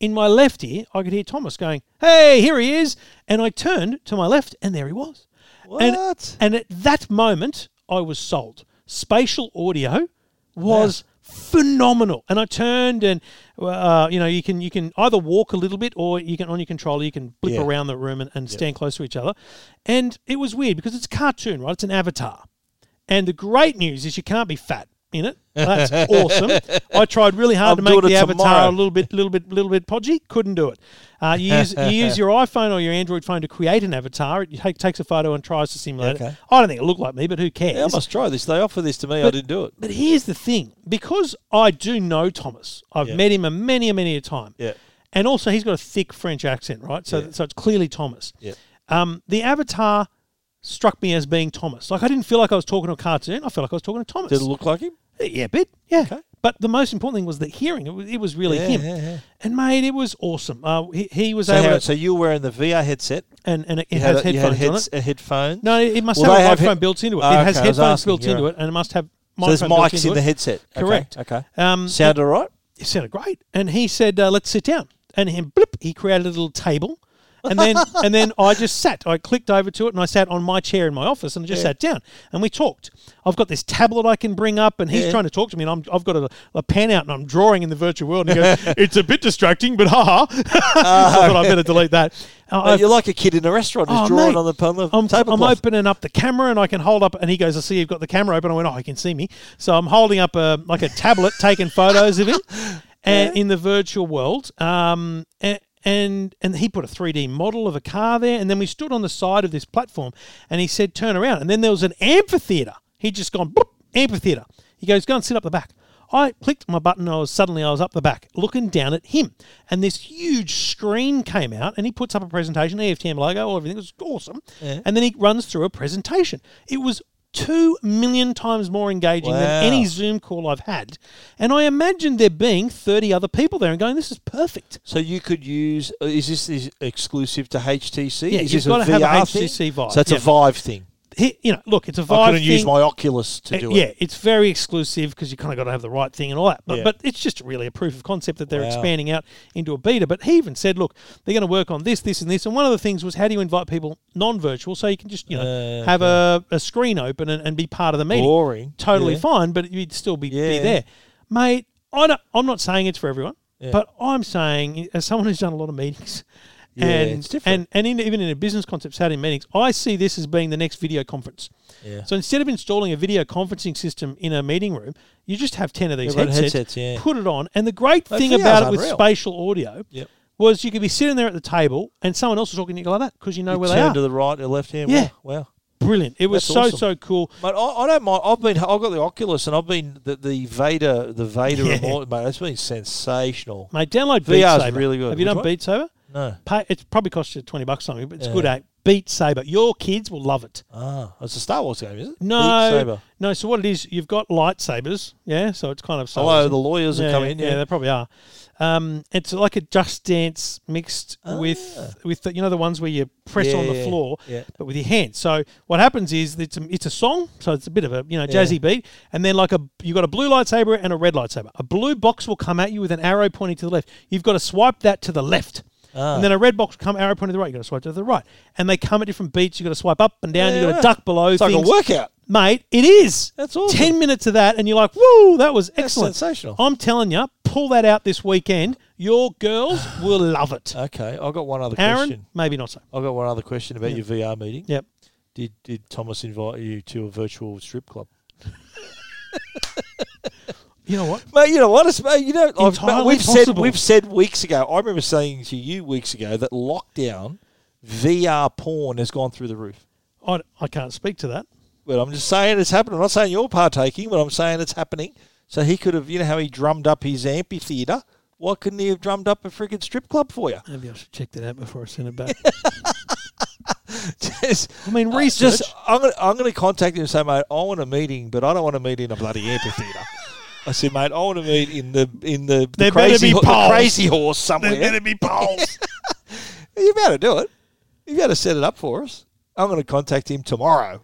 Speaker 2: in my left ear, I could hear Thomas going, "Hey, here he is!" And I turned to my left, and there he was.
Speaker 1: What?
Speaker 2: And, and at that moment, I was sold. Spatial audio was phenomenal, and I turned and uh, you know you can you can either walk a little bit or you can on your controller you can blip
Speaker 1: Yeah.
Speaker 2: around the room and, and stand close to each other, and it was weird because it's a cartoon, right? It's an avatar. And the great news is you can't be fat in it. That's awesome. I tried really hard
Speaker 1: I'm
Speaker 2: to make
Speaker 1: doing
Speaker 2: the
Speaker 1: it
Speaker 2: avatar
Speaker 1: tomorrow.
Speaker 2: a little bit, little bit, little bit podgy. Couldn't do it. Uh, you use you use your iPhone or your Android phone to create an avatar. It take, takes a photo and tries to simulate it.
Speaker 1: Okay.
Speaker 2: I don't think it looked like me, but who cares?
Speaker 1: Yeah, I must try this. They offer this to me. I didn't do it.
Speaker 2: But here's the thing: because I do know Thomas, I've met him a many, a many a time.
Speaker 1: Yeah.
Speaker 2: And also, he's got a thick French accent, right? So, so it's clearly Thomas.
Speaker 1: Yeah.
Speaker 2: Um, the avatar struck me as being Thomas. Like I didn't feel like I was talking to a cartoon. I felt like I was talking to Thomas. Uh,
Speaker 1: Did it look like him?
Speaker 2: Yeah, a bit. Yeah. But the most important thing was the hearing. It was, it was really
Speaker 1: Yeah,
Speaker 2: him.
Speaker 1: yeah, yeah.
Speaker 2: And mate, it was awesome. Uh, he, he was
Speaker 1: So,
Speaker 2: able
Speaker 1: how,
Speaker 2: to,
Speaker 1: so you were wearing the VR headset.
Speaker 2: and and it
Speaker 1: You
Speaker 2: has
Speaker 1: a- you had
Speaker 2: headphones on
Speaker 1: heads-
Speaker 2: it.
Speaker 1: uh, headphones.
Speaker 2: No, it must
Speaker 1: Well,
Speaker 2: have a
Speaker 1: they have
Speaker 2: microphone
Speaker 1: he-
Speaker 2: built into it.
Speaker 1: Ah,
Speaker 2: it
Speaker 1: okay, I
Speaker 2: has
Speaker 1: was
Speaker 2: headphones
Speaker 1: asking,
Speaker 2: built
Speaker 1: you're
Speaker 2: into
Speaker 1: right.
Speaker 2: it, and it must have.
Speaker 1: So there's
Speaker 2: microphone built
Speaker 1: mics
Speaker 2: into
Speaker 1: in the
Speaker 2: it.
Speaker 1: headset. Okay,
Speaker 2: Correct.
Speaker 1: Okay.
Speaker 2: Um,
Speaker 1: Sound all right?
Speaker 2: it sounded great. And he said, uh, "Let's sit down." And him, blip, he created a little table, and then and then I just sat. I clicked over to it, and I sat on my chair in my office, and I just sat down, and we talked. I've got this tablet I can bring up, and he's trying to talk to me, and I'm, I've got a, a pen out, and I'm drawing in the virtual world, and he goes, "It's a bit distracting, but haha." so I thought I better delete that. Uh,
Speaker 1: Oh,
Speaker 2: I've-
Speaker 1: you're like a kid in a restaurant just
Speaker 2: Oh,
Speaker 1: drawing
Speaker 2: mate,
Speaker 1: on the, on the
Speaker 2: I'm,
Speaker 1: tablecloth.
Speaker 2: I'm opening up the camera and I can hold up, and he goes, "I see you've got the camera open." I went, "Oh, he can see me." So I'm holding up a like a tablet, taking photos of him, and in the virtual world. Um, a- and and he put a 3D model of a car there, and then we stood on the side of this platform, and he said, "Turn around." And then there was an amphitheater. He just gone boop, amphitheater. He goes, "Go and sit up the back." I clicked my button. I was suddenly I was up the back, looking down at him, and this huge screen came out, and he puts up a presentation, E EFTM logo, all everything. It was awesome, and then he runs through a presentation. It was two million times more engaging than
Speaker 1: Wow.
Speaker 2: any Zoom call I've had, and I imagined there being thirty other people there and going, "This is perfect."
Speaker 1: So you could use. uh, Is this is exclusive to HTC?
Speaker 2: Yeah,
Speaker 1: is
Speaker 2: you've
Speaker 1: this a
Speaker 2: gotta have a
Speaker 1: VR
Speaker 2: HTC
Speaker 1: thing?
Speaker 2: Vive,
Speaker 1: So it's
Speaker 2: yeah.
Speaker 1: a Vive thing.
Speaker 2: he, you know, look, it's a
Speaker 1: I
Speaker 2: Vive
Speaker 1: couldn't use
Speaker 2: thing.
Speaker 1: my Oculus to
Speaker 2: Uh,
Speaker 1: do
Speaker 2: yeah,
Speaker 1: it.
Speaker 2: it's very exclusive because you kind of got to have the right thing and all that. But,
Speaker 1: Yeah.
Speaker 2: but it's just really a proof of concept that they're
Speaker 1: Wow.
Speaker 2: expanding out into a beta. But he even said, look, they're going to work on this, this, and this. And one of the things was how do you invite people non-virtual so you can just you know
Speaker 1: Uh,
Speaker 2: have a, a screen open and, and be part of the meeting.
Speaker 1: Boring.
Speaker 2: Totally
Speaker 1: Yeah.
Speaker 2: fine, but you'd still be, be
Speaker 1: Yeah.
Speaker 2: there, mate. I don't, I'm not saying it's for everyone,
Speaker 1: Yeah.
Speaker 2: but I'm saying as someone who's done a lot of meetings.
Speaker 1: Yeah,
Speaker 2: and,
Speaker 1: it's different.
Speaker 2: and and in, even in a business concept, sat in meetings, I see this as being the next video conference.
Speaker 1: Yeah.
Speaker 2: So instead of installing a video conferencing system in a meeting room, you just have 10 of these
Speaker 1: Everyone
Speaker 2: headsets,
Speaker 1: had headsets, yeah.
Speaker 2: put it on. And the great
Speaker 1: That
Speaker 2: thing
Speaker 1: VR's
Speaker 2: about it with
Speaker 1: unreal.
Speaker 2: spatial audio
Speaker 1: Yep.
Speaker 2: was you could be sitting there at the table and someone else was talking to you like that because you know
Speaker 1: You
Speaker 2: where they
Speaker 1: turn
Speaker 2: are.
Speaker 1: to the right or left hand.
Speaker 2: Yeah.
Speaker 1: Wow. wow.
Speaker 2: Brilliant. It was
Speaker 1: That's
Speaker 2: so,
Speaker 1: awesome.
Speaker 2: so cool.
Speaker 1: Mate, I, I don't mind. I've been. I've got the Oculus, and I've been the, the Vader. The Vader
Speaker 2: Yeah.
Speaker 1: remote, mate. It's been sensational.
Speaker 2: Mate, download Beat
Speaker 1: VR's
Speaker 2: Saber.
Speaker 1: really good.
Speaker 2: Have you
Speaker 1: Which
Speaker 2: done
Speaker 1: one?
Speaker 2: Beat Saber?
Speaker 1: No.
Speaker 2: Pay, it's probably cost you 20 bucks or something, but it's a
Speaker 1: Yeah.
Speaker 2: good act. Beat Saber. Your kids will love it.
Speaker 1: Ah, it's a Star Wars game, is it?
Speaker 2: No,
Speaker 1: Beat Saber.
Speaker 2: no. So what it is, you've got lightsabers, yeah. So it's kind of
Speaker 1: Hello,
Speaker 2: so-
Speaker 1: the lawyers
Speaker 2: yeah,
Speaker 1: are coming in. Yeah.
Speaker 2: they probably are. Um, it's like a Just Dance mixed with with the, you know the ones where you press on the
Speaker 1: Ah. Yeah,
Speaker 2: floor,
Speaker 1: yeah.
Speaker 2: but with your hands. So what happens is it's a, it's a song, so it's a bit of a you know jazzy beat, and then like a you've got a blue lightsaber and a red lightsaber. A blue box will come at you with an arrow pointing to the left. You've got to swipe that to the left.
Speaker 1: Ah.
Speaker 2: And then a red box will come arrow pointing to the right. You've got to swipe to the right, and they come at different beats. You've got to swipe up and down. You've got
Speaker 1: Yeah.
Speaker 2: to duck below.
Speaker 1: It's like a
Speaker 2: things.
Speaker 1: workout.
Speaker 2: mate. It is.
Speaker 1: That's awesome.
Speaker 2: Ten minutes of that, and you're like, "Whoa, that was excellent,
Speaker 1: sensational.
Speaker 2: I'm telling you, pull that out this weekend. Your girls will love it.
Speaker 1: Okay, I've got one other
Speaker 2: Aaron,
Speaker 1: question.
Speaker 2: maybe not so.
Speaker 1: I've got one other question about your VR meeting.
Speaker 2: Yep.
Speaker 1: Did did Thomas invite you to a virtual strip club?
Speaker 2: You know what?
Speaker 1: Mate, you know what? It's, mate, you know, I've,
Speaker 2: Entirely
Speaker 1: mate, we've said
Speaker 2: possible.
Speaker 1: we've said weeks ago. I remember saying to you weeks ago that lockdown VR porn has gone through the roof.
Speaker 2: I, I can't speak to that.
Speaker 1: Well, I'm just saying it's happening. I'm not saying you're partaking, but I'm saying it's happening. So he could have, you know, how he drummed up his amphitheater. Why couldn't he have drummed up a freaking strip club for you?
Speaker 2: Maybe I should check that out before I send it back.
Speaker 1: Just-
Speaker 2: I mean,
Speaker 1: Uh,
Speaker 2: research.
Speaker 1: Just, I'm going to I'm gonna contact him and say, mate, I want a meeting, but I don't want to meet in a bloody amphitheater. I said, mate, I want to meet in the in the, the
Speaker 2: There better
Speaker 1: crazy
Speaker 2: be
Speaker 1: ho- the
Speaker 2: poles.
Speaker 1: crazy horse somewhere.
Speaker 2: be polls.
Speaker 1: you better do it. You better set it up for us. I'm going to contact him tomorrow.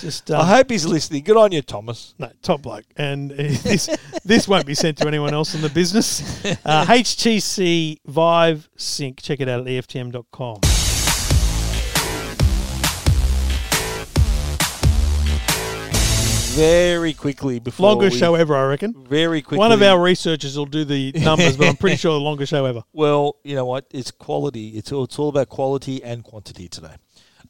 Speaker 2: Just um,
Speaker 1: I hope he's listening. Good on you, Thomas.
Speaker 2: no, top bloke, and uh, this this won't be sent to anyone else in the business. Uh, HTC Vive Sync. Check it out at E EFTM.com.
Speaker 1: Very quickly before
Speaker 2: Longest
Speaker 1: we-
Speaker 2: show ever, I reckon.
Speaker 1: Very quickly.
Speaker 2: One of our researchers will do the numbers, but I'm pretty sure the longest show ever.
Speaker 1: Well, you know what? It's quality. It's all, it's all about quality and quantity today.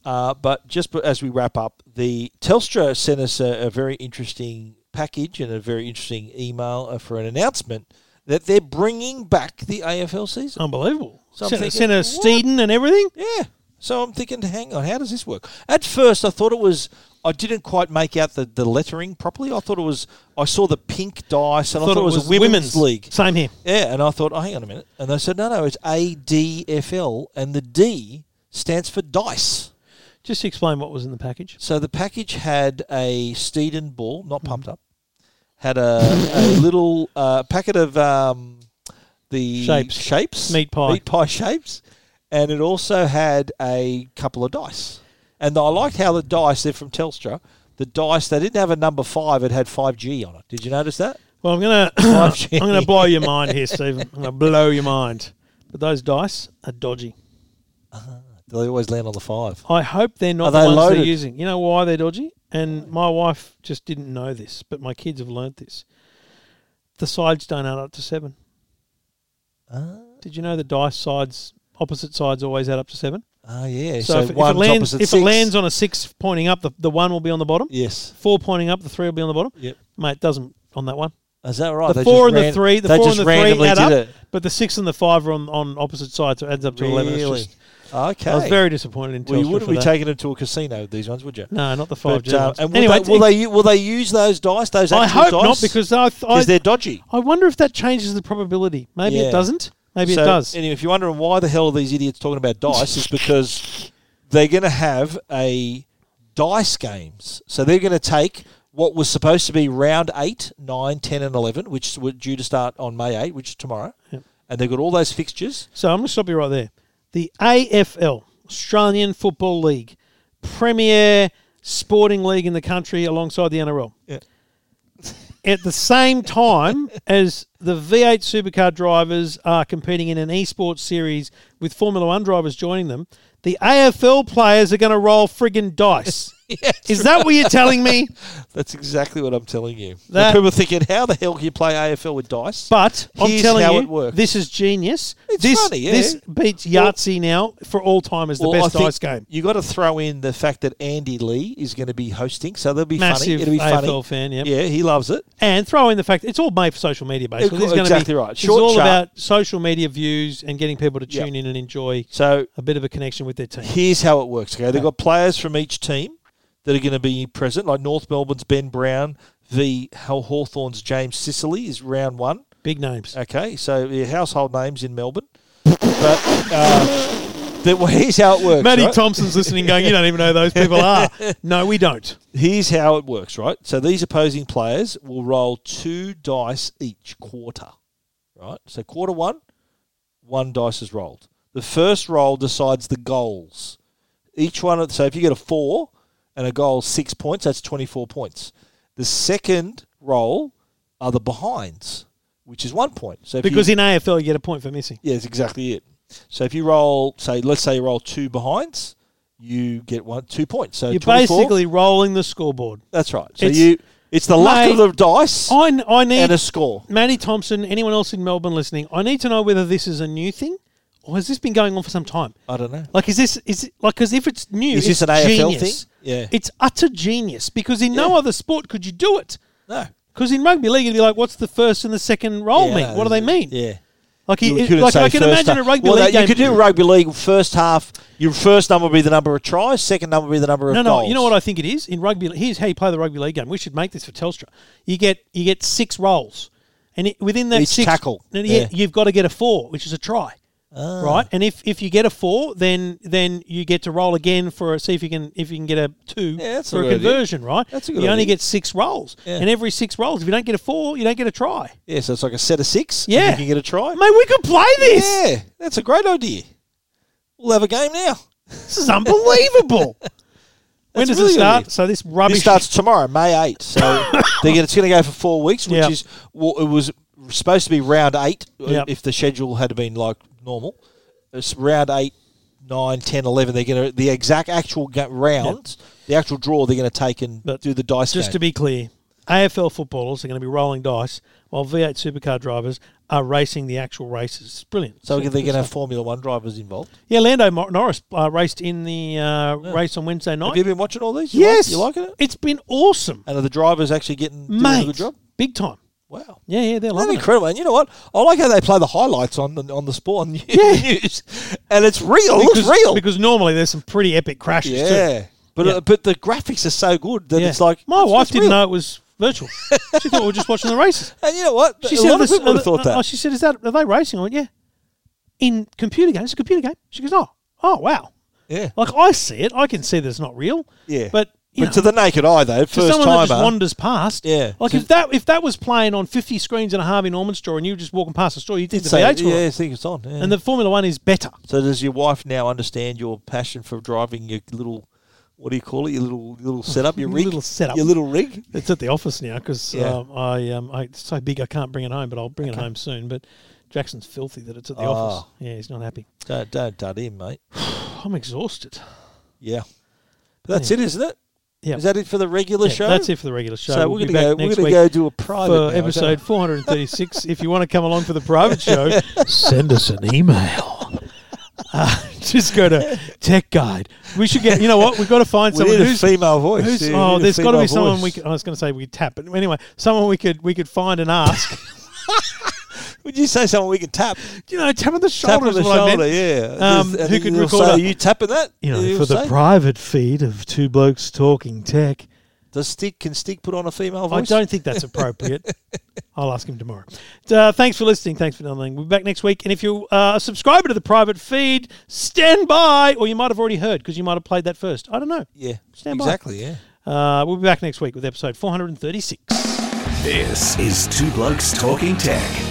Speaker 1: Uh, but just b- as we wrap up, the Telstra sent us a, a very interesting package and a very interesting email uh, for an announcement that they're bringing back the AFL season.
Speaker 2: Unbelievable.
Speaker 1: So I'm
Speaker 2: Senator,
Speaker 1: thinking,
Speaker 2: Senator
Speaker 1: what?
Speaker 2: Steedon and everything.
Speaker 1: Yeah. So I'm thinking, hang on, how does this work? At first, I thought it was. I didn't quite make out the, the lettering properly. I thought it was. I saw the pink dice, and I thought it was, a women's league.
Speaker 2: Same here.
Speaker 1: Yeah, and I thought, oh, hang on a minute. And they said, no, no, it's ADFL, and the D stands for dice.
Speaker 2: Just to explain what was in the package.
Speaker 1: So the package had a Steedon ball, not
Speaker 2: Mm-hmm.
Speaker 1: pumped up, had a, a little uh, packet of um, the
Speaker 2: Shapes.
Speaker 1: shapes,
Speaker 2: Meat pie.
Speaker 1: meat pie shapes, and it also had a couple of dice. And I liked how the dice, they're from Telstra, the dice, they didn't have a number five, it had 5G on it. Did you notice that?
Speaker 2: Well, I'm gonna I'm
Speaker 1: Five G.
Speaker 2: gonna blow your mind here, Stephen. I'm gonna blow your mind. But those dice are dodgy.
Speaker 1: They always land on the five.
Speaker 2: I hope they're not
Speaker 1: Are
Speaker 2: the
Speaker 1: they
Speaker 2: ones they're
Speaker 1: loaded?
Speaker 2: using. You know why they're dodgy? And my wife just didn't know this, but my kids have learnt this. The sides don't add up to seven.
Speaker 1: Ah.
Speaker 2: Did you know the dice sides, opposite sides, always add up to seven?
Speaker 1: Oh yeah.
Speaker 2: So, if, if it
Speaker 1: one's
Speaker 2: lands,
Speaker 1: opposite
Speaker 2: if it
Speaker 1: six.
Speaker 2: lands on a six pointing up, the, the one will be on the bottom.
Speaker 1: yes.
Speaker 2: Four pointing up, the three will be on the bottom.
Speaker 1: Yep.
Speaker 2: Mate, doesn't on that one.
Speaker 1: Is that right?
Speaker 2: the
Speaker 1: They just
Speaker 2: four and the
Speaker 1: ran-
Speaker 2: three, the
Speaker 1: they
Speaker 2: four and
Speaker 1: just
Speaker 2: the three
Speaker 1: randomly
Speaker 2: add
Speaker 1: did
Speaker 2: up,
Speaker 1: it.
Speaker 2: but the six and the five are on, on opposite sides, so it adds up to eleven. It's
Speaker 1: Really?
Speaker 2: just-
Speaker 1: okay.
Speaker 2: I was very disappointed in
Speaker 1: well, you
Speaker 2: Telstra
Speaker 1: wouldn't
Speaker 2: for
Speaker 1: be
Speaker 2: that.
Speaker 1: taking them to a casino with these ones, would you?
Speaker 2: no, not the five
Speaker 1: But,
Speaker 2: G.
Speaker 1: uh, and will,
Speaker 2: anyway,
Speaker 1: they, will they u- will they use those dice? Those
Speaker 2: I
Speaker 1: actual
Speaker 2: hope
Speaker 1: dice?
Speaker 2: not because I, th-
Speaker 1: because
Speaker 2: I,
Speaker 1: they're dodgy.
Speaker 2: I wonder if that changes the probability. Maybe
Speaker 1: Yeah.
Speaker 2: it doesn't. Maybe
Speaker 1: so,
Speaker 2: it does.
Speaker 1: Anyway, if you're wondering why the hell are these idiots talking about dice, it's because they're going to have a dice games. So they're going to take what was supposed to be round 8, 9, 10, and 11, which were due to start on May 8, which is tomorrow. And they've got all those fixtures.
Speaker 2: So I'm going to stop you right there. The AFL, Australian Football League, premier sporting league in the country alongside the NRL.
Speaker 1: Yeah.
Speaker 2: At the same time as the V8 supercar drivers are competing in an esports series with Formula One drivers joining them, the AFL players are going to roll friggin' dice. Is that what you're telling me?
Speaker 1: That's exactly what I'm telling you.
Speaker 2: That-
Speaker 1: people are thinking, how the hell can you play AFL with dice?
Speaker 2: But I'm
Speaker 1: Here's
Speaker 2: telling
Speaker 1: how
Speaker 2: you,
Speaker 1: it works.
Speaker 2: this is genius.
Speaker 1: It's
Speaker 2: this,
Speaker 1: funny, yeah.
Speaker 2: This beats Yahtzee now for all time as the
Speaker 1: Well, I
Speaker 2: best
Speaker 1: think
Speaker 2: dice game.
Speaker 1: You got to throw in the fact that Andy Lee is going to be hosting, so that'll be
Speaker 2: Massive
Speaker 1: funny. It'll be funny.
Speaker 2: AFL fan, yep.
Speaker 1: Yeah, he loves it.
Speaker 2: And throw in the fact it's all made for social media, basically. It's gonna
Speaker 1: Exactly
Speaker 2: be,
Speaker 1: right.
Speaker 2: It's
Speaker 1: Short,
Speaker 2: all
Speaker 1: sharp.
Speaker 2: about social media views and getting people to
Speaker 1: Yep.
Speaker 2: tune in and enjoy
Speaker 1: So
Speaker 2: a bit of a connection with their team.
Speaker 1: here's how it works. Okay, they've got players from each team that are going to be present, like North Melbourne's Ben Brown, the Hal Hawthorn's James Sicily is round one.
Speaker 2: Big names.
Speaker 1: Okay, so your household names in Melbourne. But uh, then, well, here's how it works.
Speaker 2: Matty
Speaker 1: right?
Speaker 2: Thompson's listening, going, "You don't even know who those people are." No, we don't.
Speaker 1: here's how it works, right? So these opposing players will roll two dice each quarter, right? So quarter one, one dice is rolled. The first roll decides the goals. Each one, of- so if you get a four and a goal is six points, that's 24 points. The second roll are the behinds, which is one point. So if you-
Speaker 2: Because in AFL, you get a point for missing.
Speaker 1: yeah, that's exactly it. So if you roll, say, let's say you roll two behinds, you get one two points. So
Speaker 2: You're
Speaker 1: 24
Speaker 2: basically rolling the scoreboard.
Speaker 1: that's right. So
Speaker 2: It's-
Speaker 1: you, it's the luck of
Speaker 2: Mate,
Speaker 1: the dice
Speaker 2: I, I need
Speaker 1: and a score.
Speaker 2: Matty Thompson, anyone else in Melbourne listening, I need to know whether this is a new thing or has this been going on for some time?
Speaker 1: I don't know.
Speaker 2: Like, is this, is it, like, because if it's new,
Speaker 1: Is this
Speaker 2: it's
Speaker 1: an AFL
Speaker 2: genius.
Speaker 1: thing? Yeah.
Speaker 2: It's utter genius because in no other sport could you do it.
Speaker 1: No.
Speaker 2: Because in rugby league, you'd be like, what's the first and the second role mean? What do they mean?
Speaker 1: Yeah.
Speaker 2: Like,
Speaker 1: You
Speaker 2: it,
Speaker 1: couldn't
Speaker 2: like
Speaker 1: say
Speaker 2: I can
Speaker 1: first
Speaker 2: imagine a
Speaker 1: half.
Speaker 2: rugby
Speaker 1: well, no,
Speaker 2: league game.
Speaker 1: You could do rugby league first half. Your first number would be the number of tries. Second number would be the number of
Speaker 2: no, no.
Speaker 1: goals.
Speaker 2: You know what I think it is in rugby. Here's how you play the rugby league game. We should make this for Telstra. You get you get six rolls, and it, within that
Speaker 1: Each
Speaker 2: six
Speaker 1: tackle.
Speaker 2: no, no,
Speaker 1: Yeah. Ah.
Speaker 2: yeah, you've got to get a four, which is a try, right? And if if you get a four, then then you get to roll again for a, see if you can if you can get a two
Speaker 1: Yeah, that's a
Speaker 2: for a,
Speaker 1: good idea.
Speaker 2: conversion, right?
Speaker 1: That's a good
Speaker 2: You only
Speaker 1: idea.
Speaker 2: get six rolls,
Speaker 1: Yeah.
Speaker 2: and every six rolls, if you don't get a four, you don't get a try.
Speaker 1: Yeah. So it's like a set of six. and
Speaker 2: Yeah,
Speaker 1: You can get a try.
Speaker 2: Mate, we could play this.
Speaker 1: Yeah. That's a great idea. We'll have a game now.
Speaker 2: This is unbelievable. when
Speaker 1: That's
Speaker 2: does
Speaker 1: really
Speaker 2: it
Speaker 1: good
Speaker 2: start?
Speaker 1: idea.
Speaker 2: So this
Speaker 1: It
Speaker 2: rubbish
Speaker 1: starts tomorrow, May 8th. So they're gonna, it's going to go for four weeks, which
Speaker 2: Yeah.
Speaker 1: is well, it was supposed to be round eight uh,
Speaker 2: Yeah.
Speaker 1: if the schedule had been like normal. It's round eight, nine, 10, 11. They're going to the exact actual ga- rounds, the actual draw. They're going to take and
Speaker 2: But
Speaker 1: do the dice.
Speaker 2: Just to be clear, AFL footballers are going to be rolling dice while V8 supercar drivers are racing the actual races. It's brilliant.
Speaker 1: so they're going to have Formula One drivers involved.
Speaker 2: yeah, Lando Mor- Norris uh, raced in the uh, race on Wednesday night.
Speaker 1: Have you been watching all these? You
Speaker 2: yes,
Speaker 1: like, you liking it?
Speaker 2: It's been awesome,
Speaker 1: And are the drivers actually getting doing
Speaker 2: mate.
Speaker 1: a good job?
Speaker 2: Big time.
Speaker 1: Wow.
Speaker 2: Yeah, yeah, they're
Speaker 1: That's
Speaker 2: loving it.
Speaker 1: incredible, and you know what? I like how they play the highlights on the on the sport on the news, and it's real. It looks
Speaker 2: Because-
Speaker 1: real.
Speaker 2: Because normally there's some pretty epic crashes. too.
Speaker 1: Yeah. But, uh,
Speaker 2: Yeah.
Speaker 1: but the graphics are so good that
Speaker 2: Yeah.
Speaker 1: it's like
Speaker 2: my
Speaker 1: it's-
Speaker 2: wife
Speaker 1: it's
Speaker 2: didn't
Speaker 1: real.
Speaker 2: know it was virtual. she thought we were just watching the races.
Speaker 1: And you know what?
Speaker 2: She
Speaker 1: a
Speaker 2: said,
Speaker 1: lot of
Speaker 2: this-
Speaker 1: people would have
Speaker 2: uh,
Speaker 1: thought
Speaker 2: uh,
Speaker 1: that.
Speaker 2: She said, "Is that are they racing?" I went, "Yeah." In computer games, it's a computer game. She goes, "Oh, oh, wow."
Speaker 1: yeah.
Speaker 2: Like I see it, I can see that it's not real.
Speaker 1: Yeah.
Speaker 2: but you
Speaker 1: But
Speaker 2: know,
Speaker 1: to the naked eye, though,
Speaker 2: to
Speaker 1: first
Speaker 2: someone that just
Speaker 1: timer.
Speaker 2: wanders past,
Speaker 1: Yeah.
Speaker 2: Like
Speaker 1: So-
Speaker 2: if that if that was playing on fifty screens in a Harvey Norman store, and you were just walking past the store, you did the
Speaker 1: say,
Speaker 2: VH were on.
Speaker 1: yeah, I think it's on. yeah.
Speaker 2: and the Formula One is better.
Speaker 1: so does your wife now understand your passion for driving your little, what do you call it? Your little little setup, your
Speaker 2: Your
Speaker 1: rig,
Speaker 2: little setup.
Speaker 1: your little rig.
Speaker 2: It's at the office now because
Speaker 1: Yeah.
Speaker 2: um, I um I, it's so big I can't bring it home, but I'll bring it home soon. But Jackson's filthy that it's at the
Speaker 1: Ah.
Speaker 2: office. Yeah, he's not happy.
Speaker 1: Don't don't dud him, mate.
Speaker 2: I'm exhausted.
Speaker 1: Yeah, that's it, isn't it?
Speaker 2: Yeah.
Speaker 1: Is that it for the regular
Speaker 2: Yeah,
Speaker 1: show?
Speaker 2: That's it for the regular show.
Speaker 1: So we're
Speaker 2: we'll
Speaker 1: gonna
Speaker 2: be
Speaker 1: go.
Speaker 2: back
Speaker 1: We're
Speaker 2: next
Speaker 1: gonna
Speaker 2: week.
Speaker 1: go do a private now,
Speaker 2: for
Speaker 1: is that
Speaker 2: episode 436. if you want to come along for the private show, send us an email. Uh, just go to Tech Guide. We should get. You know what? We've got to find
Speaker 1: We
Speaker 2: someone
Speaker 1: need a
Speaker 2: who's
Speaker 1: female voice.
Speaker 2: who's-
Speaker 1: Yeah, we
Speaker 2: oh,
Speaker 1: need a
Speaker 2: there's got to
Speaker 1: female
Speaker 2: be someone
Speaker 1: voice.
Speaker 2: we. Could, I was going to say we tap, but anyway, someone we could we could find and ask.
Speaker 1: Would you say someone we could tap?
Speaker 2: you know, tap on the
Speaker 1: Tap
Speaker 2: shoulder
Speaker 1: on
Speaker 2: is
Speaker 1: the
Speaker 2: what I meant.
Speaker 1: shoulder, yeah.
Speaker 2: Um,
Speaker 1: There's-
Speaker 2: who could
Speaker 1: you'll
Speaker 2: record
Speaker 1: say,
Speaker 2: a-
Speaker 1: Are you tapping that?
Speaker 2: You know,
Speaker 1: You'll
Speaker 2: for the
Speaker 1: say,
Speaker 2: private feed of two blokes talking tech.
Speaker 1: Does Stig can Stig put on a female
Speaker 2: I
Speaker 1: voice?
Speaker 2: don't think that's appropriate. I'll ask him tomorrow. Uh, thanks for listening. Thanks for downloading. We'll be back next week. And if you're uh, a subscriber to the private feed, stand by. Or you might have already heard because you might have played that first. I don't know.
Speaker 1: Yeah,
Speaker 2: Stand by.
Speaker 1: exactly. Yeah.
Speaker 2: Uh, we'll be back next week with episode 436.
Speaker 3: This is Two Blokes Talking Tech.